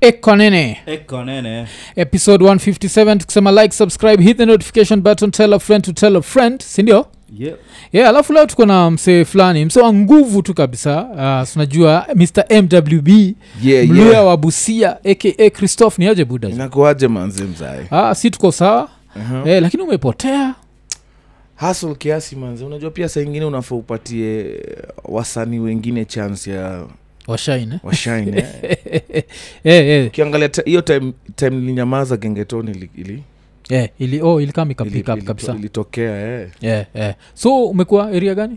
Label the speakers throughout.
Speaker 1: eko nene
Speaker 2: eko nene
Speaker 1: episode 157 tukisema like subscribe hit the notification button tell a friend to tell a friend sindio
Speaker 2: yep.
Speaker 1: ye yeah, alafu leo tuko na msee fulani msee wa nguvu tu kabisa uh, tunajua mr mwb
Speaker 3: yeah,
Speaker 1: mluya
Speaker 3: yeah.
Speaker 1: wa busia aka christoph ni aje buda
Speaker 3: inakuaje manzi mzae
Speaker 1: ah, si tuko sawa
Speaker 3: uh-huh.
Speaker 1: eh, lakini umepotea
Speaker 3: hasl kiasi manzi unajua pia saa ingine unafaa upatie eh, wasanii wengine chance ya
Speaker 1: washaine
Speaker 3: washine
Speaker 1: eh, eh,
Speaker 3: ukiangalia ta- hiyo time, time nilinyamaza gengetoni ili, ili,
Speaker 1: eh, ili, oh, ilikam
Speaker 3: ili,
Speaker 1: ikapika
Speaker 3: ili,
Speaker 1: kabisa
Speaker 3: ilitokea eh.
Speaker 1: yeah, yeah. so umekuwa area gani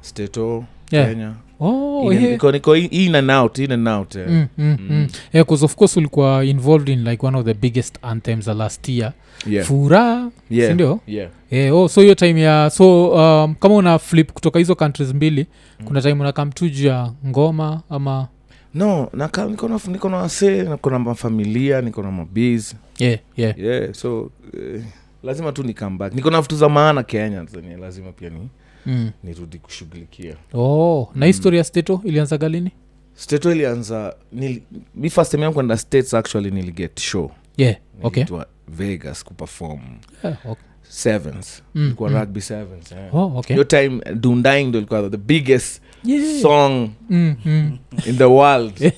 Speaker 3: stato
Speaker 1: Yeah.
Speaker 3: kenya
Speaker 1: oh,
Speaker 3: Ina-
Speaker 1: yeah.
Speaker 3: niko- niko in- in and out in and out eh.
Speaker 1: Mm, mm, mm. Yeah, 'cause of course ulikuwa involved in like one of the biggest anthems the last year
Speaker 3: yeah.
Speaker 1: furaha
Speaker 3: yeah.
Speaker 1: sindio
Speaker 3: yeah.
Speaker 1: yeah, oh, so hiyo time ya so um, kama una flip kutoka hizo countries mbili mm. kuna time unakam tu juu ya ngoma ama
Speaker 3: no naka, niko na niko na wasee niko na mafamilia niko na mabiz
Speaker 1: yeah, yeah.
Speaker 3: yeah, so eh, lazima tu ni come back niko na vitu za maana kenya zenye lazima pia ni
Speaker 1: Mm.
Speaker 3: nirudi kushughulikia
Speaker 1: Oh,
Speaker 3: Mm.
Speaker 1: na history ya stato ilianza galini
Speaker 3: stato ilianza nili- mi first time yangu kwenda states actually niliget show
Speaker 1: yeah, okay.
Speaker 3: nilitwa vegas kuperform
Speaker 1: yeah, okay.
Speaker 3: sevens
Speaker 1: Mm,
Speaker 3: ilikuwa
Speaker 1: mm.
Speaker 3: rugby sevens yeah.
Speaker 1: Oh, okay.
Speaker 3: hiyo time dundaing ndo ilikuwa the biggest
Speaker 1: Yeah.
Speaker 3: song
Speaker 1: Mm, mm.
Speaker 3: in the world
Speaker 1: Eh,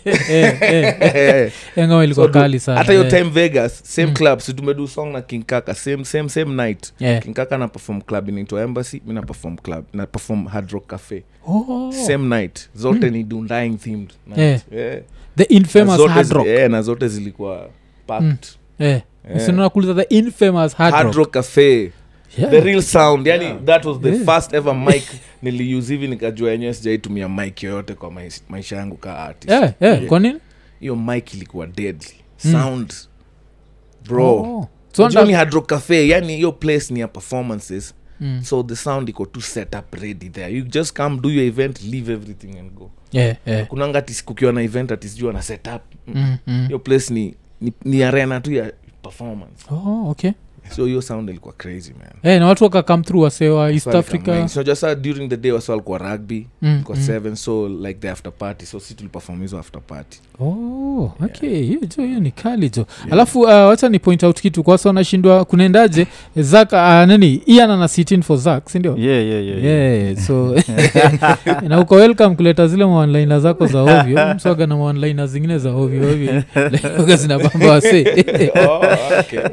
Speaker 1: eh, eh. Eh, ngoma ilikuwa
Speaker 3: So, du-
Speaker 1: kali sana Mm.
Speaker 3: hata hiyo
Speaker 1: eh.
Speaker 3: time vegas same club si tumedu song na kinkaka same same same night
Speaker 1: Yeah.
Speaker 3: kinkaka na perform club inaitwa embassy mi na perform club na perform hard rock cafe
Speaker 1: Oh, Mm.
Speaker 3: same night zote ni dundaing themed night.
Speaker 1: Yeah.
Speaker 3: Yeah.
Speaker 1: the
Speaker 3: Na
Speaker 1: infamous
Speaker 3: zote
Speaker 1: hard
Speaker 3: zi-
Speaker 1: rock
Speaker 3: yeah, na zote zilikuwa packed.
Speaker 1: eh.
Speaker 3: Yeah.
Speaker 1: sinakuliza the infamous hard
Speaker 3: Hard
Speaker 1: rock.
Speaker 3: Rock Cafe,
Speaker 1: Yeah.
Speaker 3: the real sound yani yeah. that was the
Speaker 1: Yeah.
Speaker 3: yeah. first ever mic niliuse hivi nikajua yenyewe sijaitumia mic yoyote kwa mais- maisha yangu ka artist
Speaker 1: yeah, yeah. kwa nini
Speaker 3: hiyo mic ilikuwa deadly
Speaker 1: Mm.
Speaker 3: sound bro
Speaker 1: Oh. So
Speaker 3: Unajua ni
Speaker 1: nda-
Speaker 3: Hard Rock cafe yani hiyo place ni ya performances
Speaker 1: Mm.
Speaker 3: so the sound iko tu set up ready there you just come do your event leave everything and go
Speaker 1: Yeah, yeah.
Speaker 3: kunanga ati kukiwa na event ati sijui ana set up Mm.
Speaker 1: Mm, mm.
Speaker 3: hiyo place ni, ni, ni arena tu ya performance
Speaker 1: Oh, okay
Speaker 3: so hiyo sound ilikuwa crazy man
Speaker 1: Eh, na watu wakakam through wasewa east
Speaker 3: Swali kama
Speaker 1: africa
Speaker 3: hizi. Unajua saa uh, during the day wasi walikuwa rugby
Speaker 1: Mm,
Speaker 3: kwa
Speaker 1: mm.
Speaker 3: seven so like the after party so si tuliperform hizo after party
Speaker 1: Oh, okay hiyo jo hiyo ni kali jo alafu uh, wacha ni point out kitu kwasa unashindwa kunaendaje zak uh, nani ian ana sitin for zak sindio
Speaker 2: yeah, yeah, yeah, yeah.
Speaker 1: yeah, so na uko welcome kuleta zile maonlina zako za ovyo mswaga na maonlina zingine za ovyo ovyo Lakini zinabamba wase Eh,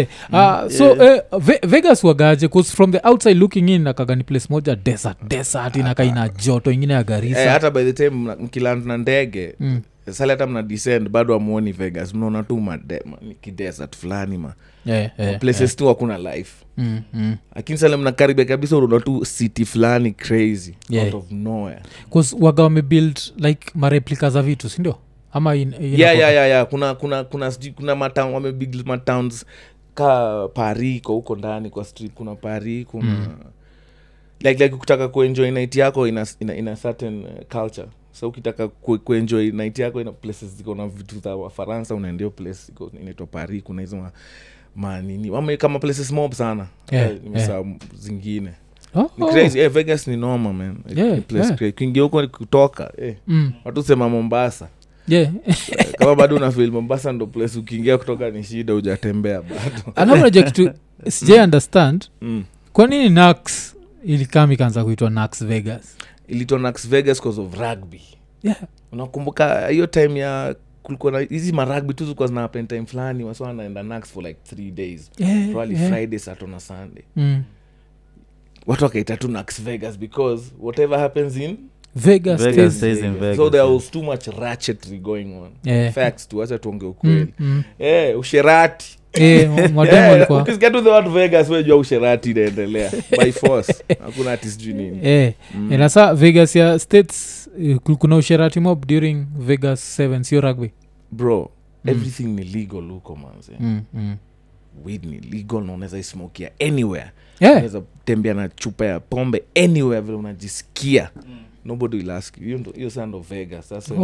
Speaker 1: eh. Ah, so eh, Ve- vegas wagaje 'Cause from the outside looking in nakaga ni place moja desert desert inaka ina joto ingine ya
Speaker 3: Eh,
Speaker 1: garisa
Speaker 3: hata by the time mna- mkiland na ndege
Speaker 1: Mm.
Speaker 3: sali hata mna descend bado amuoni vegas mnaona tu made- ma- ni kidesert fulani ma
Speaker 1: Eh, eh,
Speaker 3: places tu hakuna life
Speaker 1: mm, mm.
Speaker 3: lakini sale mnakaribia kabisa unaona tu city fulani crazy
Speaker 1: Yeah.
Speaker 3: out of nowhere
Speaker 1: 'Cause waga wamebuild like mareplika za vitu sindio ama in, in
Speaker 3: yeah, yeah, yeah, yeah. kuna kuna kuna sijui kuna matown wamebig matowns ka paris iko huko ndani kwa street kuna paris kuna
Speaker 1: Hmm.
Speaker 3: mm. like like ukitaka kuenjoy night yako ina, ina, ina certain uh, culture so ukitaka ku, kuenjoy night yako ina places ziko na vitu za wafaransa unaendio place iko inaitwa paris kuna hizo ma- manini wame kama places mob sana
Speaker 1: Yeah,
Speaker 3: Eh, nimesaa zingine
Speaker 1: Oh,
Speaker 3: ni crazy eh, vegas ni noma man Like,
Speaker 1: Yeah,
Speaker 3: ni place
Speaker 1: yeah.
Speaker 3: crazy. kuingia huko ni kutoka eh.
Speaker 1: Mm,
Speaker 3: watu sema mombasa
Speaker 1: yeah.
Speaker 3: kama bado unafil mombasa ndo place ukiingia kutoka ni shida ujatembea bado
Speaker 1: alafu najua kitu sijai understand
Speaker 3: mm.
Speaker 1: kwa nini nax ilikam ikaanza kuitwa nax vegas
Speaker 3: ilitwa nax vegas cause of rugby
Speaker 1: yeah.
Speaker 3: unakumbuka hiyo time ya kulikuwa na hizi marugby tu zilikuwa zinahappen time fulani wasi wanaenda nax for like three days
Speaker 1: Yeah,
Speaker 3: probably
Speaker 1: yeah.
Speaker 3: friday saturday na sunday
Speaker 1: Mm.
Speaker 3: watu wakaita tu nax vegas because whatever happens in
Speaker 1: vegas,
Speaker 2: Vegas
Speaker 1: is-
Speaker 2: stays in Vegas,
Speaker 3: so there
Speaker 2: yeah.
Speaker 3: was too much ratchetry going on
Speaker 1: Yeah.
Speaker 3: facts tu wacha tuonge
Speaker 1: Mm,
Speaker 3: ukweli
Speaker 1: mm.
Speaker 3: Eh, usherati
Speaker 1: Eh, mademu
Speaker 3: Eh,
Speaker 1: walikuwa-
Speaker 3: ukisikia tu the word vegas wejua usherati inaendelea by force hakuna ati sijui nini
Speaker 1: Eh,
Speaker 3: Mm.
Speaker 1: eh, na saa vegas ya states eh, ku- kuna usherati mob during vegas 7 sio rugby
Speaker 3: bro everything ni legal huko manze
Speaker 1: mm, mm.
Speaker 3: weed ni legal na unaweza ismokia anywhere
Speaker 1: yeah.
Speaker 3: unaweza tembea na chupa ya pombe anywhere vile unajisikia nobody will ask you. Hiyo ndo- hiyo saa ndo vegas sasa
Speaker 1: oh,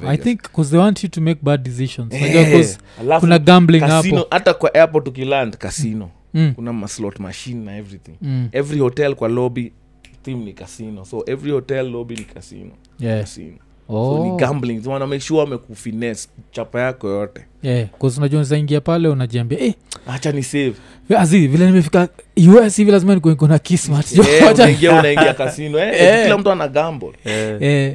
Speaker 1: i
Speaker 3: Vegas.
Speaker 1: think cause they want you to make bad decisions
Speaker 3: Eh,
Speaker 1: Unajua 'cause
Speaker 3: alafu
Speaker 1: kuna gambling
Speaker 3: casino,
Speaker 1: hapo
Speaker 3: hata kwa airport ukiland casino
Speaker 1: mm.
Speaker 3: kuna maslot machine na everything
Speaker 1: Mm.
Speaker 3: every hotel kwa lobby theme ni casino so every hotel lobby ni casino
Speaker 1: Yeah.
Speaker 3: casino so ni
Speaker 1: Oh.
Speaker 3: gambling so, wana make sure wamekufines chapa yako yote
Speaker 1: yeah, 'cause unajua unaingia pale unajiambia eh,
Speaker 3: hacha ni save
Speaker 1: azi vile nimefika us hivi lazima nikuwe niko na kismat
Speaker 3: Eh, unaingia unaingia kasino eh,
Speaker 1: Eh.
Speaker 3: kila mtu ana gamble
Speaker 2: Uh,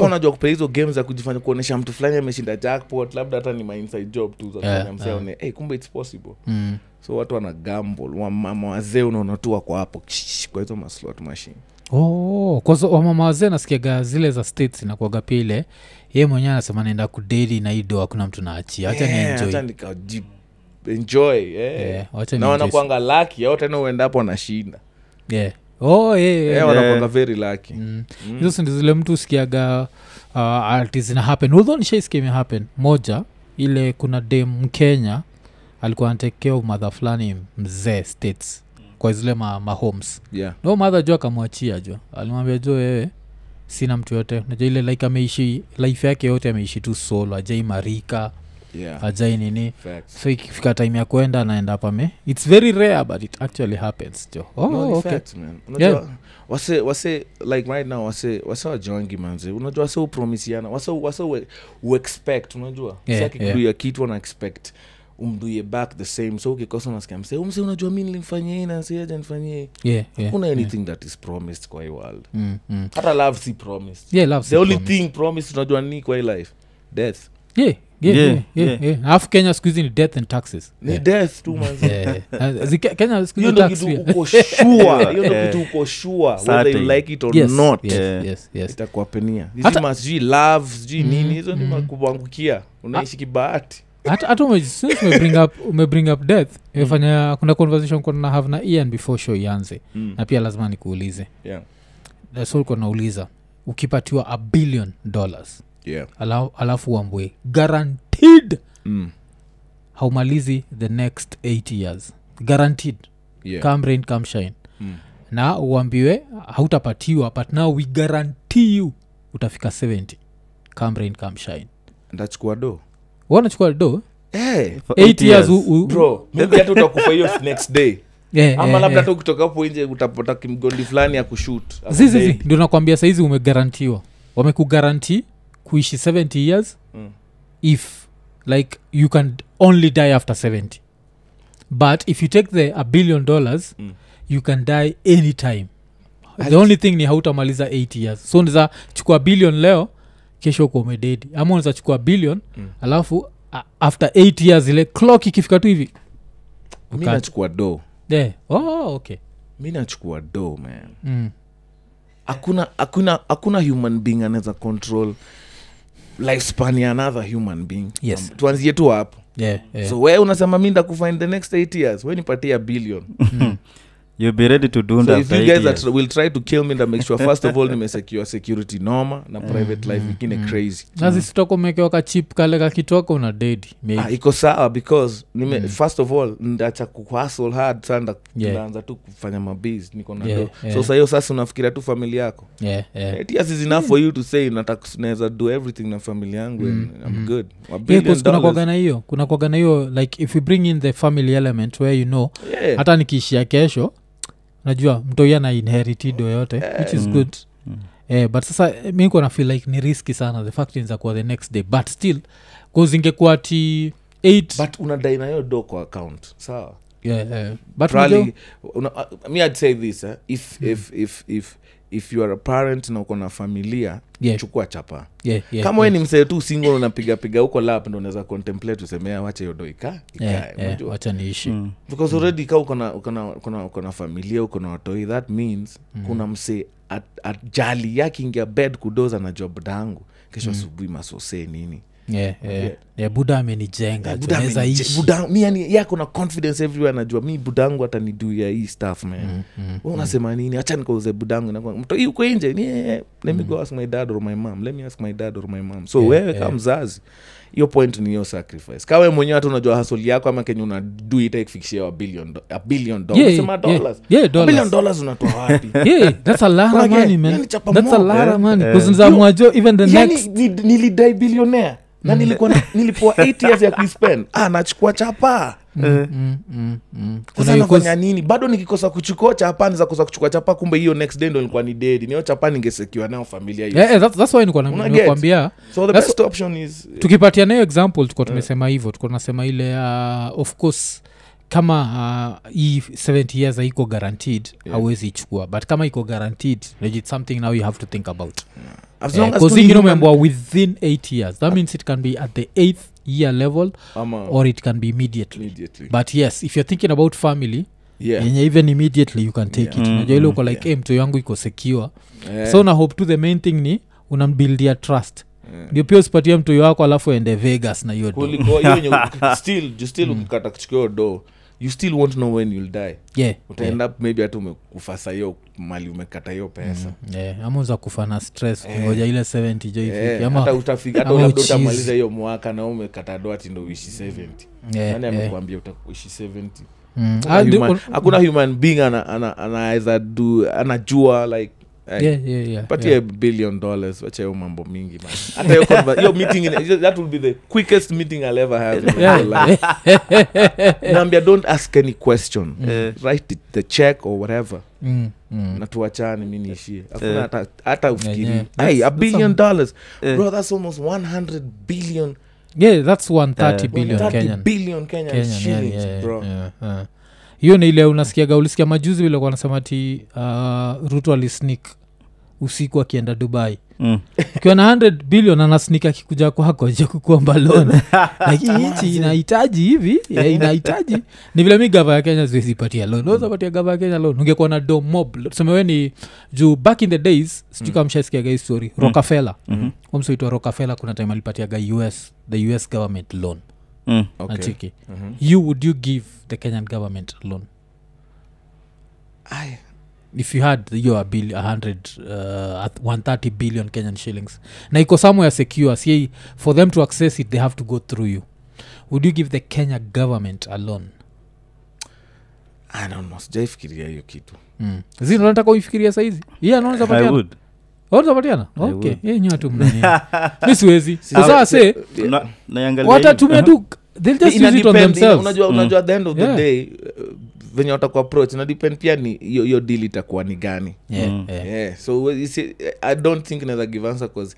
Speaker 1: Eh,
Speaker 3: unajua kupea hizo game za kujifanya kuonyesha mtu fulani ameshinda jackpot labda hata ni mainside job tu za
Speaker 1: Yeah,
Speaker 3: kufanya msee
Speaker 1: yeah.
Speaker 3: aone, "Hey, kumbe its possible
Speaker 1: Mm.
Speaker 3: so watu wana gamble wamama wazee unaona tu wako hapo kish, kwa hizo maslot machine
Speaker 1: kwazo wamama wazee nasikiaga zile za states nakuaga pia ile ye mwenyewe anasema naenda kudeli na ido hakuna mtu naachia hacha
Speaker 3: Eh,
Speaker 1: nienjoy
Speaker 3: acha nikaji enjoy eh.
Speaker 1: Eh, wacha
Speaker 3: na
Speaker 1: nienjoy.
Speaker 3: wanakwanga laki au tena uenda hapo wanashinda
Speaker 1: Yeah. Oh, yeah, yeah,
Speaker 3: eh, wanakwanga very laki
Speaker 1: Mm. hizo sindi zile mtu usikiaga uh, ati zina happen udho nishaisikia ime happen moja ile kuna dem mkenya alikuwa anatekea madha fulani mzee states kwa zile ma, mahomes
Speaker 3: yeah.
Speaker 1: no madha jo akamwachia jo alimwambia jo wewe sina mtu yote najua ile like ameishi life yake yote ameishi tu solo ajai marika
Speaker 3: Yeah.
Speaker 1: ajai nini
Speaker 3: Facts.
Speaker 1: so ikifika time ya kwenda anaenda pame its very rare but it actually happens jo oh,
Speaker 3: No, ni
Speaker 1: okay.
Speaker 3: facts, man. Unajua,
Speaker 1: Yeah.
Speaker 3: wase wase like right now wase wase wajoangi manze unajua wase upromisiana wase wase ue- uexpect unajua
Speaker 1: Yeah,
Speaker 3: yeah, akikuduia yeah. kitu wana expect umduie back the same so ukikosa unasikia mse umse unajua mi nilimfanyia hii nasiajanifanyia
Speaker 1: yeah, yeah.
Speaker 3: kuna anything that is promised kwa hii world
Speaker 1: Mm, mm.
Speaker 3: hata love si promised
Speaker 1: yeah, love
Speaker 3: the
Speaker 1: si
Speaker 3: only
Speaker 1: promise.
Speaker 3: thing promised unajua ni kwa hii life death
Speaker 1: Yeah, yeah,
Speaker 2: Yeah,
Speaker 1: yeah, yeah,
Speaker 2: yeah.
Speaker 1: yeah. alafu kenya sikuhizi ni death and taxes
Speaker 3: ni
Speaker 1: Yeah.
Speaker 3: death tu manze
Speaker 1: Yeah. Na zi- Ke- kenya siku hizi
Speaker 3: hiyo ndo
Speaker 1: tax
Speaker 3: kitu
Speaker 1: pia.
Speaker 3: uko sure hiyo ndo
Speaker 2: Yeah.
Speaker 3: kitu uko sure whether
Speaker 2: Certain.
Speaker 3: you like it or
Speaker 1: Yes,
Speaker 3: not
Speaker 1: yes,
Speaker 2: Yeah.
Speaker 1: yes, yes.
Speaker 3: itakuapenia
Speaker 1: Hata-
Speaker 3: hata sijui love sijui
Speaker 1: Mm,
Speaker 3: nini hizo
Speaker 1: mm. Ah.
Speaker 3: mm. kuangukia unaishi kibahati
Speaker 1: hata hata ume- since ume bring up- ume bring up death imefanya kuna conversation kuna have na ian before show ianze
Speaker 3: Mm.
Speaker 1: na pia lazima nikuulize
Speaker 3: yeah.
Speaker 1: so nauliza ukipatiwa a billion dollars
Speaker 3: Yeah.
Speaker 1: ala- alafu uambwe guaranteed
Speaker 3: Mm.
Speaker 1: haumalizi the next 8 years guaranteed
Speaker 3: Yeah.
Speaker 1: come rain come shine
Speaker 3: Mm.
Speaker 1: na uambiwe hautapatiwa but now we guarantee you utafika 70 come rain come shine
Speaker 3: ndachukua do
Speaker 1: wanachukua do
Speaker 3: Eh,
Speaker 2: For
Speaker 1: 8
Speaker 2: eight
Speaker 1: years u,
Speaker 2: years.
Speaker 1: u,
Speaker 3: bro maybe hata utakufa hiyo next day
Speaker 1: yeah,
Speaker 3: ama
Speaker 1: yeah,
Speaker 3: labda
Speaker 1: yeah.
Speaker 3: hata ukitoka hapo nje utapata kimgondi fulani ya kushut
Speaker 1: Zi, zi, zi, ndio nakwambia saizi umegarantiwa wamekugaranti kuishi 70 years
Speaker 3: Mm.
Speaker 1: if like you can only die after 70 but if you take the a billion dollars
Speaker 3: Mm.
Speaker 1: you can die any time the only thing ni hautamaliza 8 years so unaweza chukua billion leo kesho kuwa umededi ama unaweza chukua billion
Speaker 3: Mm.
Speaker 1: alafu a- after 8 years ile clock ikifika tu hivi
Speaker 3: mi
Speaker 1: Uka-
Speaker 3: nachukua do
Speaker 1: yeah. oh, okay
Speaker 3: mi nachukua do man
Speaker 1: mm.
Speaker 3: hakuna hakuna hakuna human being anaweza control lifespan ya another human being
Speaker 1: Yes. Eh.
Speaker 3: Um, tuanzie tu hapo
Speaker 1: yeah, yeah.
Speaker 3: so we unasema mi ndakufa in the next eight years we nipatia billion
Speaker 2: you'll be ready to dunda
Speaker 3: so if
Speaker 2: after
Speaker 3: you
Speaker 2: eight
Speaker 3: guys are
Speaker 2: years.
Speaker 3: tr- will try to kill me ndamake sure first of all nimesecure security noma na
Speaker 1: Mm.
Speaker 3: private life ingine crazy
Speaker 1: nazisitokomekewa kachip kale kakitoka una dedi
Speaker 3: Ah, iko sawa because nime, first of all ndacha kuhustle hard sana nda-
Speaker 1: Mm. Yeah.
Speaker 3: ndaanza tu kufanya mabis niko na
Speaker 1: Yeah,
Speaker 3: do
Speaker 1: yeah.
Speaker 3: so sahiyo sasa unafikiria tu famili yako Eight years is enough for you to say nataka naweza do everything na famili yangu
Speaker 1: Mm.
Speaker 3: and I'm good A billion
Speaker 1: kuna
Speaker 3: dollars.
Speaker 1: kwagana hiyo kuna kwagana hiyo like if you bring in the family element where you know
Speaker 3: Yeah.
Speaker 1: hata nikiishia kesho najua mtoi ana inheritido yote which is good Eh, but sasa eh, mi kuwa nafeel like ni riski sana the fact inza kuwa the next day but still kuzingekuwa ti 8
Speaker 3: but unadai nayo do kwa account sawa
Speaker 1: yeah, eh, but unajua-
Speaker 3: probably una, uh, me i'd say this eh? if,
Speaker 1: Hmm.
Speaker 3: if if if if you are a parent na uko na familia
Speaker 1: Yeah.
Speaker 3: chukua chapa
Speaker 1: yeah, yeah,
Speaker 3: kama we
Speaker 1: yeah,
Speaker 3: ni msee tu single unapigapiga huko lap ndo unaweza contemplate "Ah, usemea wache yodo ikaa
Speaker 1: yeah,
Speaker 3: ikae
Speaker 1: yeah,
Speaker 3: unajua.
Speaker 1: wacha Hmm. niishi
Speaker 2: Mm.
Speaker 3: because already ka uko na- uko na- uko na- uko na familia uko na watoi that means
Speaker 1: Hmm.
Speaker 3: kuna msee at- ajali yake ingia bed kudoza na job dangu kesho
Speaker 1: Hmm.
Speaker 3: asubuhi masosee nini
Speaker 1: Yeah, yeah. Yeah, buda amenijenga
Speaker 3: Eh, Buda
Speaker 1: tunaweza
Speaker 3: ameni-
Speaker 1: ishi
Speaker 3: buda- mi yani yako na confidence everywhere najua mi budangu ataniduia hii staff
Speaker 1: Mm,
Speaker 3: man Wewe unasema nini hacha nikauze budangu inakuwa- mto hii uko inje ni eh,
Speaker 1: Mm.
Speaker 3: let me go ask my dad or my mom let me ask my dad or my mom so wewe kama mzazi hiyo point ni hiyo sacrifice kawe mwenyewe hata unajua hasoli yako ama kenye unadu itaikufikishia wa billion do- a billion dollars
Speaker 1: Yeah,
Speaker 3: sema
Speaker 1: yeah,
Speaker 3: dollars
Speaker 1: yeah,
Speaker 3: A
Speaker 1: dollars.
Speaker 3: billion dollars unatoa wapi
Speaker 1: yeah, that's a lot of
Speaker 3: Unajua,
Speaker 1: money, man.
Speaker 3: yani chapa
Speaker 1: That's a
Speaker 3: mob,
Speaker 1: lot
Speaker 3: eh?
Speaker 1: of money. 'Cause nizamwajua even the
Speaker 3: yani
Speaker 1: next- Mm.
Speaker 3: ni- nilidai billionaire na nilikuwa na- nilipewa 8 years ya kuispend ah nachukua chapa
Speaker 2: Eh.
Speaker 1: mm, mm, mm.
Speaker 3: sasa
Speaker 1: Kuna hiyo
Speaker 3: nafanya
Speaker 1: course-
Speaker 3: nini bado nikikosa kuchukua chapa niza kosa kuchukua chapa kumbe hiyo next day ndo nilikuwa ni dedi niyo chapa ningesekiwa nayo familia hiyo
Speaker 1: Yeah, yeah, Eh, that's, that's why nilikuwa na-
Speaker 3: Una
Speaker 1: nimekwambia
Speaker 3: so the
Speaker 1: that's-
Speaker 3: best option is eh,
Speaker 1: tukipatia nayo example tuko tumesema hivyo tuko tunasema ile uh, of course kama uh, hii 70 years haiko guaranteed
Speaker 3: Yeah.
Speaker 1: hauwezi ichukua but kama iko guaranteed legit something now you have to think about Eh,
Speaker 3: as long as tu ni
Speaker 1: bcause ingine
Speaker 3: human-
Speaker 1: umeambiwa within 8 years that means it can be at the 8th year level
Speaker 3: Ama-
Speaker 1: or it can be immediately
Speaker 3: Ah. immediately.
Speaker 1: but yes if you're thinking about family
Speaker 3: Yeah.
Speaker 1: yenye even immediately you can take it
Speaker 2: Mm,
Speaker 1: unajua ile
Speaker 2: mm,
Speaker 1: uko like yeah. mto yangu iko secure
Speaker 3: Eh,
Speaker 1: so na hope tu the main thing ni unambuildia trust ndio pia usipatie mtoyo wako alafu ende vegas na hiyo do.
Speaker 3: kuliko hiyo yenye uki- still ju- still ukikata kuchukua hiyo do you still won't know when you'll die
Speaker 1: Mm. yeah. yeah.
Speaker 3: utaenda up maybe hata umekufa saa hiyo mali umekata hiyo
Speaker 1: Mm.
Speaker 3: pesa
Speaker 1: yeah. ama uza kufa na stress kungoja ile 70 jo
Speaker 3: Eh,
Speaker 1: ifiki
Speaker 3: hata
Speaker 1: ama
Speaker 3: utafika hata
Speaker 1: ama
Speaker 3: labda
Speaker 1: uchizi.
Speaker 3: utamaliza hiyo mwaka na wewe umekata do ati ndo uishi 70
Speaker 1: Yeah,
Speaker 3: nani
Speaker 1: yeah.
Speaker 3: amekwambia utaishi 70
Speaker 1: Mm.
Speaker 3: Hakuna
Speaker 1: Ah, ndi-
Speaker 3: human-
Speaker 1: un-
Speaker 3: hakuna human being ana- ana- anaweza du anajua like eh,
Speaker 1: yeah, yeah, yeah,
Speaker 3: patie
Speaker 1: yeah.
Speaker 3: billion dollars wacha hiyo mambo mingi man. hata hiyo conver- hiyo meeting ina- that will be the quickest meeting i'll ever have in my
Speaker 1: Yeah,
Speaker 3: whole life. naambia don't ask any question
Speaker 2: Eh.
Speaker 3: write it, the check or whatever
Speaker 1: Mm, mm.
Speaker 3: na tuachane mi niishie hakuna
Speaker 2: Eh.
Speaker 3: hata- hata ufikiri
Speaker 1: yeah.
Speaker 3: hey, a billion dollars
Speaker 2: Eh.
Speaker 3: bro that's almost 100 billion
Speaker 1: yeah that's 130 billion
Speaker 3: 30
Speaker 1: kenyan
Speaker 3: billion kenyan
Speaker 1: Kenyan, yeah,
Speaker 3: shillings
Speaker 1: yeah,
Speaker 3: bro
Speaker 1: yeah, yeah. hiyo ni ile unasikiaga ulisikia majuzi vile wanasema ti uh, ruto alisnik usiku akienda dubai
Speaker 2: Mm.
Speaker 1: ukiwa na 100 billion anasnik akikuja kwako je kukuomba lon lakini nchi inahitaji hivi yeah, inahitaji ni vile mi gava ya kenya ziwezipatia lon uzapatia gava ya kenya lon ungekuwa na domob tusemewe ni juu back in the days sijukamshasikiaga hii story rokafela mm-hmm. omsoitwa rokafela kuna time alipatiaga us the us government loan
Speaker 2: Mm.
Speaker 3: Okay.
Speaker 1: nachiki
Speaker 3: Mhm.
Speaker 1: you would you give the kenyan government a loan
Speaker 3: Aye.
Speaker 1: if you had your bill 100 uh, at 130 billion kenyan shillings na iko somewhere secure see for them to access it they have to go through you would you give the kenya government a loan
Speaker 3: I don't know, sijaifikiria hiyo kitu
Speaker 1: Mm. zino nataka uifikiria saizi iye
Speaker 2: I
Speaker 1: anaonzapatiana
Speaker 2: would.
Speaker 1: onzapatiana
Speaker 2: I
Speaker 1: Oh, okay
Speaker 2: would.
Speaker 1: ye nywa tu mnani mi siwezi sasa se
Speaker 3: Yeah.
Speaker 2: Na- naiangalia
Speaker 1: watatumia tu they'll just use it on
Speaker 3: Inadepend, ina-
Speaker 1: themselves
Speaker 3: unajua unajua at the end of the
Speaker 1: Yeah.
Speaker 3: day uh, venye watakuapproach inadepend pia ni hiyo hiyo deal itakuwa ni gani
Speaker 1: Yeah,
Speaker 2: Mm.
Speaker 1: yeah.
Speaker 3: yeah. so we- you see, i don't think naweza give answer cause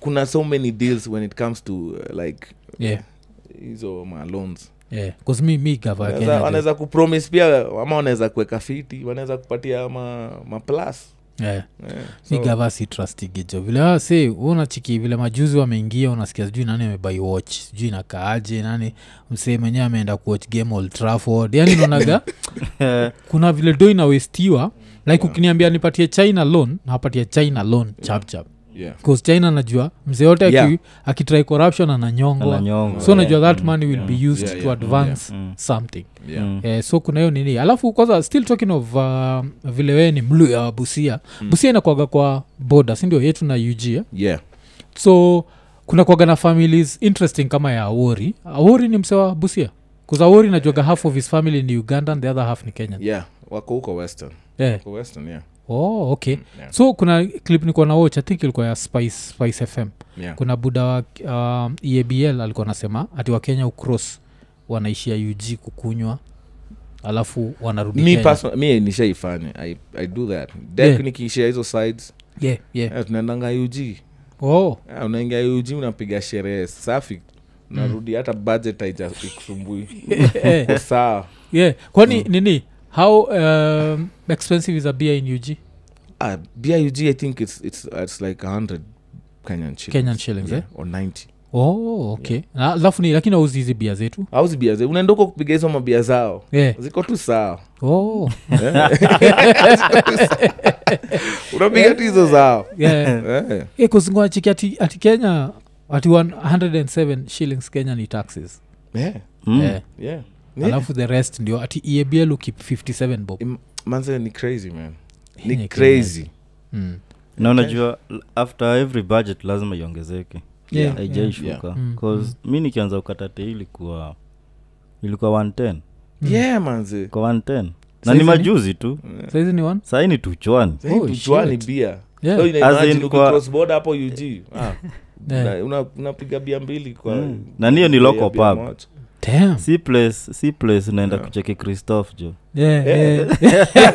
Speaker 3: kuna so many deals when it comes to uh, like
Speaker 1: Yeah,
Speaker 3: hizo maloans
Speaker 1: yeah. 'Cause mi mi gava ya Kenya, they-
Speaker 3: wanaweza kupromise pia ama wanaweza kuweka fiti wanaweza kupatia ma, maplus
Speaker 1: yeah.
Speaker 3: yeah.
Speaker 1: mi
Speaker 3: so-
Speaker 1: gava si trustigijo vile ah, wa- se unachiki vile majuzi wameingia unasikia sijui nani amebai watch sijui inakaaje nani msee mwenyewe ameenda kuwatch game old trafford yani naonaga
Speaker 2: Eh,
Speaker 1: kuna vile do inawestiwa like ukiniambia nipatie china loan napatia china loan chapchap
Speaker 3: yeah.
Speaker 1: bcause china najua mzee yote
Speaker 3: Yeah. Mm.
Speaker 1: akitrai corruption ananyongwa
Speaker 2: ananyongwa.
Speaker 1: so najua
Speaker 2: Yeah.
Speaker 1: that money will be used
Speaker 3: Yeah,
Speaker 1: to
Speaker 3: yeah,
Speaker 1: advance
Speaker 2: yeah. Mm.
Speaker 1: something
Speaker 3: Yeah.
Speaker 2: Mm.
Speaker 1: eh, so kuna hiyo nini alafu kwanza still talking of uh, vile wee ni mlu ya busia mm. busia inakwaga kwa boda sindio yetu na ug eh?
Speaker 3: yeah.
Speaker 1: so kuna kwaga na families interesting kama ya awori awori ni msewa busia kuza awori najuaga half of his family ni ugandan the other half ni kenyan
Speaker 3: yeah wako huko western
Speaker 1: yeah.
Speaker 3: Huko western yeah.
Speaker 1: oh, okay
Speaker 3: yeah.
Speaker 1: so kuna clip nikuwa na watch i think ilikuwa ya spice, spice fm
Speaker 3: yeah.
Speaker 1: kuna buda wa um, ebl alikuwa anasema ati wakenya ucross wanaishia ug kukunywa alafu wanarudi
Speaker 3: mi
Speaker 1: Kenya.
Speaker 3: personal- mi nishaifanya I, i do that dek
Speaker 1: Yeah.
Speaker 3: nikiishia hizo sides
Speaker 1: yeah, yeah.
Speaker 3: yeah, tunaendanga ug
Speaker 1: oh
Speaker 3: yeah, unaingia ug unapiga sherehe safi
Speaker 1: Mm.
Speaker 3: unarudi hata budget haija ikusumbui
Speaker 1: Eh,
Speaker 3: Uko sawa
Speaker 1: yeah. kwani nini how um, expensive is a beer in ug
Speaker 3: ah, bug i think it's, it's, it's like 100 kenyan shillings,
Speaker 1: Kenyan shillings, eh?
Speaker 3: yeah, or 90
Speaker 1: oh okay Na- alafu ni lakini auzi hizi bia zetu
Speaker 3: auzi bia ze unaenda huko kupiga hizo mabia zao
Speaker 1: yeah.
Speaker 3: ziko tu sawa
Speaker 1: oh.
Speaker 3: unapiga tu hizo zao
Speaker 1: yeah.
Speaker 3: Eh,
Speaker 1: yeah, kuzingoa chiki ati, ati kenya ati 107 shillings kenya ni taxes
Speaker 3: yeah,
Speaker 2: Mm.
Speaker 1: yeah.
Speaker 3: yeah. Yeah.
Speaker 1: alafu the rest ndio ati ebl ukip 57 bob
Speaker 3: Im- manze ni crazy man
Speaker 1: Hii
Speaker 3: ni
Speaker 1: ni
Speaker 3: crazy
Speaker 1: mm.
Speaker 2: na unajua l- after every budget lazima iongezeke
Speaker 1: Yeah,
Speaker 2: haijaishuka
Speaker 1: yeah. Mm,
Speaker 2: Cause mi nikianza kukata tei ilikuwa ilikuwa 110
Speaker 1: Mm.
Speaker 3: yeah manze
Speaker 2: kwa 110 na
Speaker 1: Saizi
Speaker 2: ni
Speaker 1: ni-
Speaker 2: majuzi tu
Speaker 1: saizi ni one
Speaker 2: sahii ni tuchwani
Speaker 3: Sasa hii
Speaker 1: Oh,
Speaker 3: tujuani
Speaker 1: shit.
Speaker 3: bia
Speaker 1: Yeah.
Speaker 3: so
Speaker 2: As in kwa-
Speaker 3: inaaaoboda hapo ug Ah.
Speaker 1: Yeah.
Speaker 3: Na- una- unapiga bia mbili kwa
Speaker 2: Mm. na niyo ni
Speaker 3: bia-
Speaker 2: local
Speaker 3: bia
Speaker 2: pub
Speaker 3: moja.
Speaker 1: Damn.
Speaker 2: si place si place unaenda kucheki christophe jo
Speaker 1: Yeah, yeah.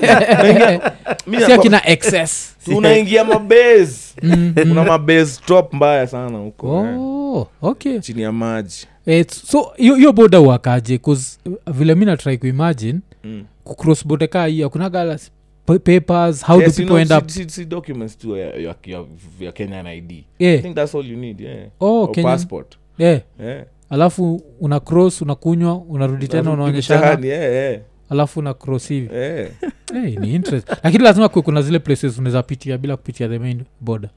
Speaker 3: Mi
Speaker 1: si
Speaker 3: nakuwa-
Speaker 1: akina excess
Speaker 3: tunaingia mabes
Speaker 1: Mm,
Speaker 3: kuna
Speaker 1: mm.
Speaker 3: mabes trop mbaya sana huko eh,
Speaker 1: Oh, okay
Speaker 3: chini ya maji
Speaker 1: Eh, so hiyo hiyo boda wakaje bcause uh, vile mi natry kuimagine
Speaker 3: Mm.
Speaker 1: kucross border kaa hiyo hakuna gala papers how
Speaker 3: Yes,
Speaker 1: do
Speaker 3: you
Speaker 1: people
Speaker 3: know,
Speaker 1: end up
Speaker 3: si- si- si documents tu ya, ya, ya, ya kenyan id i
Speaker 1: yeah.
Speaker 3: think that's all you need yeah.
Speaker 1: Eh. oh,
Speaker 3: Or
Speaker 1: Kenya.
Speaker 3: passport
Speaker 1: Yeah.
Speaker 3: yeah.
Speaker 1: alafu una cross unakunywa unarudi tena unaonyeshana Eh.
Speaker 3: Mtaani, yeah, yeah,
Speaker 1: alafu una cross hivi
Speaker 3: yeah.
Speaker 1: hey, ni interest lakini lazima kuwe kuna zile places unaweza pitia bila kupitia the main border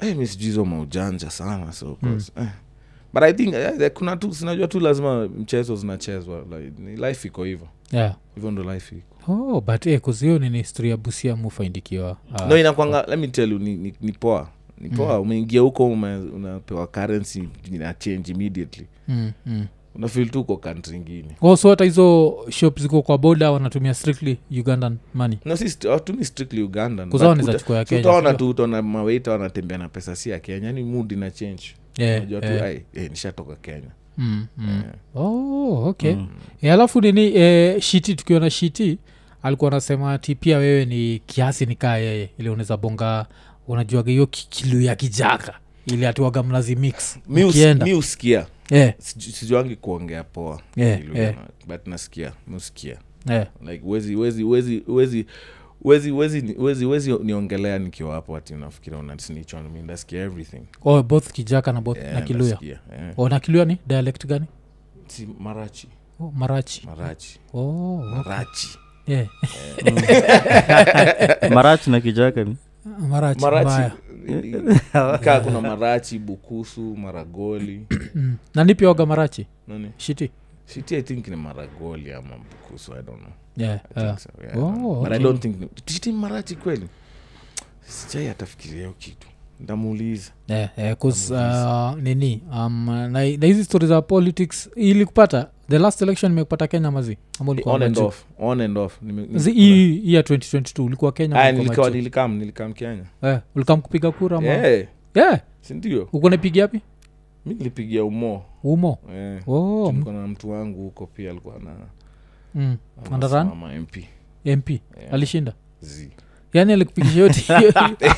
Speaker 3: Eh, mi sijui hizo maujanja sana so
Speaker 1: Hmm.
Speaker 3: of course, eh. but i think eh, eh, kuna tu sinajua tu lazima mchezo zinachezwa like, ni life iko hivyo
Speaker 1: yeah
Speaker 3: hivyo ndo life iko
Speaker 1: oh but eh, 'cause hiyo ni historia busia Ah. mufaindikiwa
Speaker 3: no inakwanga let me tell you ni, ni, ni poa ni poa
Speaker 1: Hmm.
Speaker 3: umeingia huko ume, unapewa currency ina change immediately
Speaker 1: mm, mm.
Speaker 3: unafil tu uko kantri ingine
Speaker 1: Oh, so hata hizo shop ziko kwa boda wanatumia strictly ugandan money
Speaker 3: no si st- hatumi strictly ugandan
Speaker 1: Kuzawa
Speaker 3: but
Speaker 1: ni za
Speaker 3: uta-
Speaker 1: chukua ya
Speaker 3: si
Speaker 1: Kenya,
Speaker 3: utaona
Speaker 1: sio?
Speaker 3: tu utaona mawaita wanatembea na pesa si ya kenya yani mood ina change
Speaker 1: Yeah,
Speaker 3: unajua tu
Speaker 1: yeah.
Speaker 3: ai eh, nishatoka kenya
Speaker 1: Mm, mm.
Speaker 3: Eh.
Speaker 1: oh okay Eh, alafu nini eh, shiti tukiona shiti alikuwa anasema ati pia wewe ni kiasi ni kaa yeye ili unaweza bonga unajuaga hiyo ki- kilu ya kijaka ili atiwaga mnazi mix
Speaker 3: Mi us-
Speaker 1: Mkienda.
Speaker 3: mi usikia
Speaker 1: Eh,
Speaker 3: Siju- sijuangi kuongea poa
Speaker 1: Yeah,
Speaker 3: Ilugha
Speaker 1: yeah.
Speaker 3: na- but nasikia musikia
Speaker 1: eh,
Speaker 3: like wezi wezi wezi wezi wezi wezi wezi wezi niongelea nikiwa hapo ati unafikiria unasnichwa mi nasikia everything
Speaker 1: oh, both kijaka na, both,
Speaker 3: Eh,
Speaker 1: na kiluya
Speaker 3: nasikia, eh.
Speaker 1: oh, na kiluya ni dialect gani
Speaker 3: si marachi
Speaker 1: oh, marachi
Speaker 3: marachi
Speaker 1: oh, Eh,
Speaker 3: marachi
Speaker 1: yeah.
Speaker 2: Eh, marach na Mm. kijaka ni
Speaker 1: marachi mbaya.
Speaker 3: marachi eh, kaa kuna marachi bukusu maragoli
Speaker 1: Mm. na nipi waga marachi
Speaker 3: nani
Speaker 1: shiti
Speaker 3: shiti i think ni maragoli ama bukusu i don't know
Speaker 1: yeah,
Speaker 3: I think
Speaker 1: eh.
Speaker 3: so, yeah, I
Speaker 1: Oh,
Speaker 3: don't know. But I
Speaker 1: okay.
Speaker 3: don't think ni- shiti ni marachi kweli sijai atafikiria hiyo kitu ndamuuliza
Speaker 1: Yeah, yeah, Eh, 'cause, uh, nini um, na, na hizi stori za politics ili kupata the last election imekupata kenya mazi ama ulikuwa
Speaker 3: on and
Speaker 1: macho?
Speaker 3: off E on and off Nime- nime-
Speaker 1: Zi- hii hii ya 2022 ulikuwa kenya ama
Speaker 3: Ah,
Speaker 1: ulikuwa
Speaker 3: nilikam
Speaker 1: macho?
Speaker 3: nilikam nilikam kenya
Speaker 1: Eh, ulikam kupiga kura ama-
Speaker 3: Eh,
Speaker 1: yeah.
Speaker 3: sindio
Speaker 1: uko naipigia api
Speaker 3: mi nilipigia umo
Speaker 1: umo
Speaker 3: Eh,
Speaker 1: oh, m-
Speaker 3: tulikuwa na mtu wangu huko pia alikuwa na
Speaker 1: mm, Andaran?
Speaker 3: anasimama mp
Speaker 1: mp
Speaker 3: Yeah.
Speaker 1: alishinda
Speaker 3: Z.
Speaker 1: yani alikupigisha hiyo ti-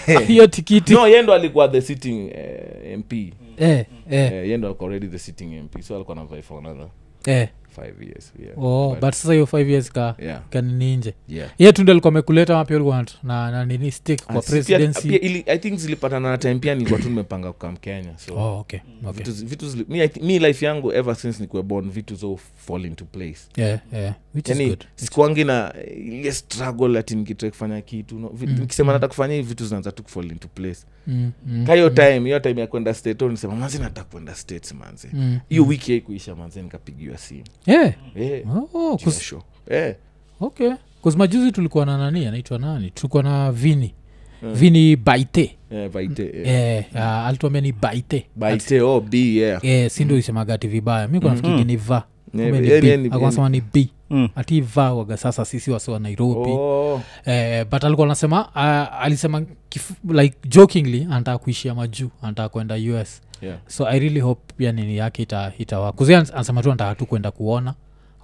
Speaker 1: hiyo- hiyo tikiti
Speaker 3: no yendo alikuwa the sitting eh, mp
Speaker 1: Eh, eh,
Speaker 3: Eh, yendo alikuwa already the sitting mp so alikuwa navai for another
Speaker 1: eh.
Speaker 3: five years yeah.
Speaker 1: Oh,
Speaker 3: But-
Speaker 1: but sasa hiyo five years ka
Speaker 3: yeah,
Speaker 1: kanini nje
Speaker 3: yeah.
Speaker 1: ye tunde alikuwa amekuleta mapya ulikuwa nat- na, na nini stick
Speaker 3: Ah,
Speaker 1: kwa
Speaker 3: si- pia-
Speaker 1: presidency
Speaker 3: pia ili- i think zilipatana na time pia nilikuwa tu nimepanga kukam kenya so
Speaker 1: oh, okay. okay.
Speaker 3: vitu, zi- vitu zili, mi, I thi- mi life yangu ever since nikuwe born vitu zo fall into place
Speaker 1: yeah, yeah. which is
Speaker 3: yani
Speaker 1: good.
Speaker 3: sikuangi na eh, ile struggle ati nikitrai kufanya kitu no? Vit-
Speaker 1: Mm,
Speaker 3: nikisema
Speaker 1: mm.
Speaker 3: nataka kufanya hivi vitu zinaanza tu kufall into place
Speaker 1: Mm, mm,
Speaker 3: ka hiyo
Speaker 1: mm,
Speaker 3: time hiyo time ya kwenda state nisema manzi nataka kwenda states manze
Speaker 1: mm,
Speaker 3: hiyo
Speaker 1: mm.
Speaker 3: wiki haikuisha manze nikapigiwa simu
Speaker 1: Yeah.
Speaker 3: Eh,
Speaker 1: Oh,
Speaker 3: juu ya
Speaker 1: kus-
Speaker 3: show. Eh,
Speaker 1: okay Kus majuzi tulikuwa na nani anaitwa nani tulikuwa na vini
Speaker 3: Mm.
Speaker 1: vini baite
Speaker 3: eh, baite eh.
Speaker 1: yeah. uh, alituambia ni baite Eh,
Speaker 3: baite oh, b yeah.
Speaker 1: yeah, sindo isemaga ati vibaya mi kunafikiri ni va
Speaker 3: Ne-
Speaker 1: kumbe ni
Speaker 3: eh,
Speaker 1: B.
Speaker 3: eh, Mm-hmm. ni-
Speaker 1: Alikuwa anasema ni b
Speaker 2: Mm.
Speaker 1: ati va waga sasa sisi wasi wa nairobi
Speaker 3: Oh,
Speaker 1: eh, but alikuwa anasema uh, alisema kif, like jokingly anataka kuishia majuu anataka kwenda us
Speaker 3: yeah.
Speaker 1: so i really hope pia nini yake ita- itawa kuzia anasema tu anataka tu kwenda kuona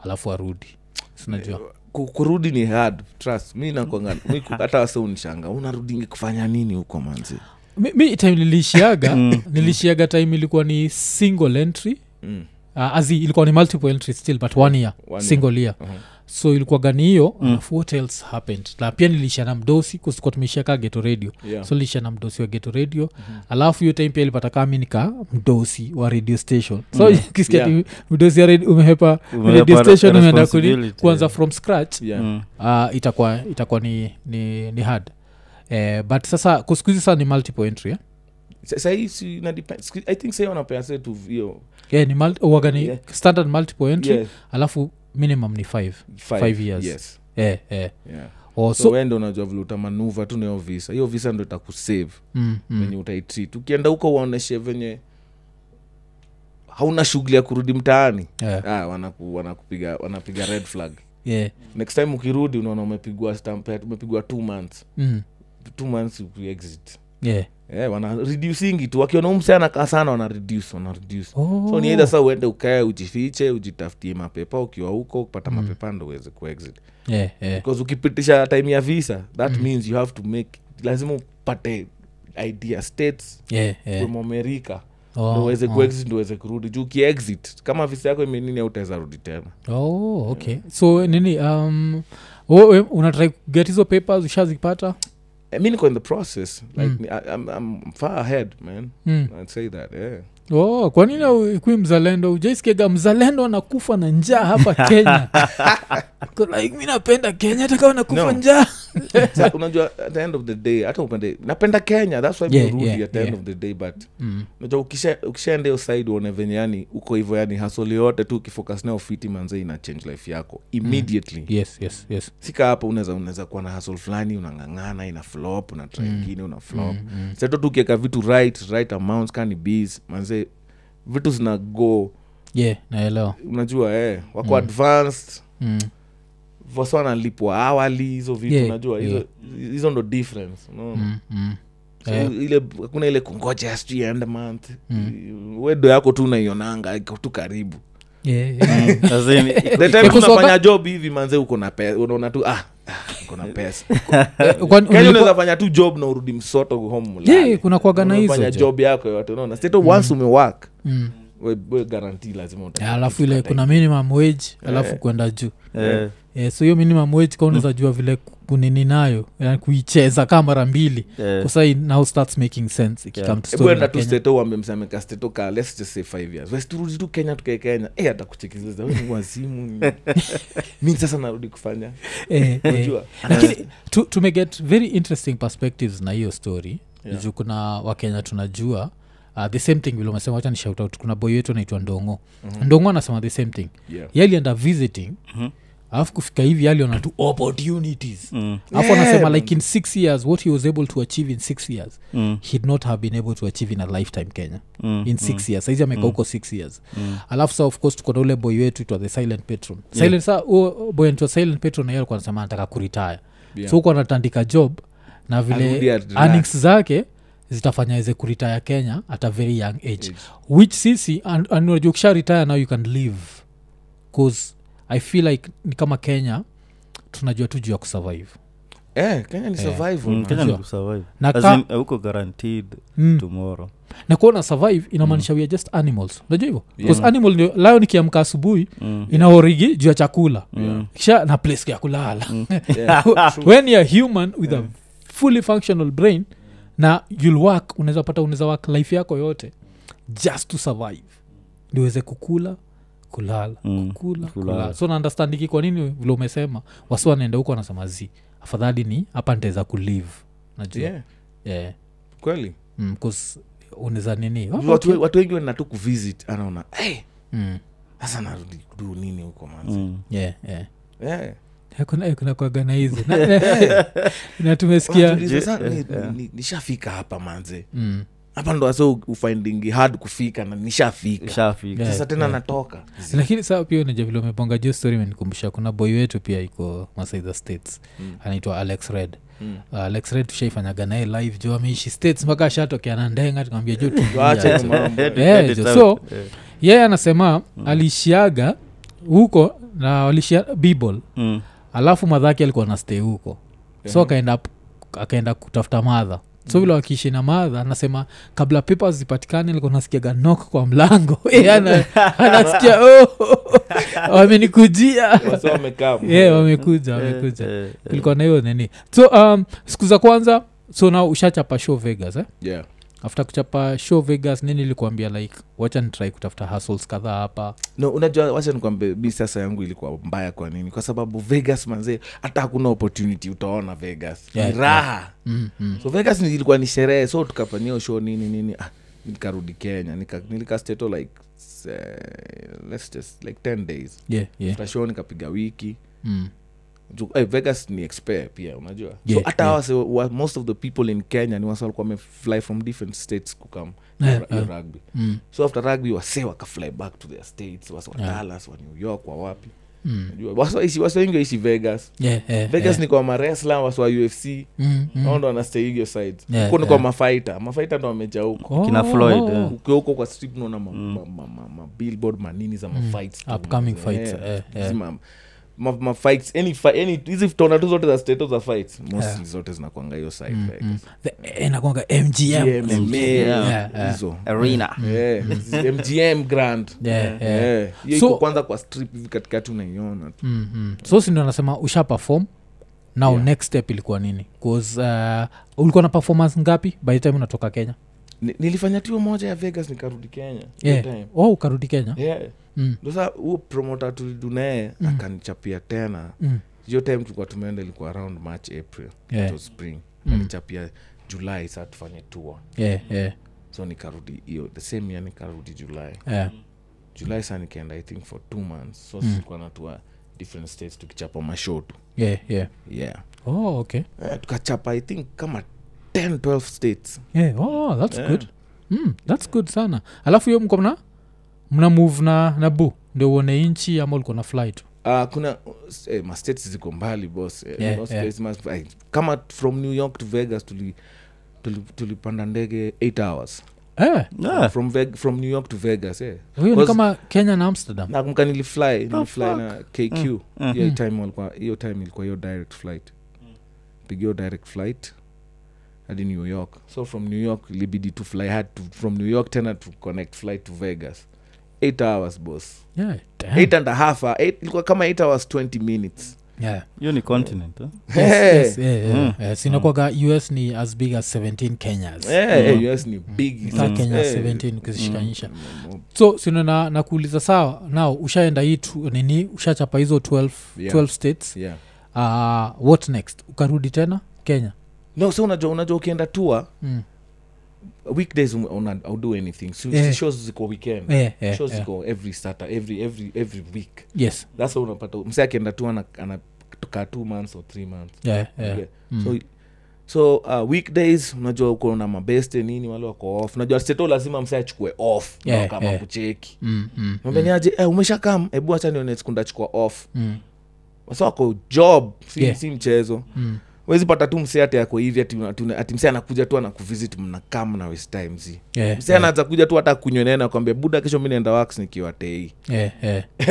Speaker 1: alafu arudi sinajua
Speaker 3: Ku- kurudi ni hard trust mi nakwanga mi ku- hata wase unishanga unarudingi kufanya nini huko manzi
Speaker 1: mi, mi time nilishiaga nilishiaga time ilikuwa ni single entry
Speaker 3: mm.
Speaker 1: uh, azi ilikuwa ni multiple entry still but one year
Speaker 3: One year.
Speaker 1: single year
Speaker 3: uh-huh. Mm.
Speaker 1: so ilikuwa gani hiyo alafu what else happened na pia nilishia na mdosi kusikuwa tumeishia kaa geto radio
Speaker 3: yeah. Mm-hmm.
Speaker 1: so nilishia na mdosi wa geto radio alafu hiyo time pia ilipata kaa mi nika mdosi wa radio station so ukisikia
Speaker 3: Mm. Yeah.
Speaker 1: ati mdosi ya radio, umehepa
Speaker 2: Umehepa
Speaker 1: radio station umeenda kuni-
Speaker 2: responsibility,
Speaker 1: kuanza
Speaker 2: yeah.
Speaker 1: from scratch
Speaker 3: yeah.
Speaker 2: Mm.
Speaker 1: uh, itakuwa itakuwa ni, ni, ni hard eh, but sasa kusikuhizi saa ni multiple entry eh?
Speaker 3: Sa- sahii si ina depend- siku- i think sahii wanapea setu hiyo
Speaker 1: yeah, Eh, ni mul- uwaga ni
Speaker 3: Yeah.
Speaker 1: standard multiple entry
Speaker 3: yeah,
Speaker 1: alafu minimum ni five
Speaker 3: five,
Speaker 1: five years.
Speaker 3: yes.
Speaker 1: eh, eh.
Speaker 3: Yeah.
Speaker 1: Oh,
Speaker 3: so
Speaker 1: so,
Speaker 3: wende unajua vile utamanuva tu nayo visa hiyo visa ndo itakusave
Speaker 1: mm, mm,
Speaker 3: venye utaitrit ukienda huko waoneshe venye hauna shughuli ya kurudi mtaani
Speaker 1: yeah,
Speaker 3: ah, wanaku, wanakupiga wanapiga red flag
Speaker 1: yeah,
Speaker 3: next time ukirudi unaona umepigwa stampet umepigwa two months
Speaker 1: mm,
Speaker 3: two months ukiexit
Speaker 1: yeah.
Speaker 3: yeah, Eh, wana reducingi tu wakiona umse anakaa sana wana reduce wana reduce
Speaker 1: oh.
Speaker 3: so ni either sa uende ukae ujifiche ujitafutie mapepa ukiwa huko upata mapepa ndo uweze kuexit
Speaker 1: yeah, yeah.
Speaker 3: because ukipitisha time ya visa that
Speaker 1: Mm.
Speaker 3: means you have to make lazima upate idea states
Speaker 1: yeah, yeah.
Speaker 3: kumomerika
Speaker 1: Eh. Oh,
Speaker 3: ndo uweze
Speaker 1: oh.
Speaker 3: kuexit ndo uweze kurudi juu ukiexit kama visa yako imenini autaweza rudi tena
Speaker 1: oh, okay so nini um, wewe unatrai kuget hizo papers ushazipata
Speaker 3: I mean, Eh, niko in the process like
Speaker 1: Mm.
Speaker 3: mm. I, I'm, I'm far ahead man
Speaker 1: mm.
Speaker 3: I'd say that yeah
Speaker 1: oh, kwa nini ukui mzalendo ujaiskega mzalendo anakufa na njaa hapa kenya Ko like mi napenda kenya hata kama nakufa
Speaker 3: No.
Speaker 1: njaa
Speaker 3: Sa, unajua at the end of the day hata upende napenda kenya that's why
Speaker 1: Yeah,
Speaker 3: yeah, rudi
Speaker 1: yeah,
Speaker 3: at the end
Speaker 1: yeah.
Speaker 3: of the day but
Speaker 1: mm.
Speaker 3: unajua ukisha- ukishaenda hiyo side uone venye yani uko hivyo yani hasoli yote tu ukifocus nayo fiti manze ina change life yako immediately
Speaker 1: yes yes yes
Speaker 3: sika hapa unaweza unaweza kuwa na hasol fulani unangangana ina flop una try ingine una flop
Speaker 1: Mm, mm.
Speaker 3: seto tu ukiweka vitu right right amounts kani bs manze vitu zina go
Speaker 1: yeah naelewa
Speaker 3: unajua eh, wako mm. advanced
Speaker 1: mm.
Speaker 3: wasa wanalipwa awali hizo vitu
Speaker 1: Yeah,
Speaker 3: unajua hizo hizo ndo difference unaona?
Speaker 1: Mm, mm.
Speaker 3: So,
Speaker 1: Eh,
Speaker 3: ile kuna ile kungoja sijui end month
Speaker 1: Hmm.
Speaker 3: wedo yako tu unaionanga iko tu karibu
Speaker 1: yeah, yeah.
Speaker 2: As in,
Speaker 1: Eh,
Speaker 3: the time
Speaker 1: Because
Speaker 3: unafanya
Speaker 1: waka-
Speaker 3: job hivi manze uko na pesa unaona tu ah ah, uko na pesa
Speaker 1: Eh, kwani
Speaker 3: kenya
Speaker 1: ulikuwa-
Speaker 3: unaweza fanya tu job na urudi msoto home
Speaker 1: Yeah,
Speaker 3: ulale.
Speaker 1: yeah, kuna kuaga na hizo
Speaker 3: Unafanya
Speaker 1: jo.
Speaker 3: job yako yote unaona Sasa once umewak
Speaker 1: Mm.
Speaker 3: we, we guarantee lazima uta-
Speaker 1: Eh, alafu ile kuna minimum wage alafu kwenda juu
Speaker 2: eh,
Speaker 1: Eh, so hiyo minimum wage ka
Speaker 3: Mm.
Speaker 1: unaweza jua vile kunini nayo yani kuicheza kaa mara mbili
Speaker 2: eh,
Speaker 1: kwa sahi now starts making sense
Speaker 2: Yeah.
Speaker 1: ikikam
Speaker 3: Hebu enda Eh, tu steto uambie msee amekaa steto ka let's just say five years Wesi turudi tu kenya tukae kenya eh atakuchekizeza wewe ni wazimu mi sasa narudi kufanya unajua
Speaker 1: Eh,
Speaker 3: Eh.
Speaker 1: lakini tu- tumeget very interesting perspectives na hiyo story
Speaker 3: Yeah.
Speaker 1: juu kuna wakenya tunajua uh, the same thing vile umesema wacha ni shout out kuna boy wetu anaitwa ndongo
Speaker 3: Mm-hmm.
Speaker 1: ndongo anasema the same thing
Speaker 3: yeah.
Speaker 1: ye alienda visiting
Speaker 3: Mm-hmm.
Speaker 2: Mhm.
Speaker 1: alafu kufika hivi aliona tu opportunities
Speaker 2: mm,
Speaker 1: alafu anasema
Speaker 3: Yeah,
Speaker 1: like in six years what he was able to achieve in six years
Speaker 2: mm,
Speaker 1: he'd not have been able to achieve in a lifetime kenya
Speaker 2: mm,
Speaker 1: in six years saizi ameka huko six years alafu sa of course tuko na ule boy wetu itwa the silent patron silent sa huo boy anaitwa silent patron naye alikuwa anasema anataka kuritaya
Speaker 3: Yeah.
Speaker 1: so huko anatandika job na
Speaker 3: Arudi
Speaker 1: vile
Speaker 3: at relax.
Speaker 1: earnings zake zitafanya aweze kuritaya kenya at a very young age which sisi and- and unajua ukisha retire now you can live bcause i feel like ni kama kenya tunajua tu juu ya kusurvive
Speaker 3: Eh, kenya ni survival,
Speaker 2: mm,
Speaker 3: man.
Speaker 2: Kenya ni
Speaker 1: Sure.
Speaker 2: kusurvive.
Speaker 1: Na
Speaker 2: As
Speaker 1: ka-
Speaker 2: in, eh, uko guaranteed
Speaker 1: Mm.
Speaker 2: tomorrow
Speaker 1: na kuona survive inamaanisha we are just animals unajua hivyo
Speaker 3: Mm. Yeah.
Speaker 1: bcause animal ndio layo nikiamka asubuhi
Speaker 2: Mm.
Speaker 1: inaorigi juu ya chakula
Speaker 3: Yeah. Mm.
Speaker 1: kisha na place ya kulala
Speaker 3: Yeah.
Speaker 1: when youare human with a fully functional brain na youll work unaweza pata unaweza work life yako yote just to survive ndio uweze kukula kulala
Speaker 2: Mm.
Speaker 1: kukula
Speaker 2: Kulala.
Speaker 1: kulala so naandastandiki kwa nini vile umesema wasi wanaenda huko wanasema zi afadhali ni hapa nitaweza kulive najua
Speaker 3: Yeah,
Speaker 1: yeah.
Speaker 3: kweli
Speaker 1: mm, 'cause unaweza nini oh,
Speaker 3: watu
Speaker 1: okay.
Speaker 3: we- watu wengi wanaenda tu kuvisit anaona "Eh,
Speaker 1: mm.
Speaker 3: sasa narudi kudu nini huko manzi
Speaker 2: Mm.
Speaker 1: yeah, yeah.
Speaker 3: Yeah.
Speaker 1: kuna, kuna kuaga eh, na hizi na, na tumesikia
Speaker 3: Unajiuliza, sasa,
Speaker 1: eh,
Speaker 2: Yeah.
Speaker 3: ni- ni- nishafika hapa manze
Speaker 1: mm.
Speaker 3: hapa ndo ase ufindingi hard kufika na nishafika
Speaker 2: Shafika.
Speaker 1: Yeah.
Speaker 3: sasa tena natoka
Speaker 1: lakini saa pia unaja vile umepanga juu story imenikumbusha kuna boy wetu pia iko masaitha states
Speaker 3: Mm.
Speaker 1: anaitwa alex red
Speaker 3: Mm.
Speaker 1: Uh, alex red tushaifanyaga naye live juu ameishi states mpaka ashatokea na ndenga tukamwambia juu
Speaker 3: Tuache
Speaker 1: tulia.
Speaker 3: hiyo mambo.
Speaker 2: Edit-
Speaker 1: Yeah,
Speaker 2: edit
Speaker 1: jo-
Speaker 2: out.
Speaker 1: so-
Speaker 2: Eh,
Speaker 1: yeye anasema aliishiaga huko na walishia bibol
Speaker 2: mm,
Speaker 1: alafu madhake alikuwa na stay huko so akaenda akaenda kutafuta madha so vile wakiishi na madha anasema kabla pepa zipatikane alikuwa nasikiaga nok kwa mlango Eh, ana- anasikia oh, wamenikujia
Speaker 3: Wase wamekaa, man.
Speaker 1: yeah, wamekuja wamekuja
Speaker 2: eh, eh,
Speaker 1: kulikuwa na hiyo nini so um, siku za kwanza so na ushachapa show vegas eh?
Speaker 3: Yeah.
Speaker 1: after kuchapa show vegas nini ilikuambia like wacha nitrai kutafuta hustles kadhaa hapa
Speaker 3: no unajua wacha nikwambe mi sasa yangu ilikuwa mbaya kwa nini kwa sababu vegas manzee hata hakuna opportunity utaona vegas
Speaker 1: Yeah,
Speaker 3: ni raha
Speaker 1: mm, mm.
Speaker 3: so vegas ni- ilikuwa ni sherehe so tukafanyia show nini nini ah, nikarudi kenya nika, nilikasteto like uh, let's just like 10 days
Speaker 1: yeah, yeah.
Speaker 3: yeah. show nikapiga wiki
Speaker 1: Mm.
Speaker 3: Ju- eh, vegas ni expert pia unajua
Speaker 1: Yeah,
Speaker 3: so hata
Speaker 1: yeah.
Speaker 3: yeah. wase, wa, most of the people in kenya ni wase walikuwa wamefly from different states kukam
Speaker 1: Yeah, yeah.
Speaker 3: rugby
Speaker 1: Mm.
Speaker 3: so after rugby wase wakafly back to their states wase wa
Speaker 1: Yeah.
Speaker 3: dallas wa new york wa wapi
Speaker 1: Mm.
Speaker 3: Unajua, wasa waishi- wasa wengi waishi vegas
Speaker 1: Yeah, yeah,
Speaker 3: vegas Oh,
Speaker 1: yeah.
Speaker 3: ni kwa maresla wasa wa ufc
Speaker 1: Mm, mm.
Speaker 3: ao ndo anastahigio side
Speaker 1: Yeah,
Speaker 3: huko ni kwa
Speaker 1: yeah.
Speaker 3: mafaita mafaita ndo wameja huko
Speaker 1: Oh,
Speaker 2: Kina Floyd,
Speaker 1: oh,
Speaker 2: eh.
Speaker 1: oh.
Speaker 3: ukiwa huko kwa strip naona ma, ma, ma, ma, ma billboard manini za mafights tu.
Speaker 1: Mm. Upcoming fights,
Speaker 3: Yeah,
Speaker 1: eh, eh.
Speaker 3: zima- ma- ma fights, any fi- any- hizi tona tu zote za stato za fights mostly
Speaker 1: Yeah.
Speaker 3: zote zinakwanga hiyo side
Speaker 1: Mm,
Speaker 3: like,
Speaker 1: mm. The- inakwanga mgm
Speaker 3: GM, MMA,
Speaker 1: Yeah, yeah.
Speaker 3: hizo
Speaker 2: arena
Speaker 3: Yeah, hizi mgm grand
Speaker 1: Yeah, yeah.
Speaker 3: Yeah, hiyo
Speaker 1: So-
Speaker 3: iko kwanza kwa strip hivi katikati unaiona tu
Speaker 1: Mm, mm. so sindo anasema usha perform now
Speaker 3: Yeah.
Speaker 1: next step ilikuwa nini bcause uh, ulikuwa na performance ngapi by the time unatoka kenya
Speaker 3: Ni- nilifanya tu hiyo moja ya vegas nikarudi kenya hiyo
Speaker 1: yeah.
Speaker 3: time.
Speaker 1: oh ukarudi kenya
Speaker 3: Yeah.
Speaker 1: Mm.
Speaker 3: Ndio sasa huo promota tulidunaye
Speaker 1: Mm.
Speaker 3: akanichapia tena
Speaker 1: Mm.
Speaker 3: hiyo time tulikuwa tumeenda ilikuwa around march april
Speaker 1: Yeah.
Speaker 3: to spring
Speaker 1: Mm.
Speaker 3: alichapia julai saa tufanye tour
Speaker 1: Yeah, yeah,
Speaker 3: so nikarudi hiyo the same year nikarudi julai
Speaker 1: yeah.
Speaker 3: julai saa nikaenda i think for two months so
Speaker 1: Mm.
Speaker 3: tulikuwa natua different states tukichapa mashow tu
Speaker 1: Yeah, yeah.
Speaker 3: yeah
Speaker 1: oh okay
Speaker 3: Eh, tukachapa i think kama 10 12 states
Speaker 1: yeah. oh, that's
Speaker 3: Yeah.
Speaker 1: good mm, that's good sana alafu hiyo mko mna mna move na na bu ndio uone inchi ama ulikuwa na fly tu
Speaker 3: Uh, kuna eh, mastates ziko mbali bos eh,
Speaker 1: Yeah,
Speaker 3: most
Speaker 1: yeah.
Speaker 3: states must- eh, kama from new york to vegas tuli tuli- tulipanda ndege 8 hours Ah,
Speaker 1: eh,
Speaker 2: Yeah.
Speaker 3: from, Veg- from new york to vegas eh.
Speaker 1: huyo ni
Speaker 3: Cause-
Speaker 1: kama kenya na amsterdam
Speaker 3: nakumka nilifly nilifly
Speaker 2: fuck.
Speaker 3: na kq hiyo
Speaker 2: Mm.
Speaker 3: time walikuwa hiyo time ilikuwa hiyo direct flight
Speaker 1: Mm.
Speaker 3: pigio direct flight hadi new york so from new york ilibidi to fly hard to, from new york tena to connect flight to vegas 8 hours boss
Speaker 1: yeah. damn.
Speaker 3: 8 and a half hour, eight- ilikuwa kama 8 hours 20 minutes
Speaker 1: yeah.
Speaker 2: hiyo ni continent eh?
Speaker 1: yes,
Speaker 3: Hey.
Speaker 1: yes, yeah, yeah.
Speaker 2: Mm.
Speaker 1: Eh, sinakwaga us ni as big as 17 kenyas
Speaker 3: Eh, eh, us ni big
Speaker 1: Sa Mm. kenya
Speaker 3: Eh,
Speaker 1: 17 ukizishikanisha
Speaker 3: mm, mm,
Speaker 1: so sino na, na kuuliza sawa nao ushaenda hii tu, nini ushachapa hizo 12,
Speaker 3: Yeah.
Speaker 1: 12 states
Speaker 3: yeah.
Speaker 1: uh, what next ukarudi tena kenya
Speaker 3: no so unajua unajua ukienda tour
Speaker 1: mm.
Speaker 3: weekdays una- una- audo anything so,
Speaker 1: Eh.
Speaker 3: shows ziko weekend
Speaker 1: yeah, yeah,
Speaker 3: shows
Speaker 1: yeah.
Speaker 3: ziko every saturday every every every week
Speaker 1: yes
Speaker 3: thats why unapata mse akienda tu ana- anakaa two months or three months
Speaker 1: yeah, yeah.
Speaker 3: Okay.
Speaker 1: Mm.
Speaker 3: so, so uh, weekdays unajua uko na mabeste nini wale wako off unajua seto lazima mse achukue off
Speaker 1: Yeah,
Speaker 3: na kama
Speaker 1: yeah.
Speaker 3: kucheki
Speaker 1: Mm, mm, mm,
Speaker 3: ambeniaje eh, umesha kam hebu acha nione siku ndachukua off
Speaker 1: mm,
Speaker 3: wasa wako job si,
Speaker 1: Yeah.
Speaker 3: si mchezo
Speaker 1: mm.
Speaker 3: wezi pata tu mse ati ako hivi ati, una- ati, una- ati mse anakuja tu anakuvisit mnakaa mna waste time zi
Speaker 1: Yeah,
Speaker 3: mse anaanza kuja tu hata kunywe nene akwambia buda kesho mi naenda wax nikiwa tei
Speaker 1: yeah,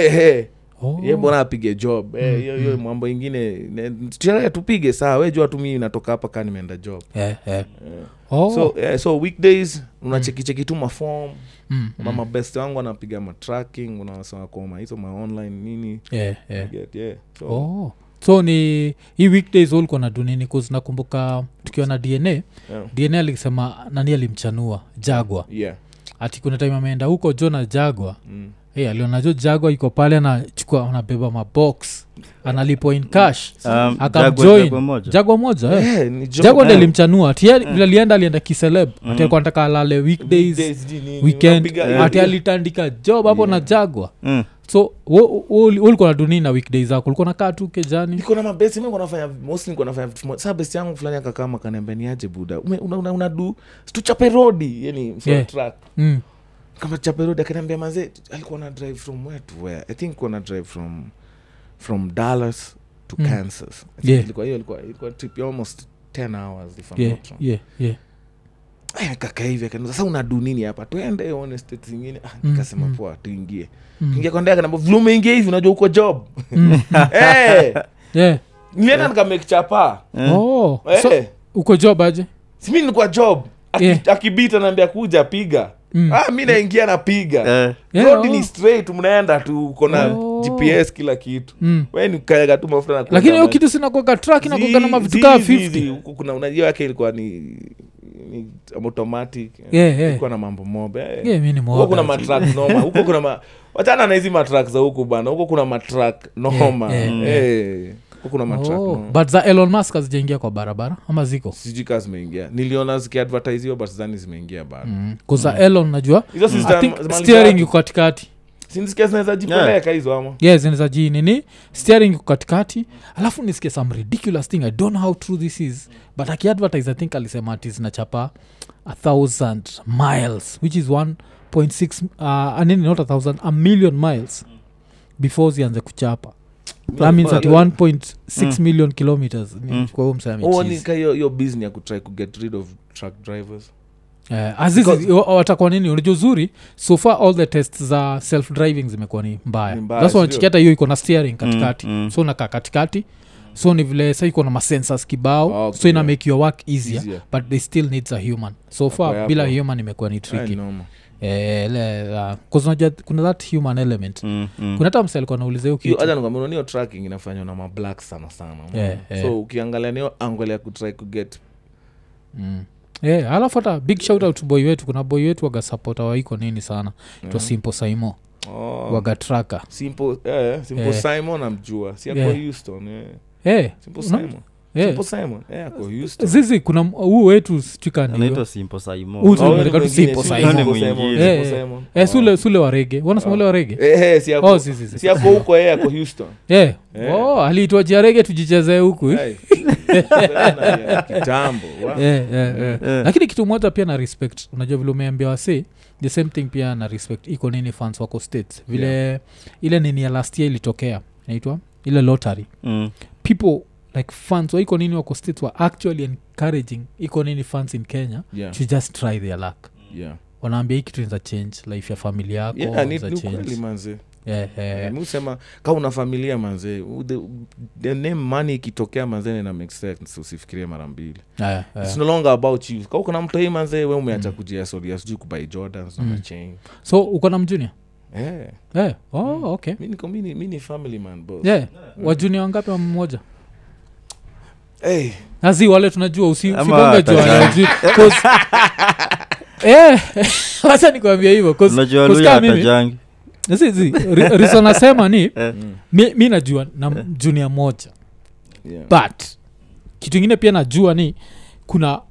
Speaker 1: yeah. Oh. Mm-hmm.
Speaker 3: ye mbona apige job Eh, hiyo hiyo mambo ingine ne- sherehe tupige saa wejua tu mii natoka hapa kaa nimeenda job
Speaker 1: Yeah, yeah. Oh.
Speaker 3: so, eh, so weekdays unachekicheki tu mafom
Speaker 1: Mm, mm.
Speaker 3: mama best wangu anapiga matracking unawasema koma hizo maonline nini
Speaker 1: Yeah, yeah.
Speaker 3: Get, yeah. so,
Speaker 1: Oh. so ni hii weekdays ulikuwa na dunini kause nakumbuka tukiwa na dna
Speaker 3: yeah.
Speaker 1: dna alisema nani alimchanua jagwa
Speaker 3: Yeah.
Speaker 1: ati kuna time ameenda huko jo na jagwa
Speaker 3: Mm.
Speaker 1: hey, alionajo jagwa iko pale anachukua anabeba mabox analipwa in cash
Speaker 2: Um, Jaguar- Jaguar
Speaker 1: akamjoin
Speaker 2: moja.
Speaker 1: jagwa moja eh.
Speaker 3: Eh, ni job.
Speaker 1: jagwa ndo
Speaker 2: Eh. Mm.
Speaker 1: alimchanua ati yeye vile alienda alienda kiseleb ati alikuwa anataka alale weekdays
Speaker 3: Weekdays, nini,
Speaker 1: weekend
Speaker 2: eh.
Speaker 3: unapiga-
Speaker 1: ati alitandika job hapo na jagwa
Speaker 2: Mm.
Speaker 1: so ulikuwa nadunii na weekdays zako ulikuwa nakaa tu kejani
Speaker 3: niko na mabesti mi nafanya mostly niko nafanya vitu moja saa besti yangu fulani akakama kaniambia niaje buda ume- una, una, una du situchape rodi yani msio
Speaker 1: Yeah.
Speaker 3: track
Speaker 1: mm.
Speaker 3: kama chape rodi akaniambia mazee alikuwa na drive from where to where i think wana drive from from dallas to
Speaker 1: Mm.
Speaker 3: kansas I think
Speaker 1: Yeah.
Speaker 3: ilikuwa hiyo ilikuwa ilikuwa trip ya almost 10 hours if I'm
Speaker 1: yeah,
Speaker 3: not wrong.
Speaker 1: yeah, yeah.
Speaker 3: Aya, kaka hivi akaniambia sasa unadu nini hapa twende one state zingine ah,
Speaker 1: Mm,
Speaker 3: nikasema
Speaker 1: mm.
Speaker 3: poa tuingie
Speaker 1: Mm.
Speaker 3: ingia kondea kanamba vlume ingia hivi unajua uko job
Speaker 1: Mm.
Speaker 3: hey,
Speaker 1: yeah.
Speaker 3: nilienda nikamake chapa
Speaker 2: Eh.
Speaker 1: oh. so,
Speaker 3: hey.
Speaker 1: uko job aje
Speaker 3: simi nilikuwa job Aki-
Speaker 1: Yeah.
Speaker 3: akibita naambia kuja piga
Speaker 1: Eh. Mm.
Speaker 3: ah, mi naingia napiga
Speaker 2: Eh.
Speaker 1: Yeah,
Speaker 3: rodi
Speaker 1: oh.
Speaker 3: ni straight mnaenda tu uko na
Speaker 1: Oh.
Speaker 3: gps kila kitu
Speaker 1: mm.
Speaker 3: we ni kukanyaga tu mafuta na kuenda
Speaker 1: lakini hiyo
Speaker 3: mbali.
Speaker 1: kitu sinakuaga truck
Speaker 3: Zi-
Speaker 1: inakuaga na mavitu
Speaker 3: zi-
Speaker 1: kaa
Speaker 3: zi- zi-
Speaker 1: 50
Speaker 3: huku kuna unajua yake ilikuwa ni, ni automatic eh,
Speaker 1: Yeah, yeah.
Speaker 3: ilikuwa na mambo mob eh.
Speaker 1: yeah, mi ni
Speaker 3: huko kuna
Speaker 1: mwoga.
Speaker 3: matrak noma huko kuna ma... wachana na hizi matrak za huku bana huko kuna matrak noma
Speaker 1: Yeah, yeah,
Speaker 3: Eh, huko kuna matrak
Speaker 1: Oh,
Speaker 3: noma
Speaker 1: but za elon musk hazijaingia kwa barabara ama ziko
Speaker 3: sijui kaa zimeingia niliona zikiadvertisiwa but zani zimeingia bado
Speaker 1: mm. kuza elon najua
Speaker 3: hizo
Speaker 1: I
Speaker 3: si za-
Speaker 1: think
Speaker 3: za mali
Speaker 1: steering
Speaker 3: zake.
Speaker 1: iko katikati
Speaker 3: Sinisikia zinaweza jipeleka hizo ama
Speaker 1: yes inaeza jii nini steering iko katikati alafu nisikie some ridiculous thing i don't know how true this is but akiadvertise i think alisema ati zinachapa a thousand miles which is 1.6 uh, anini not a thousand a million miles before zianze kuchapa that means at 1.6
Speaker 3: Mm.
Speaker 1: million kilometers nimechukua huo msee amecheese.
Speaker 3: uonika hiyo business ya kutry kuget rid of truck drivers
Speaker 1: Eh, azizi, wa- watakuwa nini unajua uzuri so far all the tests za self driving zimekuwa ni mbaya
Speaker 3: Ni mbaya,
Speaker 1: That's why
Speaker 3: sio?
Speaker 1: unacheki hata hiyo iko na steering katikati
Speaker 2: mm.
Speaker 1: so nakaa katikati so ni vile sa iko na masensors kibao
Speaker 3: Ah, Okay,
Speaker 1: so ina
Speaker 3: yeah.
Speaker 1: make your work easier,
Speaker 3: Easier.
Speaker 1: but they still needs a human so
Speaker 3: Hapo
Speaker 1: far
Speaker 3: yapo.
Speaker 1: bila human imekuwa ni
Speaker 3: Ay,
Speaker 1: tricky
Speaker 3: noma.
Speaker 1: Eh, le- la- 'cause unajua kuna that human element
Speaker 2: Mm,
Speaker 1: kuna hata mse alikuwa nauliza hiyo
Speaker 3: Mm. Hiyo-
Speaker 1: kitu
Speaker 3: hata nikwambia, unaona hiyo tracking inafanywa na mablack sana sana
Speaker 1: Yeah,
Speaker 3: so
Speaker 1: yeah.
Speaker 3: ukiangalia niyo angle ya kutry kuget
Speaker 1: mm. yeah, alafu hata big shout out boy wetu kuna boy wetu waga supporta waiko nini sana twa simple saimo
Speaker 3: oh,
Speaker 1: waga tracker
Speaker 3: simple, eh, simple
Speaker 1: Eh.
Speaker 3: simon amjua si ako
Speaker 1: Yeah.
Speaker 3: houston eh.
Speaker 1: Eh,
Speaker 3: simple
Speaker 1: una-
Speaker 3: simon
Speaker 1: eh.
Speaker 3: simple simon eh, ako houston
Speaker 1: zizi kuna m- huu wetu stikaniyo
Speaker 2: anaitwa simpo
Speaker 1: Huyu
Speaker 2: saimo
Speaker 1: tu-
Speaker 3: Oh,
Speaker 1: Amerika
Speaker 3: mwingine,
Speaker 1: simple
Speaker 3: si-
Speaker 1: Simon.
Speaker 3: simple
Speaker 2: Mwingine.
Speaker 3: Simon,
Speaker 1: Eh,
Speaker 3: simple
Speaker 1: eh.
Speaker 3: Simon.
Speaker 1: eh, sule, sule warege wanasema ule warege
Speaker 3: Eh, eh, si ako-
Speaker 1: oh, si, si, si.
Speaker 3: si ako huko eh, ako houston
Speaker 1: Eh.
Speaker 3: Eh.
Speaker 1: Oh, aliitwa jiarege tujichezee huku eh.
Speaker 3: Hey. kitambo wa-
Speaker 1: Eh, eh, eh.
Speaker 2: Eh.
Speaker 1: lakini kitu moja pia na respect unajua vile umeambia wasi the same thing pia na respect iko nini fans wako states vile ile nini ya last year ilitokea naitwa ile lottery
Speaker 2: Mm,
Speaker 1: people like fans wa iko nini wako states were actually encouraging iko nini fans in kenya
Speaker 3: Yeah,
Speaker 1: to just try their luck
Speaker 3: yeah.
Speaker 1: wanaambia hii kitu inza change life ya familia yako
Speaker 3: Yeah, ni-
Speaker 1: inaweza
Speaker 3: ni
Speaker 1: change.
Speaker 3: ukweli manze
Speaker 1: Eh, eh.
Speaker 3: mi usema ka una familia manze u- the, the name money ikitokea manze na make sense usifikirie mara mbili
Speaker 1: Eh, eh.
Speaker 3: its no longer about you ka uko na mtu hii manze we umeacha kujiasolia sijui kubai jordans na
Speaker 1: Mm.
Speaker 3: machain
Speaker 1: so uko na mjunia
Speaker 3: Eh,
Speaker 1: eh. oh, okay
Speaker 3: mi niko- mi ni- mi ni family man boss
Speaker 1: yeah. wajunia wangapi wa mmoja
Speaker 3: Hey,
Speaker 1: nazi wale tunajua
Speaker 2: Ama watachana.
Speaker 1: usibongejuaasa nikuambia Eh, hivyo 'cause-
Speaker 2: unajua
Speaker 1: 'cause
Speaker 2: luya
Speaker 1: kama mimi-
Speaker 2: hatajangi
Speaker 1: zi- zi, ri- reason nasema ni
Speaker 3: mm,
Speaker 1: mi, mi najua na junia moja
Speaker 3: yeah.
Speaker 1: but kitu ingine pia najua ni kuna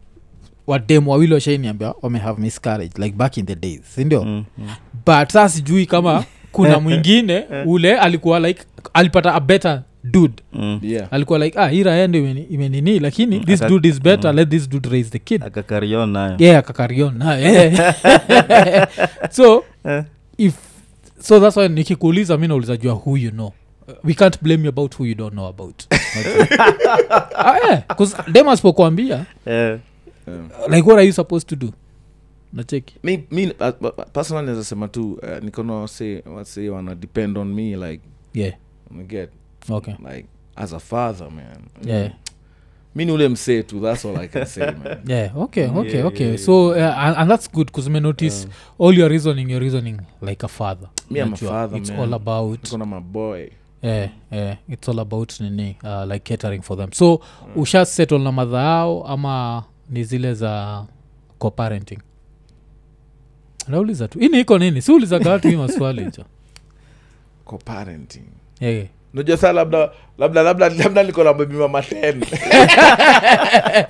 Speaker 1: wademu wawili washainiambia wamehave miscarriage like back in the days sindio
Speaker 2: Mm, mm.
Speaker 1: but saa sijui kama kuna mwingine
Speaker 2: Eh.
Speaker 1: ule alikuwa like alipata a better dude
Speaker 2: Mm.
Speaker 3: Yeah.
Speaker 1: alikuwa like ah, hii raya ndo imeni- imenini lakini
Speaker 2: Mm,
Speaker 1: this
Speaker 2: aka-
Speaker 1: dude is better
Speaker 2: mm.
Speaker 1: let this dude raise the kid
Speaker 2: akakarion nayo
Speaker 1: yeah akakarion nayo Ah, yeah. so
Speaker 2: Eh.
Speaker 1: if so that's why nikikuuliza mi nauliza jua who you know Uh, we can't blame you about who you don't know about ah, yeah, 'cause dem asipokuambia
Speaker 2: Eh,
Speaker 3: Yeah.
Speaker 1: like what are you supposed to do nacheki
Speaker 3: mi, mi uh, uh, personally naweza sema tu uh, nikona wase wase wana depend on me like
Speaker 1: yeah
Speaker 3: get
Speaker 1: okay
Speaker 3: like as a father man
Speaker 1: yeah
Speaker 3: mi ni ule msee tu thats all i can say man
Speaker 1: yeah okay
Speaker 2: Mm,
Speaker 1: okay
Speaker 2: yeah,
Speaker 1: okay
Speaker 2: yeah,
Speaker 1: so uh, and, and that's good because notice all your reasoning your reasoning like a father
Speaker 3: Me, I'm a
Speaker 1: Unajua,
Speaker 3: father,
Speaker 1: it's
Speaker 3: man.
Speaker 1: all about
Speaker 3: kona maboy
Speaker 1: eh, eh, it's all about nini uh, like catering for them so usha settle na madha yao ama ni zile za coparenting nauliza tu ini iko nini siulizaga watu hii maswali jo
Speaker 3: ko parenting
Speaker 1: Eh,
Speaker 3: najua saa labda labda labda labda niko na baby mama ten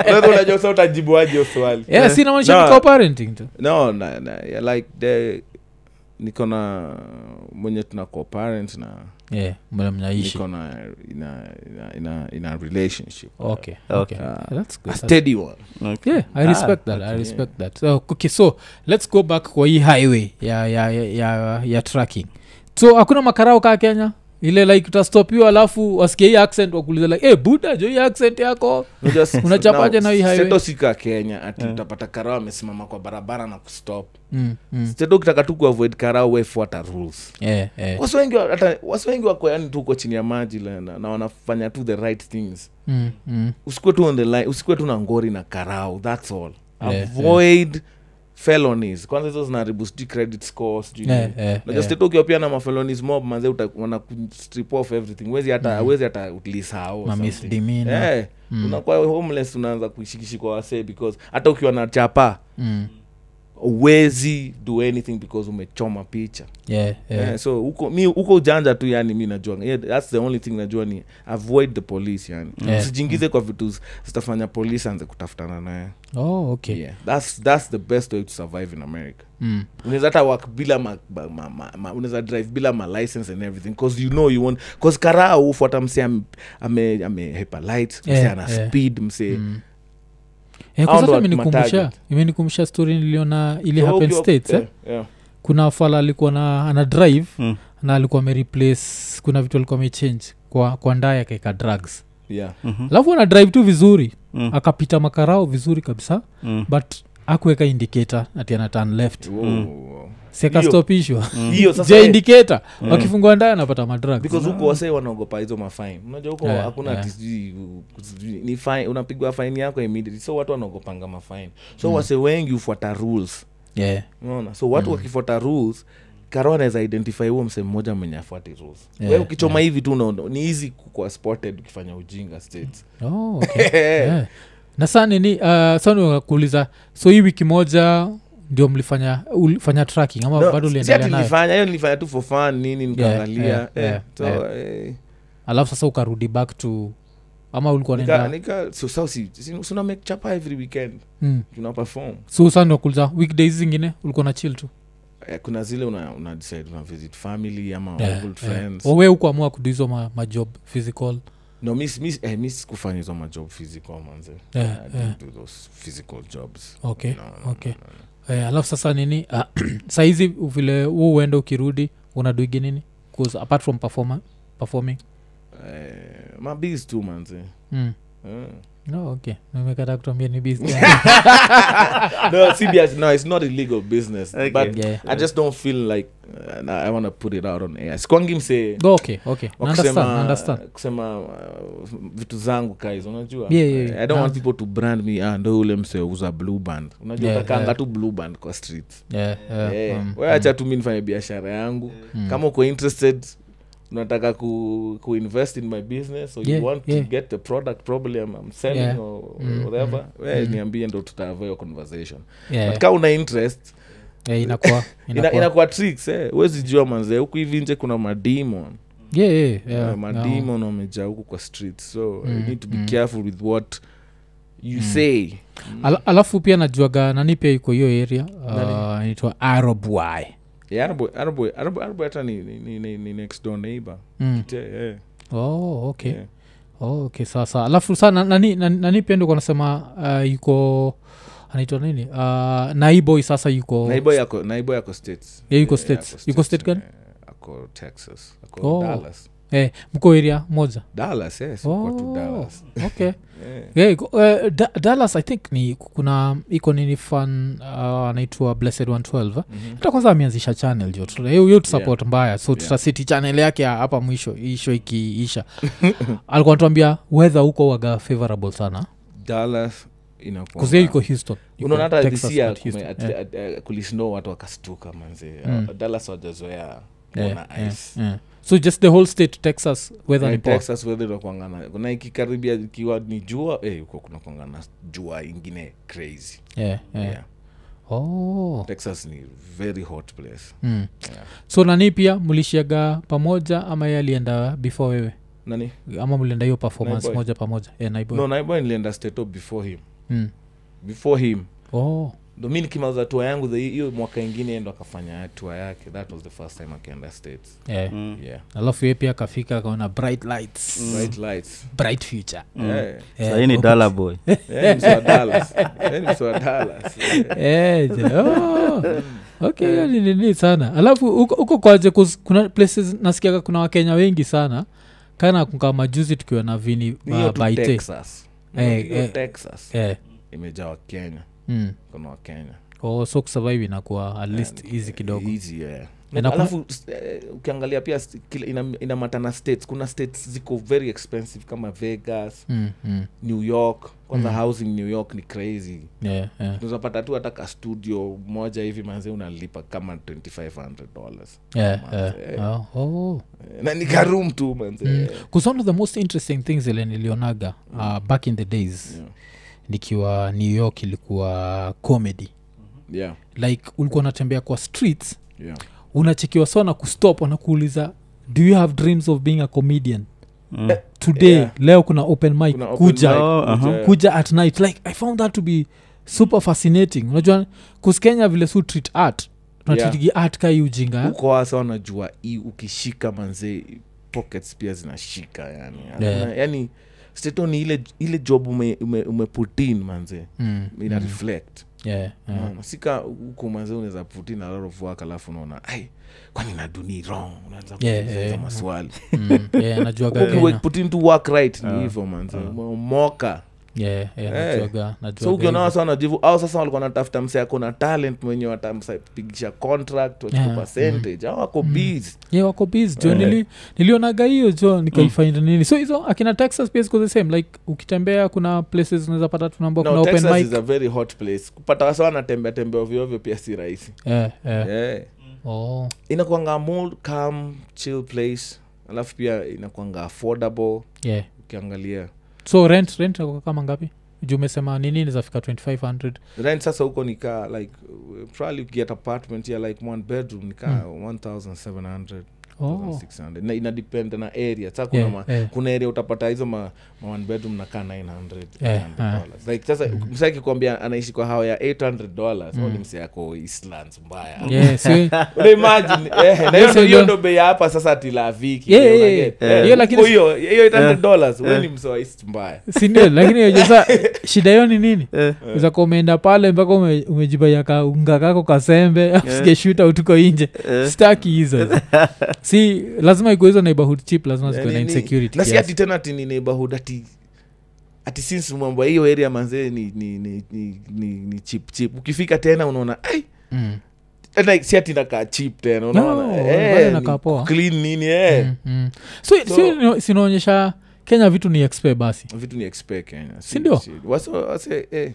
Speaker 3: Unaweza unajua saa utajibuaje hiyo swali
Speaker 1: eh, si namaanisha ni
Speaker 3: No.
Speaker 1: coparenting tu
Speaker 3: no na, na, yeah, like the niko na mwenye tuna co parent na
Speaker 1: Eh, mwenye mnaishi
Speaker 3: niko na ina, ina, ina, ina relationship
Speaker 1: okay, okay.
Speaker 2: Okay.
Speaker 1: That's good.
Speaker 3: a
Speaker 1: That's
Speaker 3: steady one
Speaker 2: okay.
Speaker 1: yeah i
Speaker 2: Ah,
Speaker 1: respect that i respect that so, okay so let's go back kwa hii highway ya ya, ya, ya, ya tracking so hakuna makarao kaa kenya ile like utastopiwa alafu wasikie hii accent wakuuliza like hey, buda jo hii accent yako
Speaker 3: Unajua s-
Speaker 1: Unachapaje na
Speaker 3: now,
Speaker 1: hii highway?
Speaker 3: steto sika kenya ati utapata karao amesimama kwa barabara na kustop
Speaker 1: mm, mm.
Speaker 3: steto ukitaka tu kuavoid karao wefuata rules
Speaker 1: yeah, yeah.
Speaker 3: wasi wengi wa- hata wasi wengi wako yani tuko chini ya maji la- na, na wanafanya tu the right things
Speaker 1: Mm, mm.
Speaker 3: usikue tu on the line usikue tu na ngori na karau thats all
Speaker 1: Yeah, yeah.
Speaker 3: avoid felonies kwanza hizo zinaharibu sijui credit score sijui
Speaker 1: Yeah,
Speaker 3: nini.
Speaker 1: yeah,
Speaker 3: Unajua
Speaker 1: yeah.
Speaker 3: state ukiwa pia na mafelonies mob manze uta- wana ku- strip off everything wezi hata mm. wezi hata lisahau
Speaker 1: Ma misdemeanor.
Speaker 3: eh,
Speaker 1: Mm.
Speaker 3: unakuwa homeless unaanza kuishikishi kwa wasee because hata ukiwa na chapa
Speaker 1: Mm.
Speaker 3: uwezi do anything because umechoma picha
Speaker 1: Yeah, yeah.
Speaker 3: yeah. Eh, so huko mi huko ujanja tu yani mi najua yeah, thats the only thing najua ni avoid the police yani
Speaker 1: Yeah.
Speaker 3: yeah. usijiingize kwa vitu z- zitafanya police anze kutafutana naye
Speaker 1: Oh, okay
Speaker 3: yeah. that's, that's the best way to survive in america
Speaker 1: Mm.
Speaker 3: unaweza hata work bila ma, ma, ma, ma, ma, unaweza drive bila ma license and everything cause you know you want cause karaa ufuata msee ame- ame amehepa light msee
Speaker 1: Yeah,
Speaker 3: ana
Speaker 1: yeah.
Speaker 3: speed msee
Speaker 1: Eh, Mm. Eh,
Speaker 3: Hao
Speaker 1: kwa
Speaker 3: ndo
Speaker 1: sasa
Speaker 3: wa-
Speaker 1: imenikumbusha
Speaker 3: matarget.
Speaker 1: imenikumbusha story niliona ili
Speaker 3: So
Speaker 1: happen
Speaker 3: ukiwa-
Speaker 1: states eh?
Speaker 3: yeah, yeah.
Speaker 1: kuna fala alikuwa na ana drive
Speaker 2: Mm.
Speaker 3: Hmm.
Speaker 1: na alikuwa amereplace kuna vitu alikuwa amechange kwa, kwa ndaya akaeka drugs
Speaker 3: yeah.
Speaker 1: alafu ana drive tu vizuri
Speaker 3: Hmm.
Speaker 2: Mm-hmm.
Speaker 1: mm. akapita makarao vizuri kabisa
Speaker 2: Mm.
Speaker 1: but akuweka indiketa ati ana turn left
Speaker 3: Wow, wow. Hiyo-
Speaker 1: siakastopishwa
Speaker 3: hiyo sasa
Speaker 1: je
Speaker 3: eh,
Speaker 1: indiketa wakifungua ndaya anapata madrugs
Speaker 3: because huko wasee wanaogopa hizo mafine unajua huko
Speaker 1: Yeah,
Speaker 3: hakuna
Speaker 1: yeah.
Speaker 3: ati sijui, sijui, ni fine unapigwa fine yako immediately so watu wanaogopanga mafine so
Speaker 1: Mm.
Speaker 3: wasee wengi hufuata rules
Speaker 1: yeah.
Speaker 3: unaona so
Speaker 1: Mm.
Speaker 3: watu wakifuata rules karo anaweza identify huo msee mmoja mwenye afuati rules
Speaker 1: Yeah,
Speaker 3: we ukichoma hivi tu unaona- ni hizi kukua spotted ukifanya ujinga states
Speaker 1: oh, okay. yeah. na saa nini uh, sankuuliza so hii wiki moja ndio mlifanya ulifanya tracking ama
Speaker 3: No,
Speaker 1: bado
Speaker 3: si
Speaker 1: uliendelea
Speaker 3: ati
Speaker 1: nayo
Speaker 3: nilifanya hiyo nilifanya tu for fun nini nikaangalia
Speaker 1: yeah,
Speaker 3: eh,
Speaker 1: yeah,
Speaker 3: so,
Speaker 1: yeah.
Speaker 3: eh,
Speaker 1: alafu sasa ukarudi back to ama ulikuwa
Speaker 3: nika-
Speaker 1: nenda
Speaker 3: nika- so- so si- si- si una make chapa every weekend
Speaker 1: mm.
Speaker 3: tuna perform
Speaker 1: so sankuuliza weekdays zingine ulikuwa na chill tu
Speaker 3: Eh, kuna zile una, una decide una visit family ama
Speaker 1: Yeah, yeah.
Speaker 3: old
Speaker 1: Oh.
Speaker 3: friends
Speaker 1: Wawe huku amua kuduizwa ma, majob physical
Speaker 3: no miss miss eh, miss kufanya hizo majob physical manze
Speaker 1: Yeah,
Speaker 3: I don't
Speaker 1: yeah.
Speaker 3: do those physical jobs
Speaker 1: Eh, okay
Speaker 3: no, no,
Speaker 1: okay eh, alafu sasa nini ah, sahizi vile huu uenda ukirudi unaduigi nini 'Cause apart from performa, performing
Speaker 3: eh, mabis tu manze
Speaker 1: mm.
Speaker 3: Eh.
Speaker 1: no, okay nimekata kutuambia ni business.
Speaker 3: no, CBS, no, it's not illegal business.
Speaker 2: Okay.
Speaker 3: But
Speaker 1: Yeah.
Speaker 3: I just don't feel like uh, nah, I want to put it out on air. Sikwangi mse
Speaker 1: Go, okay okay
Speaker 3: wa
Speaker 1: Understand,
Speaker 3: kusema-
Speaker 1: understand.
Speaker 3: kusema uh, vitu zangu guys unajua
Speaker 1: Yeah, yeah, yeah.
Speaker 3: i don't want
Speaker 1: Nah.
Speaker 3: people to brand me ah, ndo ule mse uza blue band unajua
Speaker 1: Yeah,
Speaker 3: utakanga
Speaker 1: yeah.
Speaker 3: tu blue band kwa street
Speaker 1: Yeah, yeah,
Speaker 3: yeah.
Speaker 1: um,
Speaker 3: we Eh, acha tu mi nifanye biashara yangu
Speaker 1: mm.
Speaker 3: kama uko interested unataka ku, ku invest in my business or
Speaker 1: Yeah,
Speaker 3: you want
Speaker 1: yeah.
Speaker 3: to get the product probably I'm, I'm selling
Speaker 1: Yeah.
Speaker 3: or or
Speaker 1: Mm,
Speaker 3: whatever we
Speaker 1: mm.
Speaker 3: niambie ndo tutavaa hiyo conversation
Speaker 1: Yeah,
Speaker 3: but kama una interest
Speaker 1: yeah, inakuwa
Speaker 3: ina-
Speaker 1: inakuwa-
Speaker 3: inakuwa tricks eh. huwezi jua manze huku hivi nje kuna mademon
Speaker 1: Yeah, yeah, yeah,
Speaker 3: yeah,
Speaker 1: no.
Speaker 3: mademon wamejaa huku kwa street so you
Speaker 1: Mm,
Speaker 3: need to be
Speaker 1: mm.
Speaker 3: careful with what you
Speaker 1: Mm.
Speaker 3: say
Speaker 1: Ala- alafu pia najuaga nani pia iko hiyo area uh,
Speaker 3: Nani?
Speaker 1: inaitwa arobwy
Speaker 3: yeah, Arab boy- Arab boy- Arab- Arab boy hata ni, ni, ni, ni, ni next door neighbor
Speaker 1: mm.
Speaker 3: Te- eh,
Speaker 1: oh, okay
Speaker 3: eh.
Speaker 1: oh, okay sawa sawa alafu saa na- nani, nani, nani pia ndo kanasema uh, yuko anaitwa nini uh, naiboi sasa yuko
Speaker 3: naibo yako naibo yako states
Speaker 1: Oh. Yeah, yuko States.
Speaker 3: ako
Speaker 1: Yuko state gani?
Speaker 3: eh, ako texas ako
Speaker 1: Oh.
Speaker 3: dallas
Speaker 1: eh, mko area moja
Speaker 3: dallas yes
Speaker 1: Oh,
Speaker 3: oh. to dallas
Speaker 1: okay
Speaker 3: yeah.
Speaker 1: yeah, iko- eh, Da- dallas i think ni kuna iko nini fan uh, anaitwa blessed 112 eh?
Speaker 3: mm-hmm.
Speaker 1: hata kwanza ameanzisha channel jo Tuta- hiyo hiyo tusupport mbaya so
Speaker 3: Yeah.
Speaker 1: tutasiti channel yake ya hapa mwisho isho ikiisha alikuwa natuambia weather huko waga favorable sana
Speaker 3: dallas inakuwa-
Speaker 1: kuzia yuko houston Yuko
Speaker 3: unaona hata
Speaker 1: Texas,
Speaker 3: this year
Speaker 1: not Houston.
Speaker 3: kume- at-
Speaker 1: Yeah.
Speaker 3: at- eh, kulisnow watu wakastuka manze
Speaker 1: Mm.
Speaker 3: Uh, dallas wajazoea
Speaker 1: Yeah,
Speaker 3: kuona
Speaker 1: yeah,
Speaker 3: ice
Speaker 1: yeah. so just the whole state texas weather
Speaker 3: Eh,
Speaker 1: ni poa.
Speaker 3: texas weather inakuangana na ikikaribia ikiwa ni jua eh, huko kunakuangana jua ingine crazy
Speaker 1: Yeah, yeah.
Speaker 3: Yeah.
Speaker 1: Oh.
Speaker 3: texas ni very hot place
Speaker 1: Mm.
Speaker 3: Yeah.
Speaker 1: so nani pia mlishiaga pamoja ama ye alienda before wewe
Speaker 3: nani
Speaker 1: ama mlienda hiyo performance
Speaker 3: Naiboy.
Speaker 1: moja pamoja yeah, Naiboy.
Speaker 3: no naibo nilienda state up before him
Speaker 1: Mm.
Speaker 3: before him
Speaker 1: Oh.
Speaker 3: ndo mi nikimaliza tua yangu the- hiyo mwaka ingine yeye ndo akafanya tua yake that was the first time akaenda states
Speaker 1: Yeah.
Speaker 3: yeah
Speaker 1: alafu ye pia akafika akaona bright lights
Speaker 3: Hmm. bright lights
Speaker 1: bright future
Speaker 3: Eh,
Speaker 1: Eh,
Speaker 2: sahii ni
Speaker 1: okay.
Speaker 2: dala boy
Speaker 3: eh, ni mswa Dallas. Eh, ni mswa Dallas. Eh,
Speaker 1: Eh, je, oh. okay hiyo ni nini sana alafu huko huko kwaje kus- kuna places nasikiaga kuna wakenya wengi sana kana kukaa majuzi tukiwa na vini
Speaker 3: ni hiyo
Speaker 1: uh,
Speaker 3: tu
Speaker 1: baite
Speaker 3: Texas.
Speaker 1: Eh,
Speaker 3: Hiyo
Speaker 1: eh.
Speaker 3: Texas.
Speaker 1: eh.
Speaker 3: imejaa wakenya
Speaker 1: mm.
Speaker 3: kuna wakenya
Speaker 1: oh, so kusurvive inakuwa at least easy
Speaker 3: eh,
Speaker 1: kidogo
Speaker 3: Easy, yeah.
Speaker 1: Na
Speaker 3: Na
Speaker 1: kuna-
Speaker 3: alafu s- eh, ukiangalia pia s- kila- ina- inamatana states kuna states ziko very expensive kama vegas
Speaker 1: mm, mm.
Speaker 3: new york kwanza housing new york ni crazy
Speaker 1: Yeah, yeah.
Speaker 3: unazapata tu hata ka studio moja hivi manze unalipa kama 2500 dollars
Speaker 1: Yeah,
Speaker 3: Manze,
Speaker 1: yeah. Oh, oh.
Speaker 3: na ni karum tu manze
Speaker 1: Mm. 'Cause one of the most interesting things ile nilionaga uh, back in the days
Speaker 3: Mm. Yeah.
Speaker 1: nikiwa new york ilikuwa comedy
Speaker 3: yeah
Speaker 1: like ulikuwa unatembea kwa streets
Speaker 3: yeah
Speaker 1: unachekiwa so na kustop wanakuuliza do you have dreams of being a comedian
Speaker 2: Mm.
Speaker 1: today
Speaker 3: Yeah.
Speaker 1: leo kuna open mic
Speaker 3: Kuna open
Speaker 1: kuja Uh-huh.
Speaker 3: mic,
Speaker 2: Oh, aha.
Speaker 3: kuja,
Speaker 1: kuja at night like i found that to be super fascinating unajua kuskenya vile su treat art tunatritigi art kai ujinga
Speaker 3: eh.
Speaker 1: eh?
Speaker 3: huko wasa wanajua hii ukishika manze pockets pia zinashika yani Yaani,
Speaker 1: Yeah.
Speaker 3: Hakuna- yani stato ni ile, ile job ume, ume, umeputin manze
Speaker 1: mm.
Speaker 3: ina reflect
Speaker 1: yeah, yeah.
Speaker 3: Unaona? sika huku manze unaweza putin a lot of work alafu unaona ai kwani naduni wrong unaanza
Speaker 1: Yeah,
Speaker 3: kuuliza
Speaker 1: yeah.
Speaker 3: maswali
Speaker 1: Mm. yeah, najuaga
Speaker 3: Huku
Speaker 1: kenya
Speaker 3: putin to work right ni hivyo manze umeomoka
Speaker 1: yeah, yeah,
Speaker 3: Eh.
Speaker 1: najuaga
Speaker 3: so
Speaker 1: najuaga
Speaker 3: ukiona
Speaker 1: hivyo.
Speaker 3: wasa wanajivu au sasa walikuwa wanatafuta msee ako na talent mwenye watampigisha contract wachukua
Speaker 1: Yeah. Mm.
Speaker 3: percentage au wako busy
Speaker 1: yeah, wako busy
Speaker 3: Eh.
Speaker 1: jo nili, nilionaga hiyo jo nikaifind
Speaker 3: Mm.
Speaker 1: nini so hizo akina texas pia ziko the same like ukitembea kuna places unaweza pata tunaambua kuna
Speaker 3: no,
Speaker 1: open
Speaker 3: texas
Speaker 1: mic
Speaker 3: is a very hot place kupata wasa wanatembea tembea ovyoovyo pia si rahisi
Speaker 1: yeah, yeah.
Speaker 3: yeah.
Speaker 1: Eh, Oh.
Speaker 3: inakwanga more calm chill place alafu pia inakwanga affordable
Speaker 1: yeah.
Speaker 3: ukiangalia
Speaker 1: so rent rent inakuwa kama ngapi juu umesema nini nizafika 2500
Speaker 3: rent sasa huko nikaa like uh, probably ukiget apartment ya like one bedroom nikaa
Speaker 1: Hmm.
Speaker 3: mm. 1700
Speaker 1: oh.
Speaker 3: 1600 na ina depend na area sa kuna,
Speaker 1: Yeah,
Speaker 3: ma,
Speaker 1: yeah.
Speaker 3: kuna area utapata hizo ma, ma one bedroom nakaa 900
Speaker 1: Yeah, uh-huh. Mm-hmm.
Speaker 3: 800 dollars. like sasa msa akikwambia anaishi kwa hawa ya 800 dollars mm. ni mse yako islands mbaya
Speaker 1: yeah, si-
Speaker 3: unaimagine eh, na hiyo
Speaker 1: Yes,
Speaker 3: ndo- hiyo
Speaker 1: ndio.
Speaker 3: ndo bei ya hapa sasa tilaviki
Speaker 1: Yeah, yeah, yeah. Hiyo lakini-
Speaker 3: hiyo hiyo 800 dollars wewe ni mse wa east mbaya
Speaker 1: si ndio lakini hiyo sa shida hiyo ni nini
Speaker 3: Eh.
Speaker 2: Eh,
Speaker 1: za kuwa umeenda pale mpaka ume, umejibaia ka unga kako kasembe
Speaker 3: Eh.
Speaker 1: sgeshuta utuko inje
Speaker 2: eh.
Speaker 1: staki hizo si lazima ikuwe hizo neighborhood chip lazima zikuwe na
Speaker 3: Yaani ni-
Speaker 1: insecurity
Speaker 3: na si
Speaker 1: kiasi.
Speaker 3: ati tena ati ni neighborhood ati ati since mambo ya hiyo area manzee ni ni, ni, ni, ni, ni chip chip ukifika tena unaona ai
Speaker 1: Mm.
Speaker 3: Eh, like, si ati nakaa chip tena unaona
Speaker 1: No,
Speaker 3: Eh,
Speaker 1: bado
Speaker 3: ni
Speaker 1: inakaa poa.
Speaker 3: clean nini eh.
Speaker 1: Mm, mm. so,
Speaker 3: So-
Speaker 1: so sinaonyesha kenya vitu ni exp basi
Speaker 3: vitu ni expect Kenya. Si-
Speaker 1: Sindio?
Speaker 3: si- wase- wase, eh.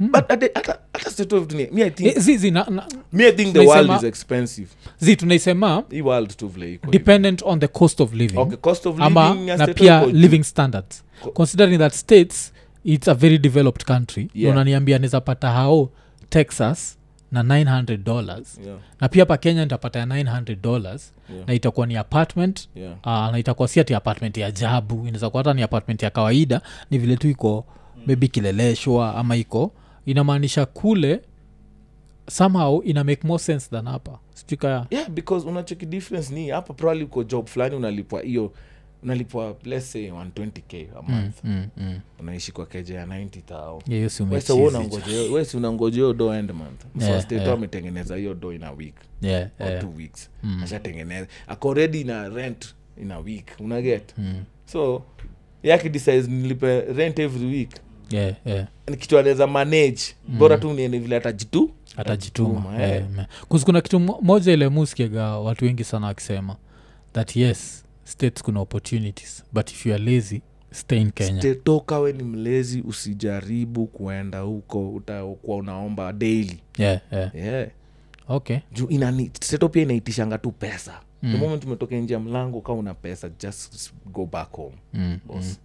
Speaker 1: Mm.
Speaker 3: But hata- hata- hata state of vitu ni- me I think-
Speaker 1: Eh, zi, zi, na, na,
Speaker 3: me I think the
Speaker 1: tunaisema-
Speaker 3: world is expensive
Speaker 1: zi tunaisema
Speaker 3: hii world tu vile iko hivi.
Speaker 1: dependent on the cost of living
Speaker 3: Okay, cost of
Speaker 1: ama
Speaker 3: living ya
Speaker 1: na
Speaker 3: state
Speaker 1: pia
Speaker 3: iko juu.
Speaker 1: living standards
Speaker 3: Co-
Speaker 1: considering that states it's a very developed country
Speaker 3: Yeah.
Speaker 1: unaniambia nizapata hao texas na 900 dollars
Speaker 3: Yeah,
Speaker 1: na pia pa kenya nitapata ya 900 dollars
Speaker 3: Yeah.
Speaker 1: na itakuwa ni apartment
Speaker 3: yeah.
Speaker 1: uh, na itakuwa si ati apartment ya jabu inaweza kuwa hata ni apartment ya kawaida ni vile tu iko
Speaker 3: Mm.
Speaker 1: maybe kileleshwa ama iko inamaanisha kule somehow ina make more sense than hapa sijui ka
Speaker 3: yeah because unachoki difference ni hapa probably uko job fulani unalipwa hiyo unalipwa let's say 120k a month
Speaker 1: mm, mm.
Speaker 3: unaishi kwa keja ya 90000
Speaker 1: Yeah, hiyo si
Speaker 3: Wesa
Speaker 1: umechizi.
Speaker 3: wewe unangojea- wewe si unangojea hiyo do end month
Speaker 1: Yeah,
Speaker 3: mfirst
Speaker 1: yeah.
Speaker 3: ametengeneza hiyo do in a week
Speaker 1: Yeah,
Speaker 3: or
Speaker 1: yeah. Mm.
Speaker 3: two weeks ashatengeneza ako already ina rent in a week unaget
Speaker 1: Mm.
Speaker 3: so yake decides nilipe rent every week
Speaker 1: Yeah, yeah.
Speaker 3: ni kitu anaweza manage bora
Speaker 1: Mm.
Speaker 3: tu niene vile atajitu
Speaker 1: atajituma
Speaker 3: Atajituma, eh.
Speaker 1: kuzi kuna kitu mo- moja ile muskiaga watu wengi sana wakisema that yes states kuna opportunities but if you are lazy stay in kenya
Speaker 3: Ste- toka we ni mlezi usijaribu kuenda huko utakuwa unaomba daily
Speaker 1: Yeah, yeah.
Speaker 3: yeah.
Speaker 1: okay
Speaker 3: juu inani seto pia inaitishanga tu pesa mm. the moment umetoka nje ya mlango kama una pesa just s- go back home
Speaker 1: Mm,
Speaker 3: boss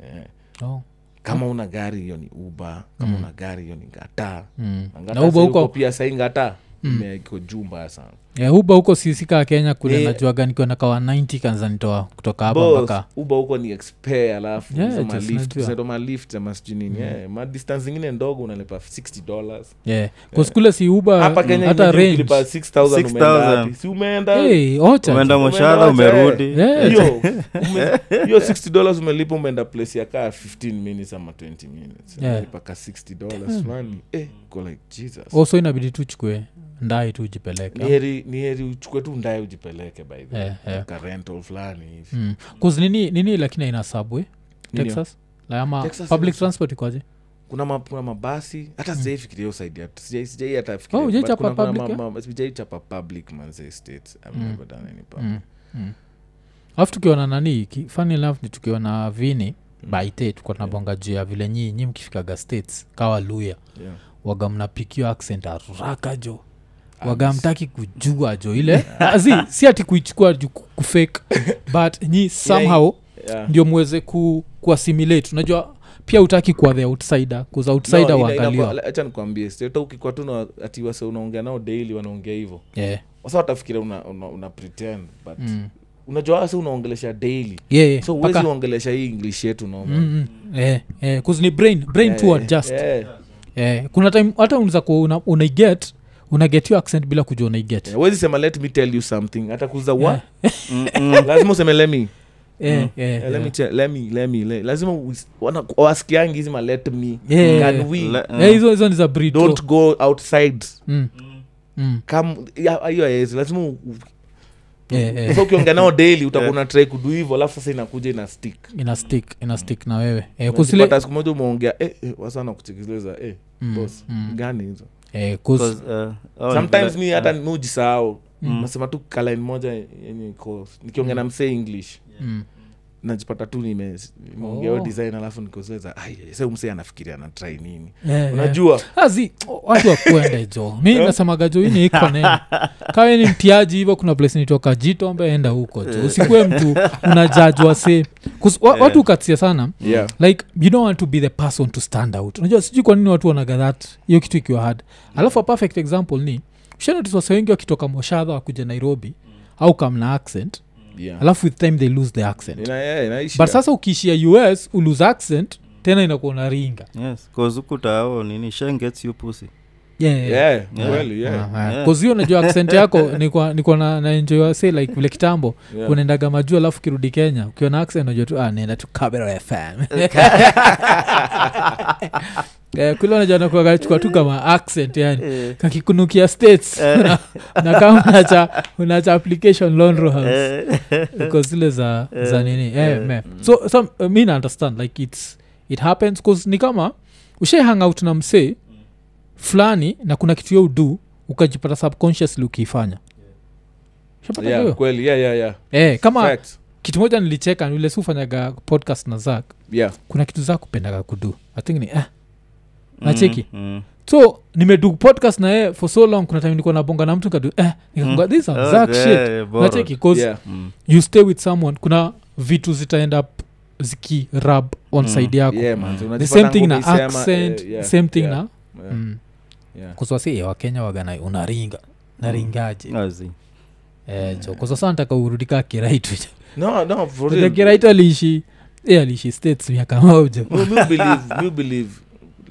Speaker 1: mm.
Speaker 3: yeah.
Speaker 1: Oh,
Speaker 3: kama una gari hiyo ni uba kama una gari hiyo ni ngataa
Speaker 1: mm.
Speaker 3: Na
Speaker 1: na
Speaker 3: Ngata
Speaker 1: uba
Speaker 3: sahii uko
Speaker 1: huko Mm.
Speaker 3: pia sahii ngata imeiko juu mbaya sana
Speaker 1: yeah, uba huko sisikaa kenya kule
Speaker 3: Eh.
Speaker 1: najuaga nikiwa nakawa 90 kanza nitoa kutoka hapa
Speaker 3: Boss,
Speaker 1: mpaka
Speaker 3: uba huko ni expe alafu
Speaker 1: Yeah,
Speaker 3: hizo ma
Speaker 1: just
Speaker 3: lift,
Speaker 1: najua. Mm.
Speaker 3: zinaitwa ma lift ama sijui nini yeah. madistance zingine ndogo unalipa 60 dollars
Speaker 1: yeah. kuskule si uba
Speaker 3: hapa
Speaker 1: mm,
Speaker 3: kenya
Speaker 1: hata
Speaker 3: imebidi
Speaker 1: range
Speaker 3: kulipa 6000 umeenda
Speaker 2: 6000.
Speaker 3: wapi? si umeenda
Speaker 1: hey, ocha
Speaker 2: umeenda
Speaker 1: tu.
Speaker 2: moshara
Speaker 3: Umeenda wacha,
Speaker 2: umerudi
Speaker 1: eh. Yeah.
Speaker 3: hiyo ume- hiyo 60 dollars umelipa umeenda place ya kaa 15 minutes ama 20 minutes
Speaker 1: Yeah.
Speaker 3: Unalipa ka 60 dollars fulani eh, uko like jesus
Speaker 1: also Oh, inabidi tuchukue ndai tu ujipeleke
Speaker 3: ni heri ni heri uchukue tu ndaye ujipeleke by the way.
Speaker 1: Yeah, yeah.
Speaker 3: Ka rental fulani hivi
Speaker 1: mm. 'Cause nini nini lakini ina subway
Speaker 3: Nini?
Speaker 1: texas la ama
Speaker 3: Texas
Speaker 1: public
Speaker 3: ina-
Speaker 1: transport ikoje
Speaker 3: kuna, ma, kuna mabasi hata mm. sijaifikiria hiyo side ya- sijai- sijai hata
Speaker 1: Oh,
Speaker 3: fikiria,
Speaker 1: hujai
Speaker 3: but
Speaker 1: chapa
Speaker 3: kuna- kuna
Speaker 1: public, eh?
Speaker 3: ma- ma- sijai chapa public manze states I've never done any public.
Speaker 1: Mm, mm. alafu tukiona nani ki- funny enough ni tukiona vini
Speaker 3: Mm.
Speaker 1: baite tukuwa tunabonga juu ya vile nyii nyi mkifikaga states kawa luya
Speaker 3: Yeah.
Speaker 1: waga mnapikio accent araka jo
Speaker 3: Ah,
Speaker 1: waga mtaki kujua jo ile azi si ati kuichukua juu ku- kufake but nyi somehow
Speaker 3: Yeah.
Speaker 1: ndio mweze ku, kuasimilate unajua pia utaki kuwa the outsider kuza
Speaker 3: No,
Speaker 1: outsider
Speaker 3: ina-
Speaker 1: waangaliwa
Speaker 3: inakuwa- acha nikwambie state ukikuwa tu na ati wase unaongea nao daily wanaongea hivyo
Speaker 1: yeah.
Speaker 3: wasa watafikiria una, una, una pretend but
Speaker 1: mm.
Speaker 3: unajua wase unaongelesha daily
Speaker 1: yeah, yeah.
Speaker 3: so uwezi
Speaker 1: Paka-
Speaker 3: uongelesha hii english yetu normal.
Speaker 1: Mm, mm. Eh, eh, 'cause ni brain brain
Speaker 3: Eh,
Speaker 1: to adjust
Speaker 3: yeah.
Speaker 1: eh, kuna time hata unaweza kuwa una, unaiget unaget hiyo accent bila kujua unaiget
Speaker 3: Yeah, huwezi sema let me tell you something hata kuza wa
Speaker 2: Mm, mm.
Speaker 3: lazima useme lemi
Speaker 1: Eh, eh,
Speaker 3: Eh, let me
Speaker 1: eh.
Speaker 3: tell- let me- let me- le- lazima uis- wana- wasikiangi hizi ma let me
Speaker 1: Yeah.
Speaker 3: Can we
Speaker 2: Le- mm.
Speaker 1: Eh, hizo hizo ni za breed,
Speaker 3: Mm. don't
Speaker 1: so.
Speaker 3: go outside
Speaker 1: Mm.
Speaker 2: Mm-hmm.
Speaker 1: Mm.
Speaker 3: Come- ya- hiyo haezi lazima u-
Speaker 1: Eh, eh.
Speaker 3: so ukiongea nao daily utakuwa unatrai kudu hivo alafu sasa inakuja ina stick
Speaker 1: ina stick ina stick na wewe eh, kusile
Speaker 3: kupata Mm. siku moja umeongea eh, eh, wasana kuchekileza eh,
Speaker 1: Mm,
Speaker 3: boss
Speaker 1: mm.
Speaker 3: gani hizo
Speaker 1: eh, kus,
Speaker 2: Because, uh, oh,
Speaker 3: sometimes
Speaker 2: ni
Speaker 3: mi
Speaker 2: vile-
Speaker 3: hata mi ujisahau
Speaker 1: Mm.
Speaker 3: nasema tu kalain moja yenye iko nikiongea na msee english
Speaker 1: mm.
Speaker 3: najipata tu nime- nimeongea hiyo
Speaker 1: Oh.
Speaker 3: design alafu nikosleza se msee anafikiria anatrai nini
Speaker 1: eh, eh.
Speaker 3: unajua Eh?
Speaker 1: azi watu wakwende jo mi nasemaga jo ini iko neno kawe ni mtiaji hivyo kuna place nitoka jitombe enda huko
Speaker 3: Eh.
Speaker 1: jo usikuwe mtu unajajwa se Kus- wa- watu ukatia sana
Speaker 3: yeah.
Speaker 1: like you don't want to be the person to stand out unajua sijui kwa nini watu wanaga that hiyo kitu ikiwa hard
Speaker 3: Mm.
Speaker 1: alafu a perfect example ni ushanotiswase wengi wakitoka moshadha wakuja nairobi au kamna accent
Speaker 3: Mm. Yeah.
Speaker 1: alafu with time they lose the accent
Speaker 3: Ina- yeah, inaishi
Speaker 1: but
Speaker 3: ya.
Speaker 1: sasa ukiishia us ulose accent tena inakuwa unaringa
Speaker 2: Mm. yes cause ukutao nini shen gets you pussy
Speaker 1: yeah, yeah.
Speaker 3: Yeah,
Speaker 2: Yeah.
Speaker 3: kweli, yeah.
Speaker 2: Yeah.
Speaker 1: kazio najua accent yako nikuwa nikuwa na, na enjoy say like vile kitambo
Speaker 3: Yeah.
Speaker 1: unaendaga majuu alafu kirudi kenya ukiona accent unajua tu ah, naenda tu kabera fm Eh, kule unajua nakuagachukua tu kama accent yani
Speaker 2: Eh,
Speaker 1: kakikunukia states na kama unacha unacha application Lonro House.
Speaker 2: eh,
Speaker 1: Uko zile za za
Speaker 2: Eh,
Speaker 1: nini eh,
Speaker 2: eh.
Speaker 1: me. so some, uh, mi na understand like its it happens cause ni kama ushai hang out na msee fulani na kuna kitu yo udu ukajipata subconsciously ukiifanya Ushapata
Speaker 3: Yeah,
Speaker 1: hiyo?
Speaker 3: kweli yeah, yeah, yeah.
Speaker 1: eh, kama
Speaker 3: Fact.
Speaker 1: kitu moja nilicheka vile siufanyaga podcast na zak
Speaker 3: Yeah.
Speaker 1: kuna kitu za kupendaga kudu I think ni eh.
Speaker 2: mm,
Speaker 1: Nacheki.
Speaker 2: mm.
Speaker 1: so nimedu podcast na yeye for so long kuna time nilikuwa nabonga na mtu kadu eh, nikakumbuka,
Speaker 2: Mm.
Speaker 1: "This is
Speaker 2: Oh,
Speaker 1: Zach
Speaker 2: yeah,
Speaker 1: shit."
Speaker 2: yeah, borrowed.
Speaker 1: nacheki 'cause
Speaker 3: Yeah.
Speaker 2: Mm.
Speaker 1: you stay with someone kuna vitu zitaend up zikirab on
Speaker 2: Mm.
Speaker 1: side yako
Speaker 3: Yeah, man. So
Speaker 1: the
Speaker 3: unajipata
Speaker 1: same thing na
Speaker 3: ngumu isema,
Speaker 1: accent
Speaker 3: eh, yeah,
Speaker 1: same thing
Speaker 3: yeah,
Speaker 1: na
Speaker 3: yeah,
Speaker 1: mm.
Speaker 3: yeah.
Speaker 1: kuswasi eh, wakenya wagana unaringa naringaje
Speaker 3: Mm.
Speaker 2: Azi.
Speaker 1: Eh, jo kwa sasa nataka urudika kiraitu
Speaker 3: No, no, for
Speaker 1: Unajua
Speaker 3: real.
Speaker 1: kiraitu aliishi eh, aliishi states miaka moja
Speaker 3: Mi- mi believe- mi believe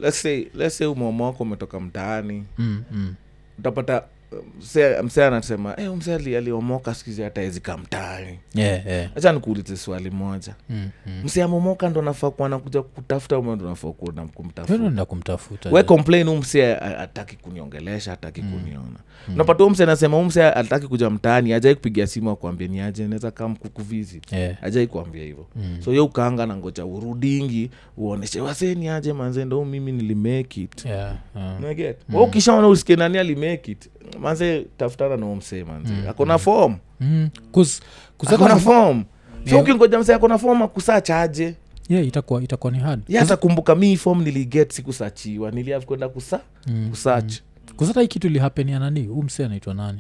Speaker 3: let's say let's say umama wako umetoka mtaani
Speaker 1: Mm, mm.
Speaker 3: utapata um, mse- mse anasema hey, mse ali- aliomoka skizi hata ezika mtaani
Speaker 1: Yeah, yeah.
Speaker 3: hacha nikuulize swali moja
Speaker 1: Mm, mm.
Speaker 3: mse amomoka ndo nafaa kuwa nakuja kutafuta ume ndo nafaa kuwa na
Speaker 1: Wewe
Speaker 3: kumtafuta
Speaker 1: unaenda kumtafuta
Speaker 3: we
Speaker 1: jo.
Speaker 3: complain huu mse ataki kuniongelesha ataki
Speaker 1: Mm.
Speaker 3: kuniona unapata huu mse anasema huu mse ataki kuja mtaani ajai kupigia simu akuambia ni aje naweza kam kukuvisit
Speaker 1: Eh,
Speaker 3: ajai kuambia hivyo
Speaker 1: Mm.
Speaker 3: so ye ukaanga na ngoja urudingi uoneshe waseni aje manze ndo mimi nilimake it
Speaker 1: yeah, yeah.
Speaker 3: naget mm. ukishaona usikie nani alimake it manze tafutana na huyo msee manze akona fom
Speaker 1: Mm, 'cause- 'cause hata
Speaker 3: akona
Speaker 1: kama-
Speaker 3: fom so
Speaker 1: Yeah.
Speaker 3: ukingoja msee akona fom akusachaje
Speaker 1: yeah, itakuwa itakuwa ni hard
Speaker 3: ye atakumbuka mi fom niliget sikusachiwa niliav kwenda kusa
Speaker 1: Mm.
Speaker 3: kusach
Speaker 1: kusata hii kitu ilihapenia nani huu msee anaitwa nani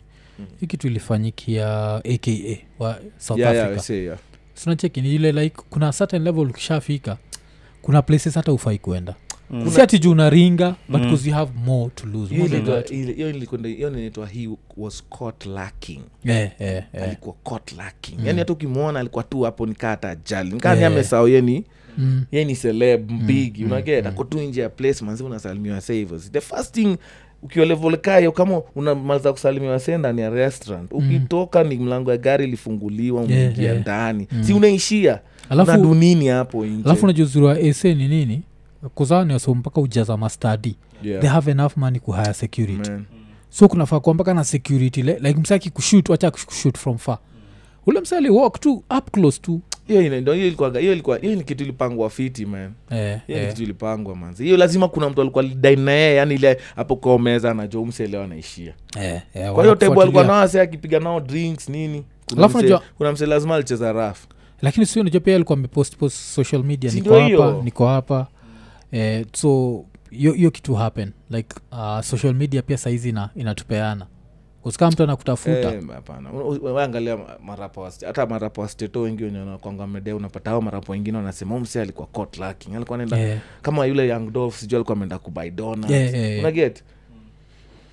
Speaker 1: hii kitu ilifanyikia aka wa south
Speaker 3: Mm-hmm. Yeah, yeah,
Speaker 1: africa
Speaker 3: see, yeah.
Speaker 1: sunacheki ni ile like kuna certain level ukishafika kuna places hata ufai kuenda
Speaker 2: Mm.
Speaker 1: si ati juu unaringa but
Speaker 2: Mm.
Speaker 1: mm. you have more to lose
Speaker 3: Hiyo
Speaker 1: More than
Speaker 3: inaitwa-
Speaker 1: that.
Speaker 3: ile- hiyo ilikwenda- hiyo inaitwa he was caught lacking
Speaker 1: Eh, eh, eh.
Speaker 3: alikuwa caught lacking yani hata ukimwona alikuwa tu hapo nikaa hata ajali nikaa
Speaker 1: Yeah,
Speaker 3: ni
Speaker 1: yeah.
Speaker 3: amesahau yeni
Speaker 1: Eh. Mm.
Speaker 3: ye yaani ni celeb mpigi mm, unaget mm, ako tu nje ya place manzi unasalimiwa savers the first thing ukiwa level kayo kama unamaliza kusalimiwa se ndani ya restaurant ukitoka ni mlango ya gari ilifunguliwa umeingia
Speaker 1: Mm. yeah. Mm.
Speaker 3: ndani si unaishia
Speaker 1: Alafu-
Speaker 3: na dunini hapo
Speaker 1: alafu
Speaker 3: nje
Speaker 1: unajua uzuri wa ese ni nini kuzaa ni waso mpaka ujaza mastadi
Speaker 3: Yeah. Mm.
Speaker 1: they have enough money kuhire security
Speaker 3: Man.
Speaker 1: so kunafaa kuwa mpaka na security le, like msaki kushut wacha kushut from far
Speaker 3: Mm.
Speaker 1: ule msa aliwalk tu up close tu
Speaker 3: Hiyo ina- ndio hiyo ilikuwaga- hiyo ilikuwa- hiyo ni kitu ilipangwa fiti man
Speaker 1: eh,
Speaker 3: hiyo ni
Speaker 1: eh.
Speaker 3: kitu ilipangwa manzi hiyo lazima kuna mtu alikuwa lidain na yeye yani ile hapo kwa meza anajua umselewa anaishia
Speaker 1: Eh, eh,
Speaker 3: kwa hiyo tebu alikuwa
Speaker 1: wanakufuatilia.
Speaker 3: nao ase akipiga nao drinks nini Kuna
Speaker 1: Alafu
Speaker 3: mse-
Speaker 1: unajua-
Speaker 3: kuna mse lazima alicheza rafu
Speaker 1: lakini sio najua pia alikuwa amepost post social media
Speaker 3: Si
Speaker 1: niko
Speaker 3: ndio hiyo?
Speaker 1: hapa niko hapa eh, so hiyo hiyo kitu happen like uh, social media pia saizi ina, inatupeana kuskaa mtu anakutafuta
Speaker 3: Eh, hapana U- u- waangalia ma- marapa wa st- hata marapa wa steto wengi wenye wanakwanga mede unapata ao marapa wengine wanasema "Huyu msee alikuwa caught lacking." alikuwa naenda
Speaker 1: Eh,
Speaker 3: kama yule young Dolph, sijui alikuwa ameenda kubuy donuts.
Speaker 1: Yeah, yeah, yeah.
Speaker 3: Unaget?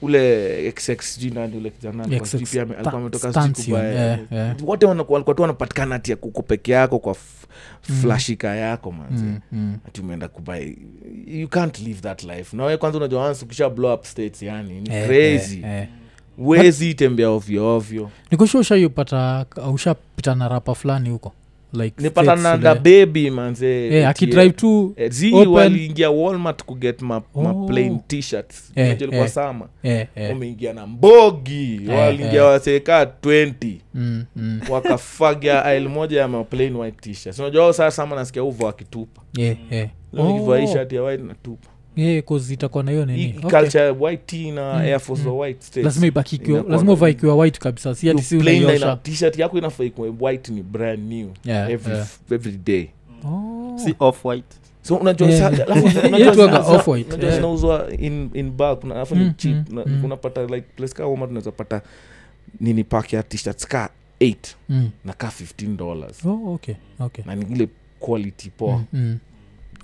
Speaker 3: ule XX sijui nani ule kijana alikuwa
Speaker 1: XX
Speaker 3: sijui pia ame- alikuwa ametoka
Speaker 1: Stan-
Speaker 3: sijui kubuy-
Speaker 1: Stansion, yeah, yeah.
Speaker 3: Mm. wote wanakuwa- walikuwa tu wanapatikana ati ya kuko peke yako kwa f- flashika yako manzi
Speaker 1: mm, mm.
Speaker 3: ati umeenda kubai you can't live that life nawe kwanza unajua once ukisha blow up states yani ni
Speaker 1: Eh,
Speaker 3: crazy
Speaker 1: eh, eh.
Speaker 3: wezi tembea ovyo ovyo
Speaker 1: nikushua ushaipata ushapita na rapa fulani huko like
Speaker 3: nipatana
Speaker 1: states
Speaker 3: na
Speaker 1: ile.
Speaker 3: bebi manze
Speaker 1: Eh, akidrive tu
Speaker 3: Eh, zi
Speaker 1: open.
Speaker 3: waliingia walmart kuget ma,
Speaker 1: Oh.
Speaker 3: ma plain t-shirts
Speaker 1: Eh,
Speaker 3: Unajua ilikuwa
Speaker 1: eh.
Speaker 3: sama
Speaker 1: eh, eh.
Speaker 3: wameingia na mbogi waliingia
Speaker 1: eh.
Speaker 3: waseeka 20
Speaker 1: Mm, mm.
Speaker 3: wakafaga aisle moja ya ma plain white t-shirts unajua wao sasa sama nasikia uvo wakitupa
Speaker 1: Eh, eh.
Speaker 3: Leo nikivaa hii
Speaker 1: Oh.
Speaker 3: shati ya white natupa
Speaker 1: Eh, 'cause itakuwa na hiyo
Speaker 3: Hii
Speaker 1: nini Okay. Mm.
Speaker 3: culture ya white tee na air force za white states.
Speaker 1: lazima ibaki ikiwa-
Speaker 3: Inakuwa-
Speaker 1: lazima uvaa ikiwa white kabisa si
Speaker 3: You
Speaker 1: hati si
Speaker 3: plain na ina-
Speaker 1: unaiosha
Speaker 3: t-shirt yako inafaa ikuwe white ni brand new
Speaker 1: Yeah,
Speaker 3: every,
Speaker 1: yeah.
Speaker 3: every day
Speaker 1: Oh.
Speaker 2: si off white
Speaker 3: so unajua
Speaker 1: Yeah.
Speaker 3: sa- alafu unajua
Speaker 1: Hiyo tu waka
Speaker 3: zinauzwa-
Speaker 1: off-white,
Speaker 3: unajua
Speaker 1: yeah.
Speaker 3: zinauzwa in, in bag kuna- alafu ni
Speaker 1: Mm,
Speaker 3: cheap
Speaker 1: mm,
Speaker 3: na-
Speaker 1: mm.
Speaker 3: unapata like place kaa Walmart unaweza pata nini pack ya t-shirts ka 8
Speaker 1: Mm.
Speaker 3: na ka 15 dollars
Speaker 1: Oh, okay, okay.
Speaker 3: na ni ile quality poa
Speaker 1: Mm, mm.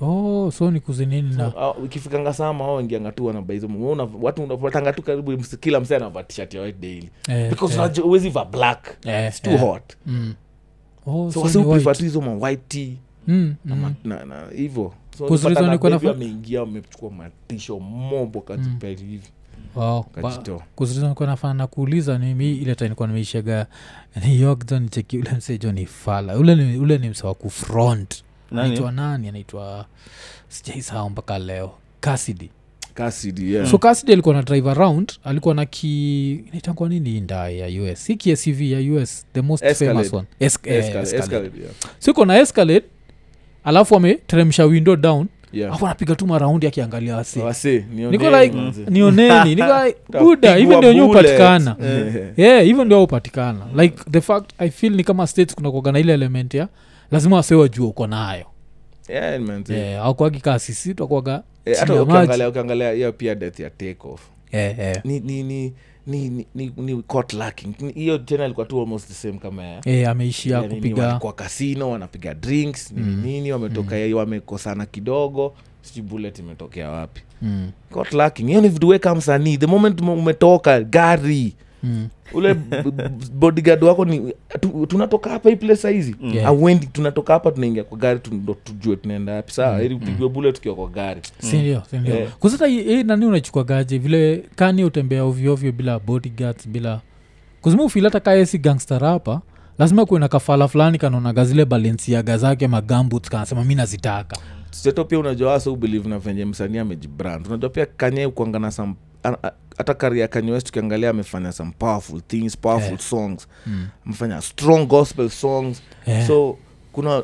Speaker 1: Oh, so ni kuzinini na
Speaker 3: Ah, ikifikanga sama au ingianga tu wanaba hizo Wewe una- watu unapatanga tu karibu ms- kila msee anavaa t-shirt ya white daily
Speaker 1: eh,
Speaker 3: because
Speaker 1: eh,
Speaker 3: unajua huwezi vaa black
Speaker 1: eh,
Speaker 3: it's too
Speaker 1: eh.
Speaker 3: hot
Speaker 1: Mm. Oh,
Speaker 3: so
Speaker 1: so
Speaker 3: wasi
Speaker 1: ni
Speaker 3: uprefer
Speaker 1: white.
Speaker 3: tu hizo ma white tea
Speaker 1: Mm,
Speaker 3: na
Speaker 1: mm.
Speaker 3: ma- na- na hivyo So
Speaker 1: Cause
Speaker 3: unapata
Speaker 1: reason
Speaker 3: na
Speaker 1: nilikuwa
Speaker 3: baby
Speaker 1: nafa-
Speaker 3: wameingia wamechukua matisho mobo kajipeli hivi
Speaker 1: Mm. Wow, ba-
Speaker 3: kajitoa
Speaker 1: kuziliza nikuwa nafana na kuuliza mimi ile tanikuwa nimeishaga new york jo nicheki ule msee jo ni fala ule ni, ule ni msewa kufront anaitwa
Speaker 2: nani
Speaker 1: nani anaitwa sijaisahau mpaka leo kasidi
Speaker 3: kasidi yeah.
Speaker 1: so kasidi alikuwa na drive around alikuwa na ki inaitangwa nini hii ndae ya us si ksv ya us the most
Speaker 3: Escalade.
Speaker 1: famous one es, eh,
Speaker 3: Escalade,
Speaker 1: Escalade.
Speaker 3: Escalade, yeah.
Speaker 1: so iko na escalade alafu ameteremsha window down
Speaker 3: Yeah. Oh,
Speaker 1: alafu anapiga tu maraundi akiangalia wasi
Speaker 3: Wase, nioneni
Speaker 1: niko like
Speaker 3: manze.
Speaker 1: nioneni nika buda hivi
Speaker 3: Utapigwa
Speaker 1: ndio nyewe
Speaker 3: bullet.
Speaker 1: upatikana
Speaker 3: Eh.
Speaker 1: yeah, hivyo ndio upatikana like the fact i feel ni kama states kuna kuagana ile element ya lazima wase wajua uko nayo
Speaker 3: Mm. Yeah, manze.
Speaker 1: yeah, aukwagi kaa sisi twakuaga
Speaker 3: Eh,
Speaker 1: chini
Speaker 3: hata
Speaker 1: ya maji
Speaker 3: ukiangalia ukiangalia hiyo pia death ya take off
Speaker 1: Eh, eh.
Speaker 3: ni ni ni ni ni, ni, ni caught lacking Ni- hiyo tena ilikuwa tu almost the same kama ya
Speaker 1: Eh, ameishia
Speaker 3: ya nini,
Speaker 1: kupiga
Speaker 3: walikuwa kasino wanapiga drinks nini
Speaker 1: Mm.
Speaker 3: nini wametoka wamekosana kidogo sijui bullet imetokea wapi Yaani
Speaker 1: Mm,
Speaker 3: caught lacking hiyo ni vitu weka msanii the moment ume- umetoka gari
Speaker 1: mm,
Speaker 3: ule b- b- bodyguard wako ni tu- tunatoka hapa hii place saizi
Speaker 1: Mm. Yeah.
Speaker 3: auendi tunatoka hapa tunaingia kwa gari tu- ndo tujue tunaenda wapi
Speaker 1: Mm.
Speaker 3: saa ili upigwe bullet tukiwa kwa gari
Speaker 1: sindio sindio
Speaker 3: Eh.
Speaker 1: kusata e, nani unachukwagaje vile kani utembea ovyoovyo bila bodyguards bila kuzima ufil hata kaesi gangster hapa lazima kuwe na kafala fulani kanaonaga zile balensiaga zake magambut kanasema mi nazitaka
Speaker 3: seto pia unajua wasa ubelieve na venye msanii amejibrand unajua pia kanye kuangana sam hata karia kanye west ukiangalia amefanya some powerful things powerful
Speaker 1: Eh.
Speaker 3: songs
Speaker 1: mm.
Speaker 3: amefanya strong gospel songs
Speaker 1: Eh.
Speaker 3: so kuna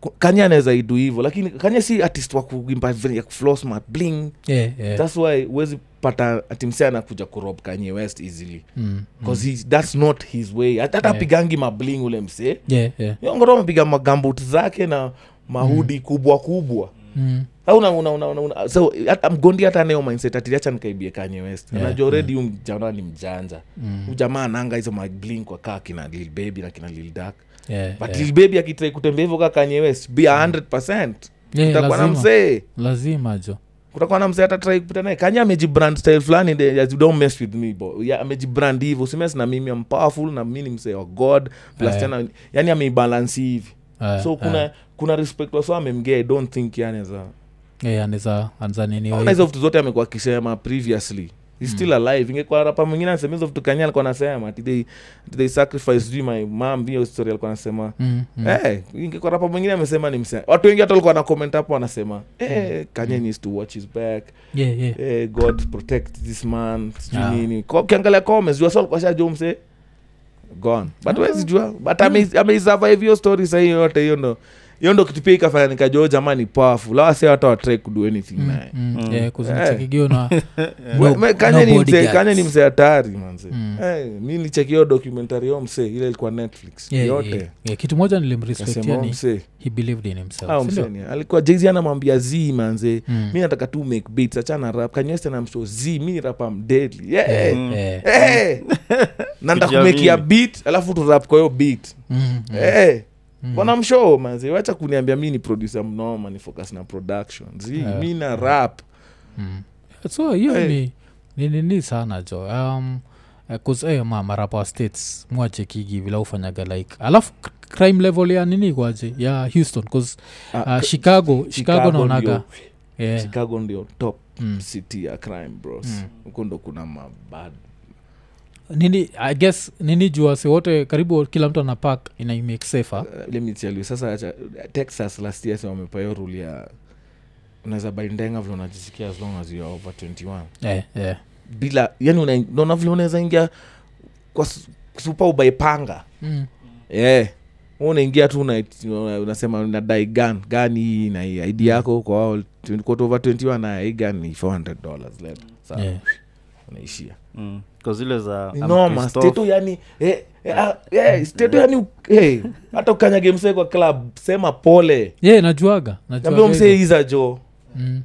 Speaker 3: ku- kanye anaweza idu hivyo lakini kanye si artist wa kuimba venye ya kuflow smart bling
Speaker 1: Eh, eh.
Speaker 3: thats why huwezi pata atimse anakuja kurob kanye west easily
Speaker 1: Mm,
Speaker 3: bcause he, that's not his way Hata- hata
Speaker 1: Yeah.
Speaker 3: apigangi mabling ule msee
Speaker 1: yeah, yeah.
Speaker 3: yongoro amepiga magambut zake na mahudi kubwa kubwa
Speaker 1: Mm,
Speaker 3: Au una, una, una, una, una, so hata mgondi hata nayo mindset atiliacha nikaibie kanye west
Speaker 1: Yeah,
Speaker 3: anajua already huyu mjana ni mjanja
Speaker 1: mm,
Speaker 3: Huyu jamaa anaanga hizo mablin kwa kaa kina lil baby na kina lil dak
Speaker 1: yeah,
Speaker 3: but
Speaker 1: yeah.
Speaker 3: lil baby akitrai kutembea hivyo kaa kanye west be a 100
Speaker 1: Yeah,
Speaker 3: kutakuwa na
Speaker 1: lazima.
Speaker 3: msee
Speaker 1: lazima jo
Speaker 3: kutakuwa na msee atatrai kupita naye kanye amejibrand style fulani de- ya- don't mess with me bo ya, amejibrand hivyo usimes na mimi am powerful na mi ni msee wa god plus
Speaker 1: Eh.
Speaker 3: tena yani ameibalansi hivi
Speaker 1: Eh,
Speaker 3: so kuna
Speaker 1: eh.
Speaker 3: kuna respect waso amemgea i don't think yaneza
Speaker 1: Eh, anaweza anza nini
Speaker 3: Ona hizo vitu zote amekuwa akisema previously
Speaker 1: Hmm.
Speaker 3: He's still alive ingekuwa rapa mwingine anasema hizo vitu kanya alikuwa anasema "Did they, did they sacrifice sijui my mam hiyo story alikuwa anasema
Speaker 1: Mm, mm.
Speaker 3: Eh, ingekuwa rapa mwingine amesema ni msema watu wengi hata walikuwa na comment hapo wanasema eh, kanye needs to watch his back
Speaker 1: Yeah, Hmm. yeah.
Speaker 3: eh, god protect this man sijui
Speaker 1: Yeah.
Speaker 3: nini Kwa- ukiangalia comments jua so alikuwa shajua mse gone but
Speaker 1: Ah.
Speaker 3: wezi jua but
Speaker 1: Hmm.
Speaker 3: ame- ameisurvive hiyo story sahii yote hiyo ndo hiyo ndo kitu pia ikafanya nikajua jamani powerful awase hata watrai kudu anything
Speaker 1: Mm,
Speaker 3: naye
Speaker 1: mm,
Speaker 2: Mm.
Speaker 1: yeah, kuzinachekigio na
Speaker 3: Eh. We-
Speaker 1: no-
Speaker 3: me-
Speaker 1: no
Speaker 3: Kanye ni mse-
Speaker 1: bodyguards.
Speaker 3: Kanye ni mse hatari manze
Speaker 1: Mm.
Speaker 3: Eh, mi nichekio dokumentari yo mse ile ilikuwa netflix
Speaker 1: Yeah,
Speaker 3: yote
Speaker 1: yeah, yeah. kitu moja
Speaker 3: Kasema, "Oh,
Speaker 1: nilimrespectiani
Speaker 3: mse
Speaker 1: he believed in himself
Speaker 3: au
Speaker 1: sindio?
Speaker 3: mse Ah, ni- alikuwa jezi anamwambia z manze
Speaker 1: Mm.
Speaker 3: mi nataka tu make beats achana rap kanywest anamsho z mi ni rapa mdedli yeah.
Speaker 1: Eh,
Speaker 2: Mm.
Speaker 1: eh.
Speaker 3: Eh, nanda
Speaker 2: Kujiamini.
Speaker 3: kumekia beat alafu turap kwa hiyo beat
Speaker 1: Mm, mm,
Speaker 3: Eh,
Speaker 1: mm.
Speaker 3: bwana mshoo manze wacha kuniambia mi ni producer mnoma ni focus na production zi
Speaker 1: Yeah.
Speaker 3: mi na rap
Speaker 1: Mm. so hiyo
Speaker 3: Eh.
Speaker 1: ni ni nini sana jo um, eh, 'cause, eh, ma marapa wa states mwachekigi vila ufanyaga like alafu k- crime level ya nini kwaje ya houston bcause
Speaker 3: Ah,
Speaker 1: uh, chicago chicago naonaga
Speaker 3: ndio-
Speaker 1: yeah.
Speaker 3: chicago ndio top
Speaker 1: mm.
Speaker 3: city ya crime bros
Speaker 1: Mm.
Speaker 3: huko ndo kuna mabad
Speaker 1: nini i guess nini juu wase wote karibu kila mtu ana pak inaimake safer
Speaker 3: Uh, let me tell you sasa acha- texas last year si wamepayo rule ya unaweza bai ndenga vile unajisikia as long as you are over 21
Speaker 1: eh, eh.
Speaker 3: bila yani una- unaona vile unaweza ingia kwa su- supa ubaipanga
Speaker 1: mm.
Speaker 3: yeah. unaingia tu una- una- unasema nadai gan gan hii na hii id yako kwa wao, 20 kwa over 21 na hii gan ni 400 dollars leta sawa
Speaker 1: yeah.
Speaker 3: unaishia
Speaker 2: mm. kwa zile za
Speaker 3: Ni
Speaker 2: I'm
Speaker 3: noma
Speaker 2: Christoph.
Speaker 3: steto yani eh, eh, ah, eh, steto yani u- eh, hata ukanyage msee kwa club sema pole
Speaker 1: yeah, najuaga
Speaker 3: nambia
Speaker 1: najuaga
Speaker 3: msee
Speaker 1: hivyo.
Speaker 3: iza jo
Speaker 1: Mm.